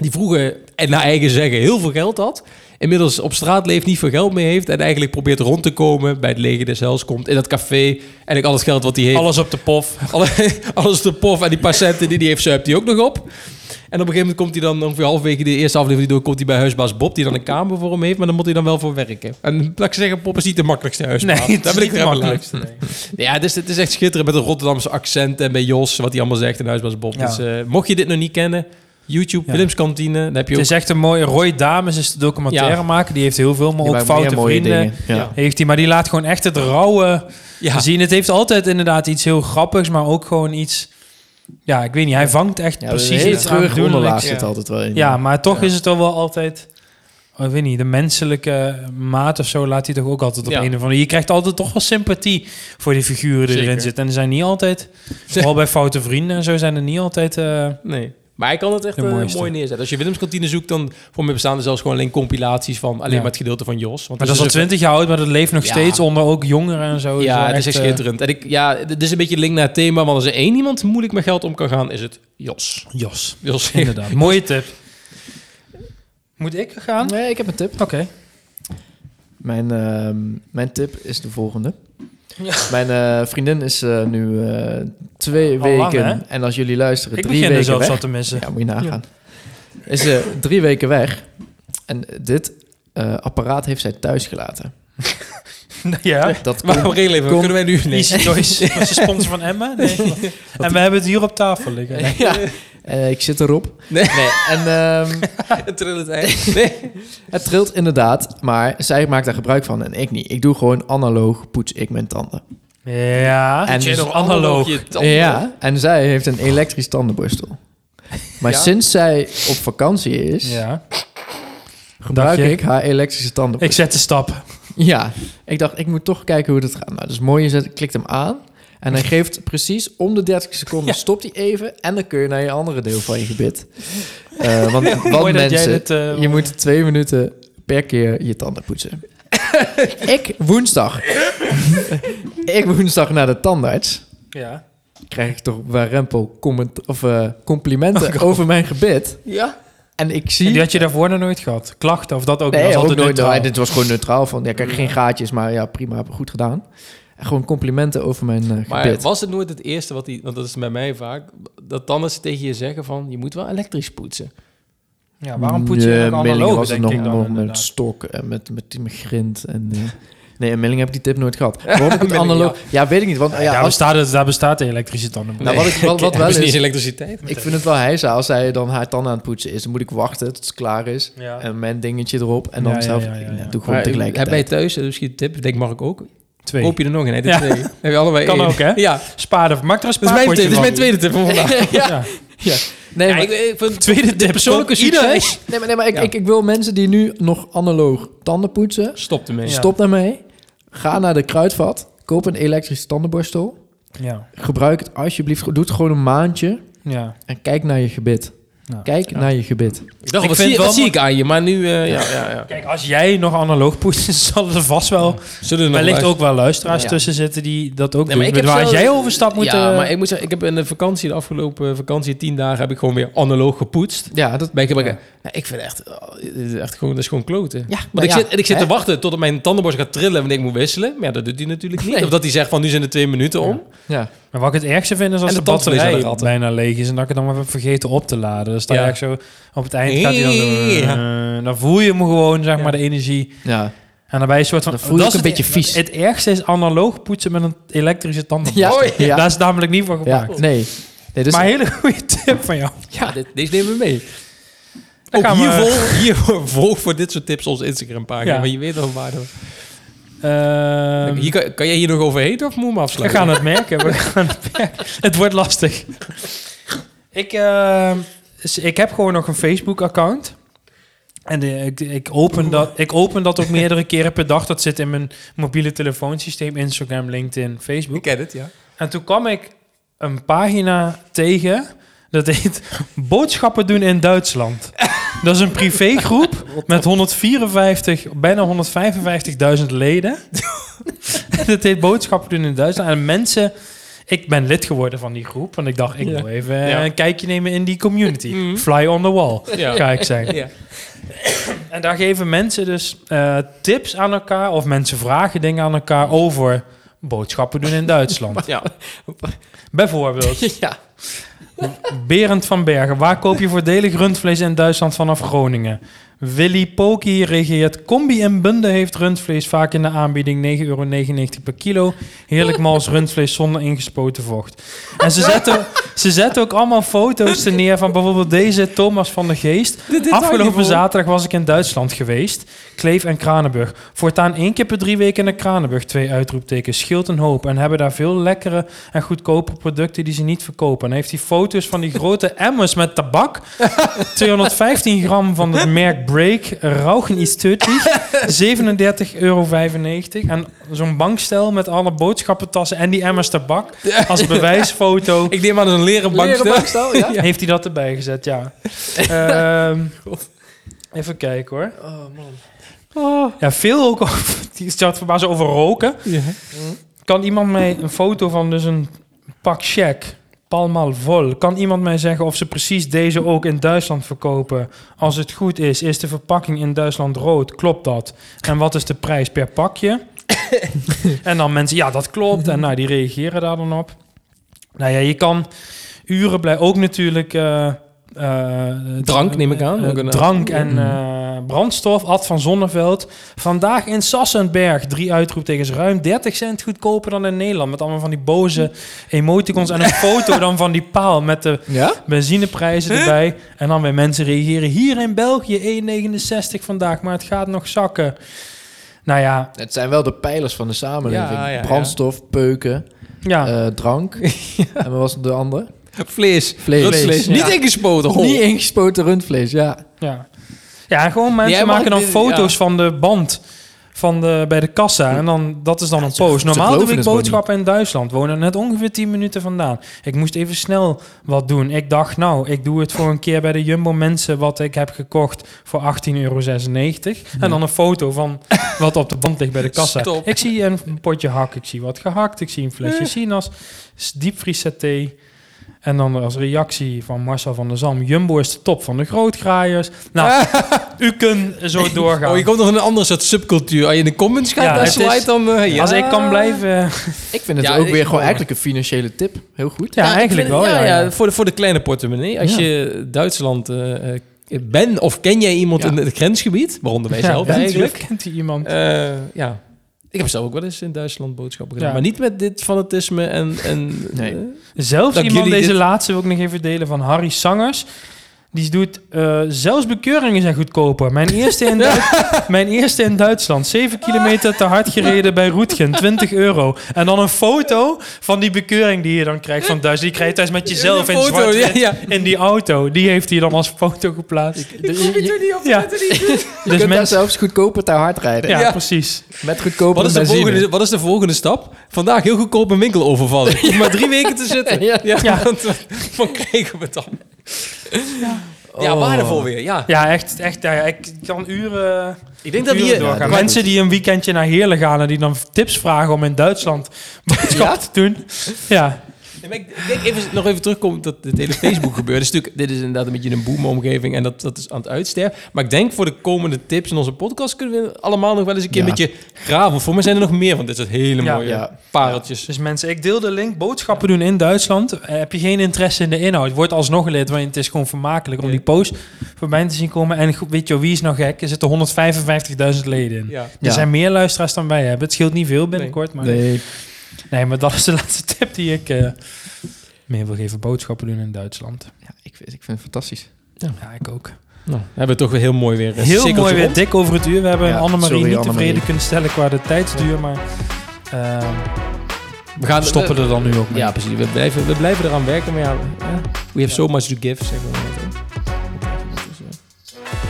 S3: Die vroeger, en naar eigen zeggen, heel veel geld had. Inmiddels op straat leeft, niet veel geld meer heeft. En eigenlijk probeert rond te komen bij het leger des hels. Komt in dat café. En ik al het geld wat hij heeft.
S2: Alles op de pof.
S3: Alle- alles te pof. En die patiënten die hij heeft, zuipt hij ook nog op. En op een gegeven moment komt hij dan ongeveer halverwege de eerste aflevering door, komt hij bij huisbaas Bob, die dan een kamer voor hem heeft, maar dan moet hij dan wel voor werken. En laat ik zeggen, Bob is niet de makkelijkste
S2: Nee, dat
S3: huisbaas. Daar
S2: is
S3: ben ik
S2: niet
S3: er
S2: de
S3: helemaal uit.
S2: makkelijkste. nee.
S3: Ja, het is, het is echt schitterend met een Rotterdamse accent en bij Jos, wat hij allemaal zegt en Huisbaas Bob.
S2: Ja.
S3: Dus eh, mocht je dit nog niet kennen, YouTube,
S2: Ja.
S3: Willemskantine, dan heb je
S2: Het
S3: ook...
S2: is echt een mooie... Roy Dames is de documentaire
S3: Ja.
S2: maken. Die heeft heel veel, maar
S1: Die
S2: ook
S1: maakt meer
S2: foute
S1: mooie
S2: vrienden.
S1: dingen. Ja.
S3: Ja.
S2: Heeft hij, maar die laat gewoon echt het rauwe
S3: ja,
S2: zien. Het heeft altijd inderdaad iets heel grappigs, maar ook gewoon iets... Ja, ik weet niet. Hij vangt echt
S1: Ja,
S2: precies
S1: precies. Een hele
S2: iets
S1: treurige
S2: aandoenlijks.
S1: onderlaag
S3: ja.
S1: zit altijd wel in.
S2: Ja, maar toch
S1: Ja.
S2: is het toch wel altijd... oh, Ik weet niet, de menselijke maat of zo laat hij toch ook altijd op
S3: Ja.
S2: een of andere... Je krijgt altijd toch wel sympathie voor die figuren die erin
S3: Zeker.
S2: zitten. En er zijn niet altijd, vooral bij foute vrienden en zo, zijn er niet altijd... eh,
S3: nee. Maar hij kan het echt
S2: De
S3: eh,
S2: mooiste.
S3: mooi neerzetten. Als je Willemskantine zoekt, dan voor mij bestaan er zelfs gewoon alleen compilaties van alleen
S2: Ja.
S3: maar het gedeelte van Jos.
S2: maar
S3: Want Dus het
S2: dat is al
S3: een-
S2: twintig jaar oud, maar dat leeft nog
S3: Ja.
S2: steeds onder ook jongeren en zo.
S3: Ja,
S2: wel
S3: het is echt
S2: eh,
S3: schitterend. En ik, ja, dit is een beetje een link naar het thema, want als er één iemand moeilijk met geld om kan gaan, is het Jos.
S2: Jos,
S3: Jos
S2: inderdaad. Mooie tip. Moet ik gaan?
S1: Nee, ik heb een tip.
S2: Oké.
S1: Mijn, ehm, mijn tip is de volgende. Mijn eh, vriendin is eh, nu eh, twee
S2: Al lang,
S1: weken.
S2: hè?
S1: en als jullie luisteren,
S2: Ik
S1: drie
S2: begin er
S1: weken
S2: zelfs
S1: weg.
S2: al te missen.
S1: Ja, moet je nagaan. Is ze drie weken weg. En dit eh, apparaat heeft zij thuis gelaten.
S2: Ja.
S1: Dat
S3: Maar
S1: komt-
S3: we regelen even,
S1: Kom.
S3: kunnen wij nu... Nee.
S2: Easy Toys. Was de sponsor van Emma? Nee. En we hebben het hier op tafel liggen.
S1: ja, eh, ik zit erop.
S3: Nee.
S1: En ehm,
S3: Trillend eind. Nee.
S1: het trilt inderdaad, maar zij maakt daar gebruik van en ik niet. Ik doe gewoon analoog poets ik mijn tanden.
S2: Ja.
S1: En
S2: dus
S1: dus
S2: analoog.
S3: Je tanden.
S1: Ja, en zij heeft een elektrisch tandenborstel. Maar
S3: Ja?
S1: sinds zij op vakantie is,
S2: Ja.
S1: gebruik
S2: Dacht je?
S1: ik haar elektrische
S2: Ik
S1: tandenborstel.
S2: zet de stap.
S1: Ja, ik dacht, ik moet toch kijken hoe dat gaat. Nou, dat is mooi. Je zet, klikt hem aan en hij geeft precies om de 30 seconden,
S2: Ja.
S1: stopt hij even en dan kun je naar je andere deel van je gebit. Eh, want wat
S2: Mooi dat jij
S1: mensen,
S2: dit... eh,
S1: je moet twee minuten per keer je tanden poetsen. ik woensdag. ik woensdag naar de tandarts.
S2: Ja.
S1: Krijg ik toch bij Rempel comment, of, eh, complimenten over mijn gebit.
S3: Ja.
S1: En ik
S2: Oh, En
S1: zie.
S2: die had je daarvoor nog nooit gehad? Klachten of dat ook?
S1: nee,
S2: dat was
S1: ook
S2: altijd
S1: nooit.
S2: neutraal.
S1: nee, Dit was gewoon neutraal. Van ja, kijk, geen gaatjes, maar ja, prima, heb ik goed gedaan. En gewoon complimenten over mijn eh, gebit.
S3: Maar was het nooit het eerste wat die, want dat is bij mij vaak, dat dan eens tegen je zeggen van, je moet wel elektrisch poetsen.
S2: Ja, waarom poets je
S1: Ja,
S2: ook
S1: Millingen
S2: analoog,
S1: Eh, was het
S2: denk
S1: nog
S2: ik
S1: wel
S2: dan
S1: met
S2: inderdaad.
S1: stok en met, met, met grind. En, eh, nee, in Milling heb ik die tip nooit gehad. Waarom ik het
S3: Millingen,
S1: analoog... Ja. weet ik niet. Want, eh, ja,
S2: Daar
S1: als,
S2: bestaat, het- daar bestaat de elektrische tanden.
S1: nou, wat ik wat, wat wel
S3: Dus niet
S1: is...
S3: eens elektriciteit.
S1: Ik vind het wel heisa als zij dan haar tanden aan het poetsen is. Dan moet ik wachten tot ze klaar is.
S2: Ja.
S1: En mijn dingetje erop. En dan
S2: Ja, ja,
S1: zelf...
S2: ja, ja, ja.
S1: ik doe gewoon
S3: heb jij
S1: tegelijkertijd.
S3: thuis, eh, misschien een tip, denk Mark ook,
S2: Twee.
S3: koop je er nog een? Nee, de
S2: Ja.
S3: twee. Heb je allebei
S2: Kan
S3: één.
S2: ook, hè?
S3: Ja,
S2: Sparen. Maak er een
S3: dat is mijn,
S2: spaarpotje
S3: tip, dit is
S2: van.
S3: mijn tweede tip van vandaag.
S2: Ja.
S1: Nee, maar,
S3: ik, ik vind
S2: Tweede tip.
S3: persoonlijke
S2: van ieder.
S3: succes.
S1: nee, maar, nee, maar ik,
S3: Ja.
S1: ik, ik wil mensen die nu nog analoog tanden poetsen...
S3: Stop ermee.
S2: Ja.
S1: Stop daarmee. Ga naar de kruidvat. Koop een elektrische tandenborstel.
S2: Ja.
S1: Gebruik het alsjeblieft. Doe het gewoon een maandje.
S2: Ja.
S1: En kijk naar je gebit.
S2: Nou,
S1: Kijk
S2: ja.
S1: naar je gebit.
S3: Ik dacht, al,
S2: Ik
S3: dat,
S2: vind
S3: zie,
S2: wel
S3: dat zie
S2: mo-
S3: ik aan je, maar nu... eh, ja, ja, ja.
S2: Kijk, als jij nog analoog poetsen, zal er vast wel...
S3: Zullen er nog
S2: Wellicht
S3: luisteren?
S2: ook wel luisteraars
S1: Ja.
S2: tussen zitten die dat ook
S3: Nee,
S2: doen.
S3: heb
S2: Waar
S3: zelf-
S2: jij overstap moet...
S3: Ja,
S2: eh,
S3: maar ik moet zeggen, ik heb in de vakantie, de afgelopen vakantie, tien dagen, heb ik gewoon weer analoog gepoetst.
S1: Ja, dat
S3: Ben ik, ben ik, nou, ik vind het echt, oh, dit is echt gewoon, dat is gewoon kloten.
S1: Ja,
S3: Want
S1: nou
S3: ik
S1: ja,
S3: zit, en ik zit
S1: hè?
S3: te wachten totdat mijn tandenborstel gaat trillen wanneer ik moet wisselen. Maar ja, dat doet hij natuurlijk niet.
S1: Nee.
S3: Of dat hij zegt van, nu zijn er twee minuten om.
S1: Ja.
S2: Maar wat ik het ergste vind is als
S3: En
S2: de,
S3: de tandvlees aan de
S2: batterij
S3: ratten.
S2: bijna leeg is en dat ik het dan weer vergeten op te laden. Dus dan
S3: Ja.
S2: ja. zo op het eind gaat hij dan, zo,
S3: Ja.
S2: eh, dan voel je hem gewoon zeg
S3: Ja.
S2: maar de energie.
S1: Ja.
S2: En daarbij een soort van
S1: Dan voel je
S2: dat
S1: ook
S2: is
S1: een
S2: het-
S1: beetje vies.
S2: Het ergste is analoog poetsen met een elektrische
S1: Ja.
S2: tandenborstel.
S1: Oh, ja.
S2: Daar is namelijk niet voor
S1: ja.
S2: gemaakt.
S1: Nee. nee dus
S2: maar een hele goede tip van jou.
S3: Ja, dit, deze nemen we mee.
S2: Dan
S3: ook
S2: gaan we-
S3: hier, volg, hier volg voor dit soort tips onze Instagram-pagina.
S2: Ja.
S3: Maar je weet wel waar. dat-
S2: Ehm,
S3: hier, kan, kan jij hier nog overheen of moet je me
S2: We
S3: afsluiten?
S2: gaan het merken. We gaan het, merken. het wordt lastig. Ik, eh, s- ik heb gewoon nog een Facebook-account. En eh, ik, ik, open dat, ik open dat ook meerdere keren per dag. Dat zit in mijn mobiele telefoonsysteem, Instagram, LinkedIn,
S3: Ik
S2: Facebook.
S3: ken het, ja.
S2: En toen kwam ik een pagina tegen. Dat heet Boodschappen doen in Duitsland. Dat is een privégroep met 154, bijna 155.000 leden. dat heet Boodschappen doen in Duitsland. En mensen, ik ben lid geworden van die groep. Want ik dacht, ik
S3: Ja.
S2: wil even eh,
S3: Ja.
S2: een kijkje nemen in die community.
S3: Mhm.
S2: Fly on the wall,
S3: Ja.
S2: ga ik zijn.
S3: Ja.
S2: En daar geven mensen dus eh, tips aan elkaar. Of mensen vragen dingen aan elkaar over boodschappen doen in Duitsland.
S3: Ja.
S2: Bijvoorbeeld.
S1: ja.
S2: Berend van Bergen, waar koop je voordelig rundvlees in Duitsland vanaf Groningen? Willy Poki reageert, combi en bunde heeft rundvlees vaak in de aanbieding 9,99 euro per kilo. Heerlijk mals rundvlees zonder ingespoten vocht. En ze zetten, ze zetten ook allemaal foto's er neer van bijvoorbeeld deze Thomas van der Geest.
S3: Dit is waar
S2: Afgelopen
S3: je voor-
S2: zaterdag was ik in Duitsland geweest. Kleef en Kranenburg. Voortaan één keer per drie weken naar Kranenburg. Twee uitroeptekens. Scheelt een hoop. En hebben daar veel lekkere en goedkope producten die ze niet verkopen. En heeft hij foto's van die grote emmers met tabak. 215 gram van het merk Break. Rauchen is tödlich. 37,95 euro. En zo'n bankstel met alle boodschappentassen en die emmers tabak. Als bewijsfoto.
S3: Ik neem aan een leren bankstel.
S1: Leren bankstel, ja.
S2: Heeft hij dat erbij gezet, ja. Ehm, even kijken hoor.
S1: Oh, man.
S2: Ja, veel ook over, die staat verbazen over roken. Kan iemand mij een foto van dus een pak check, palmal vol. Kan iemand mij zeggen of ze precies deze ook in Duitsland verkopen? Als het goed is, is de verpakking in Duitsland rood. Klopt dat? En wat is de prijs per pakje? en dan mensen, ja, dat klopt. En nou, die reageren daar dan op. Nou ja, je kan uren blij Ook natuurlijk... eh, eh,
S3: Drank, neem ik aan.
S2: eh,
S3: Ook een-
S2: drank en eh, brandstof. Ad van Zonneveld. Vandaag in Sassenberg. Drie uitroeptekens. Ruim 30 cent goedkoper dan in Nederland. Met allemaal van die boze emoticons. En een foto dan van die paal met de
S1: Ja?
S2: benzineprijzen erbij. En dan weer mensen reageren. Hier in België 1,69 vandaag. Maar het gaat nog zakken. Nou ja,
S1: Het zijn wel de pijlers van de samenleving.
S3: Ja, ja, ja.
S1: Brandstof, peuken,
S2: ja.
S1: eh, drank. En wat was de andere?
S3: Vlees.
S1: Vlees.
S3: Dat is
S1: Vlees,
S2: ja.
S3: Niet ingespoten. hol.
S1: Niet ingespoten rundvlees, ja.
S2: Ja, ja en gewoon mensen
S3: Jij mag
S2: maken dan
S3: dit-
S2: foto's
S3: ja.
S2: van de band van de, bij de kassa. En dan, dat is dan een post. Normaal
S1: geloven
S2: doe ik
S1: het gewoon
S2: boodschappen in Duitsland. Wonen net ongeveer 10 minuten vandaan. Ik moest even snel wat doen. Ik dacht, nou, ik doe het voor een keer bij de Jumbo Mensen... wat ik heb gekocht voor 18,96 euro. En dan een foto van wat op de band ligt bij de kassa.
S3: Stop.
S2: Ik zie een potje hak, ik zie wat gehakt. Ik zie een flesje sinaas, s- diepvriessaté... En dan als reactie van Marcel van der Zam... Jumbo is de top van de grootgraaiers. Nou, u kunt zo doorgaan.
S3: Oh, je komt nog in een andere soort subcultuur. Als je in de comments gaat
S2: Ja,
S3: naar
S2: het
S3: slide,
S2: is-
S3: dan... eh, ja.
S2: Als ik kan blijven...
S1: Ik vind het
S3: Ja,
S1: ook
S3: ik-
S1: weer gewoon eigenlijk een financiële tip. Heel goed.
S2: Ja,
S3: ik
S2: eigenlijk
S3: vind-
S2: wel. Ja, ja.
S3: Voor, de, voor de kleine portemonnee. Als
S1: Ja.
S3: je Duitsland eh eh, bent of ken jij iemand
S1: Ja.
S3: in het grensgebied, waaronder wij
S2: Ja,
S3: zelf
S2: natuurlijk
S3: eigenlijk.
S2: kent hij iemand.
S3: eh, ja. Ik heb zelf ook wel eens in Duitsland boodschappen gedaan.
S2: Ja.
S3: Maar niet met dit fanatisme en... en
S1: Nee.
S3: eh,
S2: Zelfs
S3: dat
S2: iemand,
S3: jullie
S2: deze
S3: dit-
S2: laatste wil ik nog even delen, van Harry Sangers. Die doet, eh, zelfs bekeuringen zijn goedkoper. Mijn eerste, in Duits- mijn eerste in Duitsland. 7 kilometer te hard gereden bij Roetgen. 20 euro. En dan een foto van die bekeuring die je dan krijgt van Duits. Die krijg je thuis met jezelf
S3: een
S2: in
S3: foto,
S2: zwart
S3: ja, ja.
S2: in die auto. Die heeft hij dan als foto geplaatst.
S1: Dus je, je-
S2: Ja.
S1: je kunt
S2: Dus
S1: daar
S2: mensen...
S1: zelfs goedkoper te hard rijden.
S2: Ja,
S3: Ja.
S2: precies.
S1: Met goedkoper
S3: Wat is, de
S1: benzine.
S3: volgende, wat is de volgende stap? Vandaag heel goedkoop een winkel overvallen. Je hoeft maar drie weken te zitten.
S1: Ja.
S3: Ja,
S2: Ja.
S3: want, eh, van krijgen we het dan? Ja,
S1: Oh.
S3: waardevol weer. Ja.
S2: Ja, echt. echt ja, ik kan uren,
S3: Ik denk dat
S2: uren
S3: hier...
S2: doorgaan.
S3: qua-
S2: Mensen die een weekendje naar Heerlen gaan en die dan tips vragen om in Duitsland boodschap te doen. Ja.
S3: Nee, maar Ik ik denk even, nog even terugkomen dat dit hele Facebook gebeurt. Is natuurlijk, dit is inderdaad een beetje een boomomgeving en dat, dat is aan het uitsterven. Maar ik denk voor de komende tips in onze podcast kunnen we allemaal nog wel eens een keer
S1: Ja.
S3: een beetje graven. Want Voor mij zijn er nog meer van dit soort hele
S2: Ja.
S3: mooie
S1: Ja.
S3: pareltjes.
S2: Dus mensen, ik deel de link. Boodschappen doen in Duitsland. Eh, heb je geen interesse in de inhoud? Word alsnog lid, want het is gewoon vermakelijk om
S3: Ja.
S2: die post voorbij te zien komen. En goed, weet je, wie is nou gek? Er zitten 155.000 leden in.
S3: Ja.
S2: Er
S1: Ja.
S2: zijn meer luisteraars dan wij hebben. Het scheelt niet veel binnenkort. Maar nee.
S1: Nee,
S2: maar dat is de laatste tip die ik eh mee wil geven. Boodschappen doen in Duitsland.
S1: ja, ik, vind, ik vind het fantastisch.
S2: Ja, ik ook.
S3: Nou, we hebben we toch weer heel mooi weer. eh,
S2: Heel
S3: cirkeltje
S2: mooi weer,
S3: rond.
S2: dik over het uur. We hebben
S1: Ja,
S2: Annemarie
S1: sorry,
S2: niet
S1: Annemarie.
S2: tevreden kunnen stellen qua de tijdsduur. Maar eh,
S3: We gaan eh,
S2: we stoppen er dan nu ook mee.
S3: Ja, precies. We blijven, we blijven eraan werken. Maar ja, ja, we have so much to give, zeggen we altijd.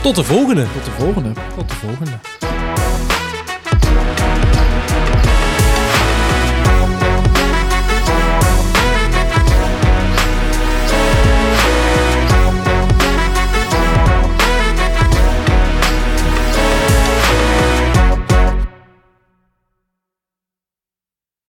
S3: Tot de volgende.
S1: Tot de volgende.
S2: Tot de volgende.